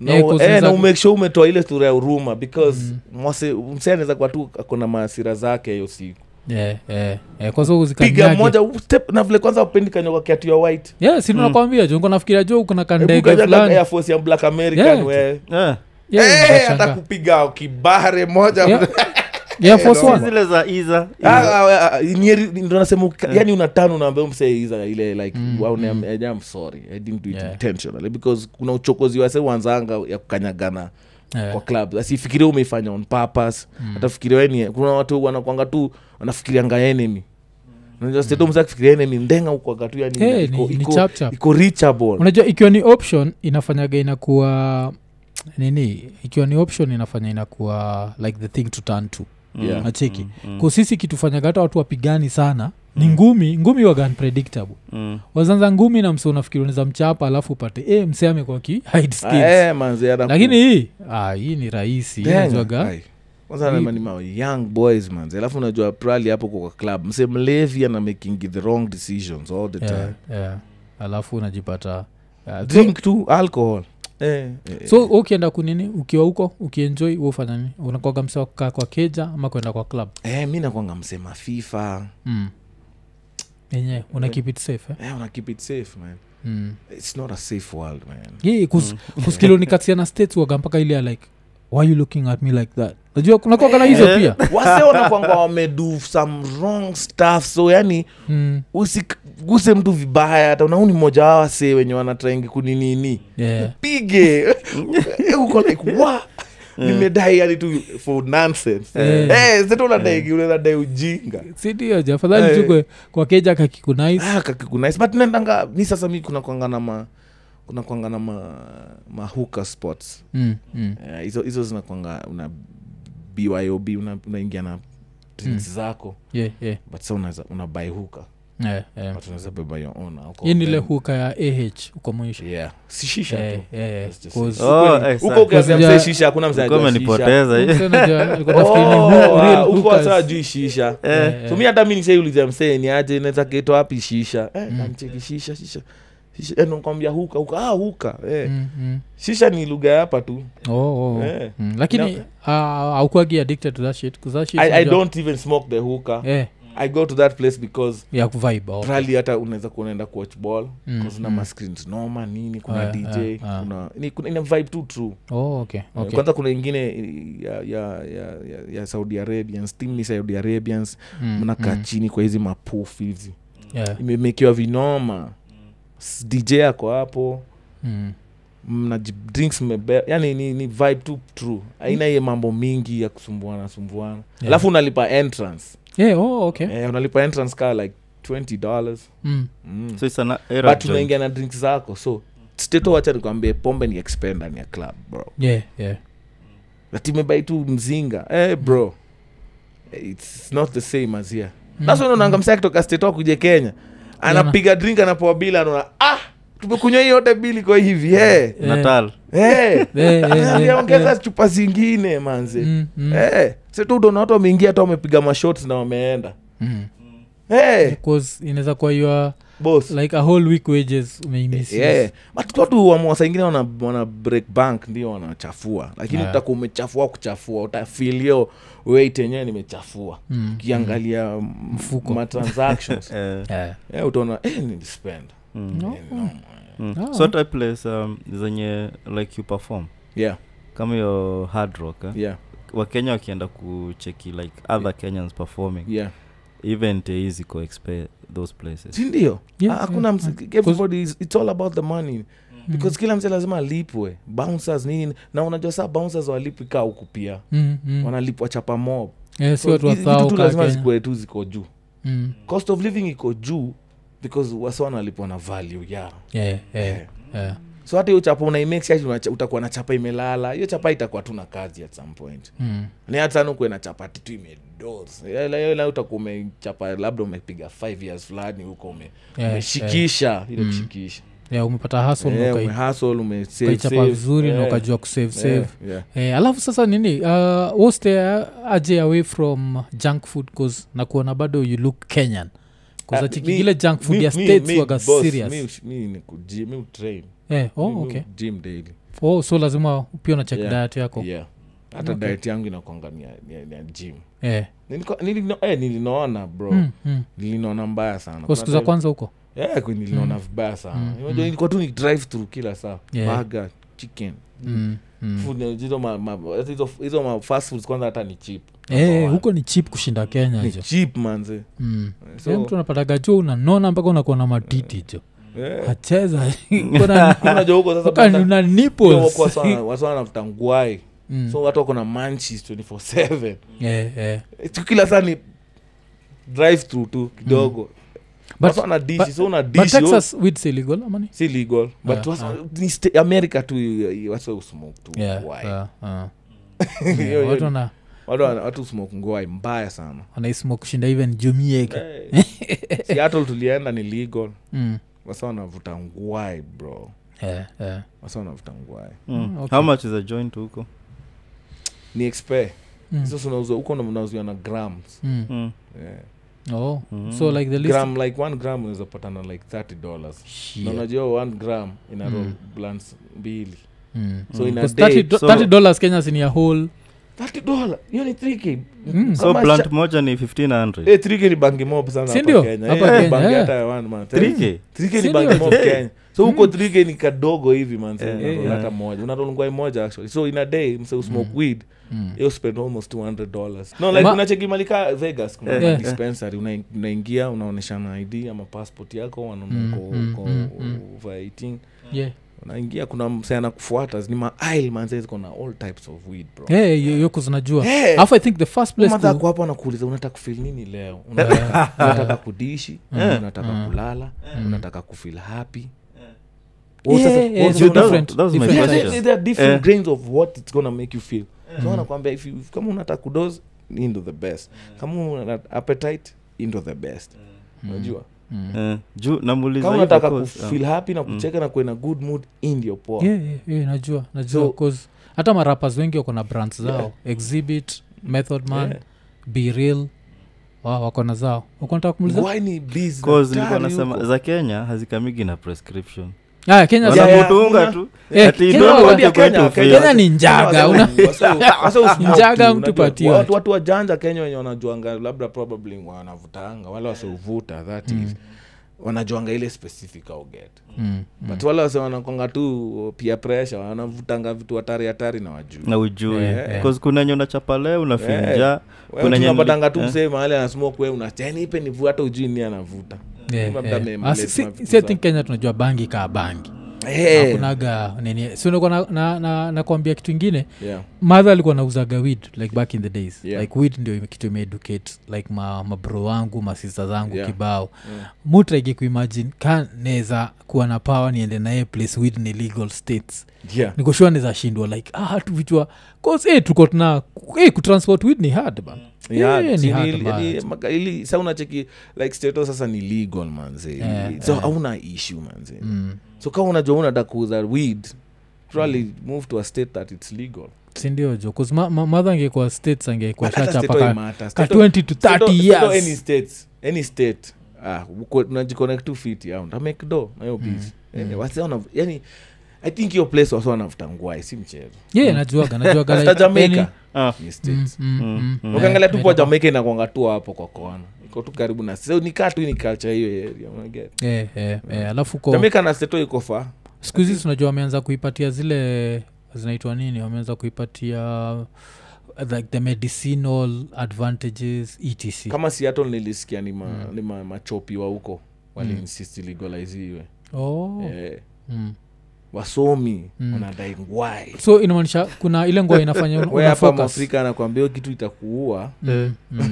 Speaker 3: na
Speaker 1: Eh,
Speaker 3: u-
Speaker 1: cause
Speaker 3: eh, na
Speaker 1: zako-
Speaker 3: umake sure umetoa ile sura ya huruma because
Speaker 1: Mm.
Speaker 3: mwase- msee anaweza kuwa tu akona maasira zake hiyo siku
Speaker 1: Yeah, yeah, yeah. Eh, kwa sababu
Speaker 3: piga
Speaker 1: zikanyage.
Speaker 3: moja u- step na vile kwanza upendi kanyoka kiatu ya white
Speaker 1: yeah, sino nakwambia mm. nafikiria juu kuna
Speaker 3: Hebu
Speaker 1: kandege
Speaker 3: kaja kaka
Speaker 1: fulani
Speaker 3: air force ya black american
Speaker 1: Yeah.
Speaker 3: wewe
Speaker 2: Eh,
Speaker 1: Yeah,
Speaker 3: Eh,
Speaker 1: utashangaa.
Speaker 3: hata kupiga Eh, kibare moja
Speaker 1: Yeah. Yeah, Force
Speaker 2: si
Speaker 1: One.
Speaker 2: zile za iza
Speaker 3: Ah, ah, ah, Nyeri, ndo nasema uka- yani unatano unaambia mseiza ile like wow, niam- eh, I'm sorry i didn't do it
Speaker 1: Mm. Yeah.
Speaker 3: intentionally because kuna uchokozi wase wanzanga ya kukanyagana
Speaker 1: Yeah. Mm.
Speaker 3: kwa club asifikiria umeifanya on purpose hata fikiria wewe ni kuna watu wanakwanga tu wanafikirianga enemy msakifikiria enemy ndenga ukwanga tu yani
Speaker 1: Hey,
Speaker 3: iko-
Speaker 1: ni- ni
Speaker 3: iko-
Speaker 1: chap chap.
Speaker 3: iko reachable
Speaker 1: unajua ikiwa ni option inafanyaga inakuwa nini ikiwa ni option inafanya inakuwa like the thing to turn to
Speaker 3: Yeah.
Speaker 1: nacheki
Speaker 2: Mm-hmm.
Speaker 3: Hmm.
Speaker 1: kusisi kitufanyaga hata watu wapigani sana ni ngumi ngumi waga unpredictable
Speaker 2: Mm.
Speaker 1: wazanza ngumi na mse unafikiri unaweza mchapa alafu upate e mse amekuwa ki hide
Speaker 3: Ah,
Speaker 1: skills
Speaker 3: eh, manze, anaku-
Speaker 1: lakini hii ah, hii ni rahisi
Speaker 3: Dang,
Speaker 1: najuaga
Speaker 3: ai. Kwanza anasema ni ma young boys manze alafu unajua prali hapo kwa club mse mlevi ana making the wrong decisions all the time
Speaker 1: yeah, yeah. alafu unajipata uh,
Speaker 3: drink tu alcohol eh, eh,
Speaker 1: so wewe ukienda kunini ukiwa huko ukienjoi ufanya nini unakwaga msewa kukaa kwa keja ama kwenda kwa club
Speaker 3: eh, mi nakwanga msema fifa
Speaker 1: mm. yenyewe una keep it safe eh?
Speaker 3: eh, una keep it safe man
Speaker 1: mm.
Speaker 3: its not a safe world man
Speaker 1: yeah, kus, kusikilo nikatiana states waga mpaka ile ya like why you looking at me like that najua kunakwaga na hizo
Speaker 3: Eh.
Speaker 1: pia
Speaker 3: wase wanakwanga wamedu some wrong stuff so yani
Speaker 1: mm.
Speaker 3: usiguse mtu vibaya hata unauni mmoja wao wase wenye wanatrengi kuninini
Speaker 1: yeah.
Speaker 3: pige uko like wa nimedai yani tu for nonsense
Speaker 1: Mm. Eh.
Speaker 3: Eh, zetu unadai ki- unadai ujinga
Speaker 1: sidioja afadhali
Speaker 3: Eh.
Speaker 1: tukwe kwa keja kakikunis
Speaker 3: Ah, kakikunais but nendanga mi sasa mi kuna kwanga na ma kuna kwanga na ma, mahuka spots
Speaker 1: mm. mm.
Speaker 3: Eh, hizo hizo zinakwanga una byob una- unaingia na drinks
Speaker 1: Mm.
Speaker 3: zako
Speaker 1: yeah, yeah.
Speaker 3: but sa unaweza unabai huka
Speaker 1: yeah, yeah.
Speaker 3: but unaweza beba your own alcohol.
Speaker 1: hii nile
Speaker 3: Then-
Speaker 1: huka ya ah uko mwisho
Speaker 3: yeah si shisha
Speaker 1: Eh,
Speaker 3: tu
Speaker 1: eh,
Speaker 3: Let's just say.
Speaker 1: 'cause-
Speaker 2: Oh,
Speaker 3: Kweli,
Speaker 2: eh,
Speaker 3: huko
Speaker 2: sa-
Speaker 3: ukiambia
Speaker 1: Because
Speaker 3: msee
Speaker 1: ya-
Speaker 3: shisha hakuna msee
Speaker 2: Ulikuwa
Speaker 3: ajua shisha
Speaker 2: umenipoteza hii.
Speaker 1: Mse anajua- alikuwa
Speaker 3: Oh,
Speaker 1: tafuta ile hu- real Eh, mm, hookers.
Speaker 3: hukoasajui shisha
Speaker 2: Eh,
Speaker 1: Eh,
Speaker 3: so mi hata mi nishaiuliza msee ni aje naweza ketwa wapi shisha
Speaker 1: Mm.
Speaker 3: eh, kancheki shisha shisha shisha eh, nakwambia huka huka ah, huka eh.
Speaker 1: mm, mm.
Speaker 3: shisha ni lugha ya hapa tu
Speaker 1: Oh, oh, oh.
Speaker 3: Eh.
Speaker 1: Mm, lakini
Speaker 3: No.
Speaker 1: ah, haukuwagi addicted to that shit 'cause that shit
Speaker 3: I, i
Speaker 1: unajua-
Speaker 3: don't even smoke the hookah
Speaker 1: Eh,
Speaker 3: i go to that place because
Speaker 1: ya kuvibe, oh.
Speaker 3: rali hata unaweza kunaenda kuwatch ball
Speaker 1: Mm,
Speaker 3: mm, na
Speaker 1: mm.
Speaker 3: mascreens noma nini kuna
Speaker 1: Ah,
Speaker 3: dj
Speaker 1: ah, ah.
Speaker 3: kuna, ni, kuna ina vibe tu true
Speaker 1: Oh,
Speaker 3: Eh,
Speaker 1: okay, okay.
Speaker 3: kwanza kuna ingine eh, ya, ya, ya, ya, ya saudi arabians team ni saudi arabians
Speaker 1: Mm,
Speaker 3: mnakaa
Speaker 1: mm.
Speaker 3: chini kwa hizi mapufu hizi
Speaker 1: Yeah,
Speaker 3: imemekewa vinoma S- dj yako hapo
Speaker 1: mm.
Speaker 3: mna ji- drinks mmebe yani ni, ni vibe tu true aina hiye mambo mingi ya kusumbuana sumbuana
Speaker 1: Yeah.
Speaker 3: alafu unalipa entrance
Speaker 1: Yeah, oh, okay.
Speaker 3: eh, unalipa entrance kaa like 20 dollars
Speaker 1: Mm.
Speaker 3: mm.
Speaker 2: so it's an era
Speaker 3: but
Speaker 2: joint.
Speaker 3: unaingia na drinks zako so steto wacha nikwambie pombe ni expend ndani ya club bro
Speaker 1: Yeah, yeah.
Speaker 3: latimebai tu mzinga eh, bro its not the same as here
Speaker 1: Mm,
Speaker 3: nasonaonanga msaa kutoka state akuje kenya anapiga drink anapoa bili anaona ah tumekunywa hii yote bili kwa hivi hey.
Speaker 1: Eh,
Speaker 2: natal
Speaker 3: Hey.
Speaker 1: eh, eh, eh,
Speaker 3: ongeza
Speaker 1: eh.
Speaker 3: chupa zingine manze Eh,
Speaker 1: Mm, mm,
Speaker 3: hey. setu udona watu wameingia hata wamepiga mashots na wameenda Eh,
Speaker 1: mm.
Speaker 3: hey.
Speaker 1: Because inaweza kuwa you are
Speaker 3: bos
Speaker 1: like a whole week wages umeimiss
Speaker 3: Eh, yeah. but watu wamua saingine wana, wana break bank ndio wanachafua lakini
Speaker 1: Yeah.
Speaker 3: utakuwa umechafua kuchafua utafilio weit yenyewe nimechafua
Speaker 1: Mm,
Speaker 3: ukiangalia mm,
Speaker 1: Mfuko.
Speaker 3: ma transactions
Speaker 2: eh,
Speaker 1: Yeah.
Speaker 3: Eh, utaona eh, nilispend
Speaker 2: mm.
Speaker 1: No.
Speaker 3: Eh, no.
Speaker 2: mm.
Speaker 1: Ah.
Speaker 2: so hata place um, zenye like you perform
Speaker 3: yeah
Speaker 2: kama hiyo hard rock eh?
Speaker 3: yeah
Speaker 2: wakenya wakienda kucheki like other kenyans performing
Speaker 3: yeah
Speaker 2: event eh, hizi ko expe those places
Speaker 3: sindio
Speaker 1: Yeah,
Speaker 3: Ah, hakuna
Speaker 1: yeah, Mm.
Speaker 3: ms- everybody is- it's all about the money because kila mse lazima alipwe bouncers nini na unajua saa bouncers walipwi kaa huku pia
Speaker 1: Mm, mm.
Speaker 3: wanalipwa chapa mob
Speaker 1: Eh, si
Speaker 3: So,
Speaker 1: watu
Speaker 3: hizi vitu
Speaker 1: wathao
Speaker 3: tu
Speaker 1: kaa
Speaker 3: lazima
Speaker 1: kenya
Speaker 3: zikuwe tu ziko juu
Speaker 1: Mm.
Speaker 3: cost of living iko juu because wasoana walikuwa na value ya
Speaker 1: Eh, eh, eh.
Speaker 3: so hata hiyo chapa unaimake sure unacha- utakuwa na chapa imelala hiyo chapa itakuwa tu na kazi at some point
Speaker 1: Mm.
Speaker 3: ni hata sana ukuwe na chapati tu imedos la utakuwa umechapa labda umepiga five years fulani huko ume-
Speaker 1: Eh, Mm.
Speaker 3: umeshikisha ile kushikisha
Speaker 1: Yeah, umepata hasl
Speaker 3: Eh, umehustle, umesave,
Speaker 1: ukaichapa
Speaker 3: save.
Speaker 1: vizuri na
Speaker 3: Eh,
Speaker 1: ukajua kusave
Speaker 3: eh,
Speaker 1: save
Speaker 3: yeah.
Speaker 1: Eh, alafu sasa nini uh, woste aje away from junk food cause nakuona bado you look kenyan
Speaker 3: Ah, mi-
Speaker 1: kuzachikigile junk food
Speaker 3: mi-
Speaker 1: ya
Speaker 3: mi-
Speaker 1: states
Speaker 3: mi-
Speaker 1: waga
Speaker 3: boss,
Speaker 1: serious
Speaker 3: mi ush- mi ni kuji- mi utrain.
Speaker 1: eh,
Speaker 3: Mi- mi
Speaker 1: oh, okay.
Speaker 3: ujim daily
Speaker 1: oh, so lazima pia unachek
Speaker 3: Yeah.
Speaker 1: diet yako
Speaker 3: Yeah. hata
Speaker 1: Okay.
Speaker 3: diet yangu inakwanga ni ya- ni ya- ni ya gym
Speaker 1: eh.
Speaker 3: Niliko- nilino- eh, nilinaona bro
Speaker 1: mm, mm.
Speaker 3: nilinaona mbaya sana
Speaker 1: Kwa
Speaker 3: Kuna
Speaker 1: siku za
Speaker 3: time-
Speaker 1: kwanza huko
Speaker 3: Eh, kwe- nilinaona vibaya sana
Speaker 1: Mm,
Speaker 3: unajua ilikuwa tu ni drive through kila saa
Speaker 1: Yeah.
Speaker 3: baga chicken
Speaker 1: mm, mm.
Speaker 3: Food ni hizo ma- ma- hata hizo- hizo ma fast foods kwanza hata ni cheap Number
Speaker 1: Eh,
Speaker 3: one.
Speaker 1: huko ni chip kushinda kenya
Speaker 3: ni
Speaker 1: jo
Speaker 3: cheap manze
Speaker 1: mm.
Speaker 3: So-
Speaker 1: Eh, mtu anapataga jo unanona mpaka unakuwa na matiti jo
Speaker 3: Eh.
Speaker 1: acheza
Speaker 3: Unajua huko sasa bata-
Speaker 1: una
Speaker 3: huko
Speaker 1: nipples
Speaker 3: wako waswana- waswana wanafuta ngwai
Speaker 1: Mm.
Speaker 3: so watu wako na manchis 24
Speaker 1: Eh, eh.
Speaker 3: tu kila saa ni drive through tu kidogo
Speaker 1: Mm. But-
Speaker 3: Waswana dishi,
Speaker 1: but-
Speaker 3: so una
Speaker 1: but
Speaker 3: dishi, oh,
Speaker 1: texas weed si illegal ama ni
Speaker 3: si legal but
Speaker 1: Ah,
Speaker 3: waswa-
Speaker 1: ah.
Speaker 3: ni sta- america tu wasousmoke tu
Speaker 1: Yeah,
Speaker 3: ngwai.
Speaker 1: uh, uh.
Speaker 3: Hiyo-
Speaker 1: Yeah,
Speaker 3: hiyo
Speaker 1: watu
Speaker 3: ni-
Speaker 1: wana-
Speaker 3: watu wana- watu smoke ngwai mbaya sana
Speaker 1: wanaismoke kushinda even jumieke
Speaker 3: siatl tulienda ni legal
Speaker 1: Mm.
Speaker 3: wasa wanavuta ngwai bro wasa wanavuta ngwai
Speaker 2: Mm.
Speaker 1: okay.
Speaker 2: how much is a joint huko
Speaker 3: ni expe
Speaker 1: Hmm.
Speaker 3: sasa unauzwa huko na- unauzwa na grams
Speaker 2: mm.
Speaker 3: yeah.
Speaker 1: Oh.
Speaker 2: Mm.
Speaker 1: so like the list
Speaker 3: gram like one gram unaweza patana like 30 dollars
Speaker 1: Shit.
Speaker 3: na unajua one gram ina
Speaker 1: Mm.
Speaker 3: roll blans mbili
Speaker 1: Mm.
Speaker 3: so ina
Speaker 1: Because 30
Speaker 3: day
Speaker 1: do-
Speaker 2: so-
Speaker 1: 30 dollars kenya sini ya whole
Speaker 3: 30 dollar hiyo ni 3k
Speaker 1: Mm.
Speaker 2: so
Speaker 3: Kama
Speaker 2: plant
Speaker 3: cha-
Speaker 2: moja ni 1500
Speaker 3: Eh, 3k ni bangi mob sana
Speaker 1: Si
Speaker 3: hapa
Speaker 1: ndio?
Speaker 3: Kenya.
Speaker 1: Hapa
Speaker 3: Eh,
Speaker 1: Kenya,
Speaker 3: bangi
Speaker 1: eh.
Speaker 3: hata ya one man.
Speaker 2: 3k
Speaker 3: 3k ni
Speaker 1: Si
Speaker 3: bangi
Speaker 1: ndio?
Speaker 3: mob
Speaker 2: Eh.
Speaker 3: Kenya. so huko 3k ni kadogo hivi manze
Speaker 2: Eh,
Speaker 3: unarol
Speaker 2: eh.
Speaker 3: hata moja unarol ngwai moja actually so in a day mse usmoke weed
Speaker 1: Mm.
Speaker 3: you spend almost 200 dollars no like
Speaker 1: Ma-
Speaker 3: unacheki malika vegas kuna
Speaker 2: Eh,
Speaker 3: ma-
Speaker 1: eh.
Speaker 3: dispensary una- unaingia unaonyeshana id ama passport yako wanaona
Speaker 1: Mm,
Speaker 3: uko-
Speaker 1: mm,
Speaker 3: uko
Speaker 1: mm, mm.
Speaker 3: over 18
Speaker 1: yeah.
Speaker 3: unaingia kuna mse anakufuata ni maail manze ziko na all types of weed bro
Speaker 1: Eh, yo- yoko zinajua
Speaker 3: Eh.
Speaker 1: alafu i think the first place
Speaker 3: Mama
Speaker 1: ku-
Speaker 3: ako hapo anakuuliza unataka kufil nini leo unataka, unataka kudishi unataka kulala unataka kufil happy
Speaker 2: Oh,
Speaker 3: Wewe
Speaker 1: Yeah,
Speaker 3: sasa-
Speaker 1: yeah,
Speaker 3: wewe
Speaker 1: it's
Speaker 3: sasa una-
Speaker 1: different,
Speaker 2: That was my
Speaker 1: different
Speaker 3: Yeah,
Speaker 2: question.
Speaker 1: types.
Speaker 3: there- there- there are
Speaker 2: Eh.
Speaker 3: different grains of what it's gonna make you feel
Speaker 1: Mm.
Speaker 3: so anakwambia if you- kama unataka kudos into the best
Speaker 1: Mm.
Speaker 3: kama una appetite into the best unajua
Speaker 2: Eh, juu namuuliza
Speaker 3: kama
Speaker 2: hivyo
Speaker 3: unataka
Speaker 2: cause, ah,
Speaker 3: kufil happy na kucheka na kuwe na good mood in your poa
Speaker 1: Mm. Yeah, yeah, yeah, najua najua
Speaker 3: So-
Speaker 1: 'cause hata marapas wengi wako na brands zao exhibit method man
Speaker 3: Yeah.
Speaker 1: be real wa wako na zao wakonataka kumuliza
Speaker 3: Why ni
Speaker 2: um,
Speaker 3: busy
Speaker 2: cause
Speaker 3: na
Speaker 2: nilikuwa
Speaker 3: tari
Speaker 2: nasema
Speaker 3: huko?
Speaker 2: za kenya hazikamigi na prescription
Speaker 1: aya Ah, kenya
Speaker 3: Yeah, yeah.
Speaker 2: wanamutunga tu
Speaker 1: Eh,
Speaker 2: ati
Speaker 1: Kenya
Speaker 2: don't want
Speaker 1: wanaambia
Speaker 2: you going
Speaker 3: Kenya,
Speaker 2: to
Speaker 3: Kenya-
Speaker 2: fail.
Speaker 1: kenya ni njaga una Njaga mtu patia.
Speaker 3: watu watu wajanja kenya wenye wanajuanga labda probably wanavutanga wale wasiovuta that is wanajuanga ile specific au get
Speaker 1: Mm.
Speaker 3: but wale wase wanakonga tu pia pressure wanavutanga vitu hatari hatari na wajuu
Speaker 2: na ujui
Speaker 1: Eh, eh.
Speaker 2: Cause kuna nye unachapa leo
Speaker 3: Eh.
Speaker 2: unafinja
Speaker 3: Wewe mtu unapatanga
Speaker 2: eh.
Speaker 3: tu msee mahali anasmoke we unachanipe nivu hata ujui ni anavuta
Speaker 1: Yeah,
Speaker 3: Labda
Speaker 1: yeah.
Speaker 3: mem-
Speaker 1: Ah, si-
Speaker 3: mlete
Speaker 1: si-
Speaker 3: mavitu
Speaker 1: si I
Speaker 3: zao.
Speaker 1: think Ah, kenya tunajua bangi kaa bangi
Speaker 3: Eh,
Speaker 1: akunaga nini sinakuwa nakuambia na, na, nakuambia kitu ingine
Speaker 3: yeah.
Speaker 1: madha alikuwa nauzaga wid like back in the days
Speaker 3: Yeah.
Speaker 1: like wid ndio ime- kitu imeeducate like ma, mabro wangu masista zangu
Speaker 3: Yeah.
Speaker 1: kibao mutaigi kuimagine ka neza kuwa na power niende naye place wid ni legal states
Speaker 3: Yeah.
Speaker 1: nikoshua neza shindwa like ah, hatu vichwa cause eh, tuko tuna eh, kutransport wid ni hard
Speaker 3: Mm.
Speaker 1: ban
Speaker 3: Yeah,
Speaker 1: Eh, ni
Speaker 3: chini
Speaker 1: hard
Speaker 3: ili-
Speaker 1: bad.
Speaker 3: ili- maka- ili- sa unacheki like stato sasa ni legal manze
Speaker 1: Yeah,
Speaker 3: so
Speaker 1: yeah.
Speaker 3: hauna issue manze
Speaker 1: Eh, mm.
Speaker 3: so kama unajua unataka kuuza weed probably move to a state that it's legal
Speaker 1: sindio jo bcause ma, ma, madha angekuwa states angekuwa
Speaker 3: But hata
Speaker 1: shacha
Speaker 3: state
Speaker 1: paka
Speaker 3: don't matter.
Speaker 1: ka
Speaker 3: State don't-
Speaker 1: 20 to
Speaker 3: state
Speaker 1: 30
Speaker 3: don't- state don't any
Speaker 1: years
Speaker 3: state- any state Ah, uko- unajiconnect tu fit amekdo nayo busy Eh,
Speaker 1: Hmm.
Speaker 3: wase wana- yani i think hiyo place wase wanavuta ngwai si mchezo
Speaker 1: yeah najuaga najuaga
Speaker 3: Mm. hata jamaica
Speaker 2: Ah,
Speaker 3: ni
Speaker 1: Mm,
Speaker 3: state
Speaker 1: mm, mm.
Speaker 2: mm.
Speaker 3: ukiangalia tu kwa
Speaker 1: Eh,
Speaker 3: jamaica inakwanga tu hapo kwa kona iko tu karibu na so nikaa tu ni culture hiyo area unaget
Speaker 1: eh, eh, eh, alafu ko
Speaker 3: jamaica na seto iko faa
Speaker 1: siku hizi tunajua wameanza kuipatia zile zinaitwa nini wameanza kuipatia uh, like the medicinal advantages etc
Speaker 3: kama seattle nilisikia ni, ma,
Speaker 1: Hmm.
Speaker 3: ni ma, machopi wa huko waliinsist legalize iwe
Speaker 1: oh. Hmm.
Speaker 3: Eh,
Speaker 1: mm.
Speaker 3: wasomi mm. wanadai ngwai
Speaker 1: so inamaanisha kuna ile ngoa inafanya una-
Speaker 3: we
Speaker 1: una
Speaker 3: hapa
Speaker 1: focus.
Speaker 3: mwafrika anakwambia hiyo kitu itakuua
Speaker 1: Mm, mm.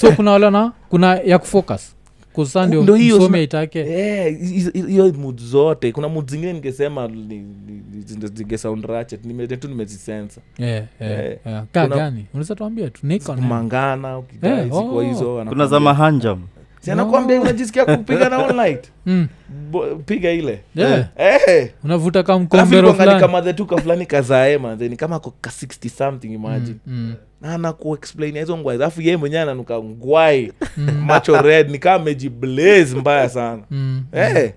Speaker 1: so kuna walana kuna ya kufocus kusa ndio
Speaker 3: Ndio hiyo
Speaker 1: msomi
Speaker 3: sina-
Speaker 1: aitake
Speaker 3: Eh, hizo- hiyo mood zote kuna mood zingine nikesema ni- ni- ni- zingesound ratchet nime- tu nimezisensa
Speaker 1: Eh, eh,
Speaker 3: Eh,
Speaker 1: eh. kaa
Speaker 3: kuna-
Speaker 1: gani unaweza tuambia tu Nikon, eh.
Speaker 3: kumangana
Speaker 1: Eh,
Speaker 3: ukidai
Speaker 1: oh.
Speaker 3: zikuwa hizo
Speaker 2: kuna
Speaker 3: anakwambia-
Speaker 2: za mahanjam
Speaker 3: Si anakwambia unajisikia kupigana onlight
Speaker 1: Mm,
Speaker 3: Bo- piga ile
Speaker 1: yeah.
Speaker 3: Eh.
Speaker 1: unavuta ka
Speaker 3: Alafu
Speaker 1: mkombero
Speaker 3: ilikuwanga ni
Speaker 1: fulani
Speaker 3: kama the tuka fulani kazae manze ni kama ako ka 60 something imagine
Speaker 1: Mm,
Speaker 3: na anakuexplain hizo ngwai alafu yeye mwenyewe ananuka ngwai macho red ni kama amejiblaze mbaya sana
Speaker 1: mm.
Speaker 3: Eh,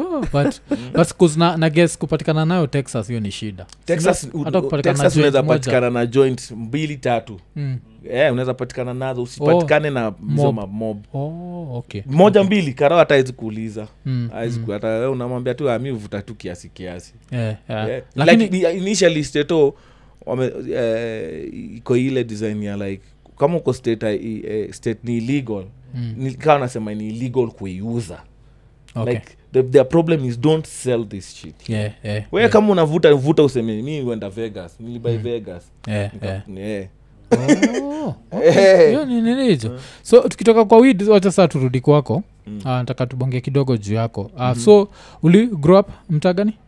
Speaker 1: Oh, but-
Speaker 3: Mm.
Speaker 1: but 'cause na- na guess kupatikana nayo texas hiyo ni shida
Speaker 3: Texas
Speaker 1: Hata kupatikana na
Speaker 3: Texas
Speaker 1: joint
Speaker 3: unaweza
Speaker 1: moja.
Speaker 3: patikana na joint mbili tatu
Speaker 1: Mm.
Speaker 3: Eh, unaweza patikana nazo usipatikane na hizo
Speaker 1: Oh, Mob.
Speaker 3: mamob
Speaker 1: Oh, okay.
Speaker 3: moja mbili karao hata awezi kuuliza
Speaker 1: Mm,
Speaker 3: Hawezi ku- hata wewe unamwambia tu ami uvuta tu kiasi kiasi
Speaker 1: yeah, yeah. Ah.
Speaker 3: Yeah.
Speaker 1: Lakini-
Speaker 3: Like, i- initially steto wame eh, iko ile design ya like kama uko state, hai- eh, state ni illegal
Speaker 1: Mm.
Speaker 3: ni, kaa nasema ni illegal kuiuza
Speaker 1: okay.
Speaker 3: like the, their problem is don't sell this shit
Speaker 1: Yeah, yeah,
Speaker 3: we
Speaker 1: yeah, Mm.
Speaker 3: kama unavuta vuta useme mi wenda vegas nilibai vegas
Speaker 1: yeah, yeah.
Speaker 3: yeah.
Speaker 1: Oh, okay. Hiyo ni nini
Speaker 3: Mm.
Speaker 1: hicho so tukitoka kwa weed wacha saa
Speaker 3: Mm-hmm.
Speaker 1: turudi kwako Ah, nataka tubonge kidogo juu yako Ah, so uli grow up mtaa gani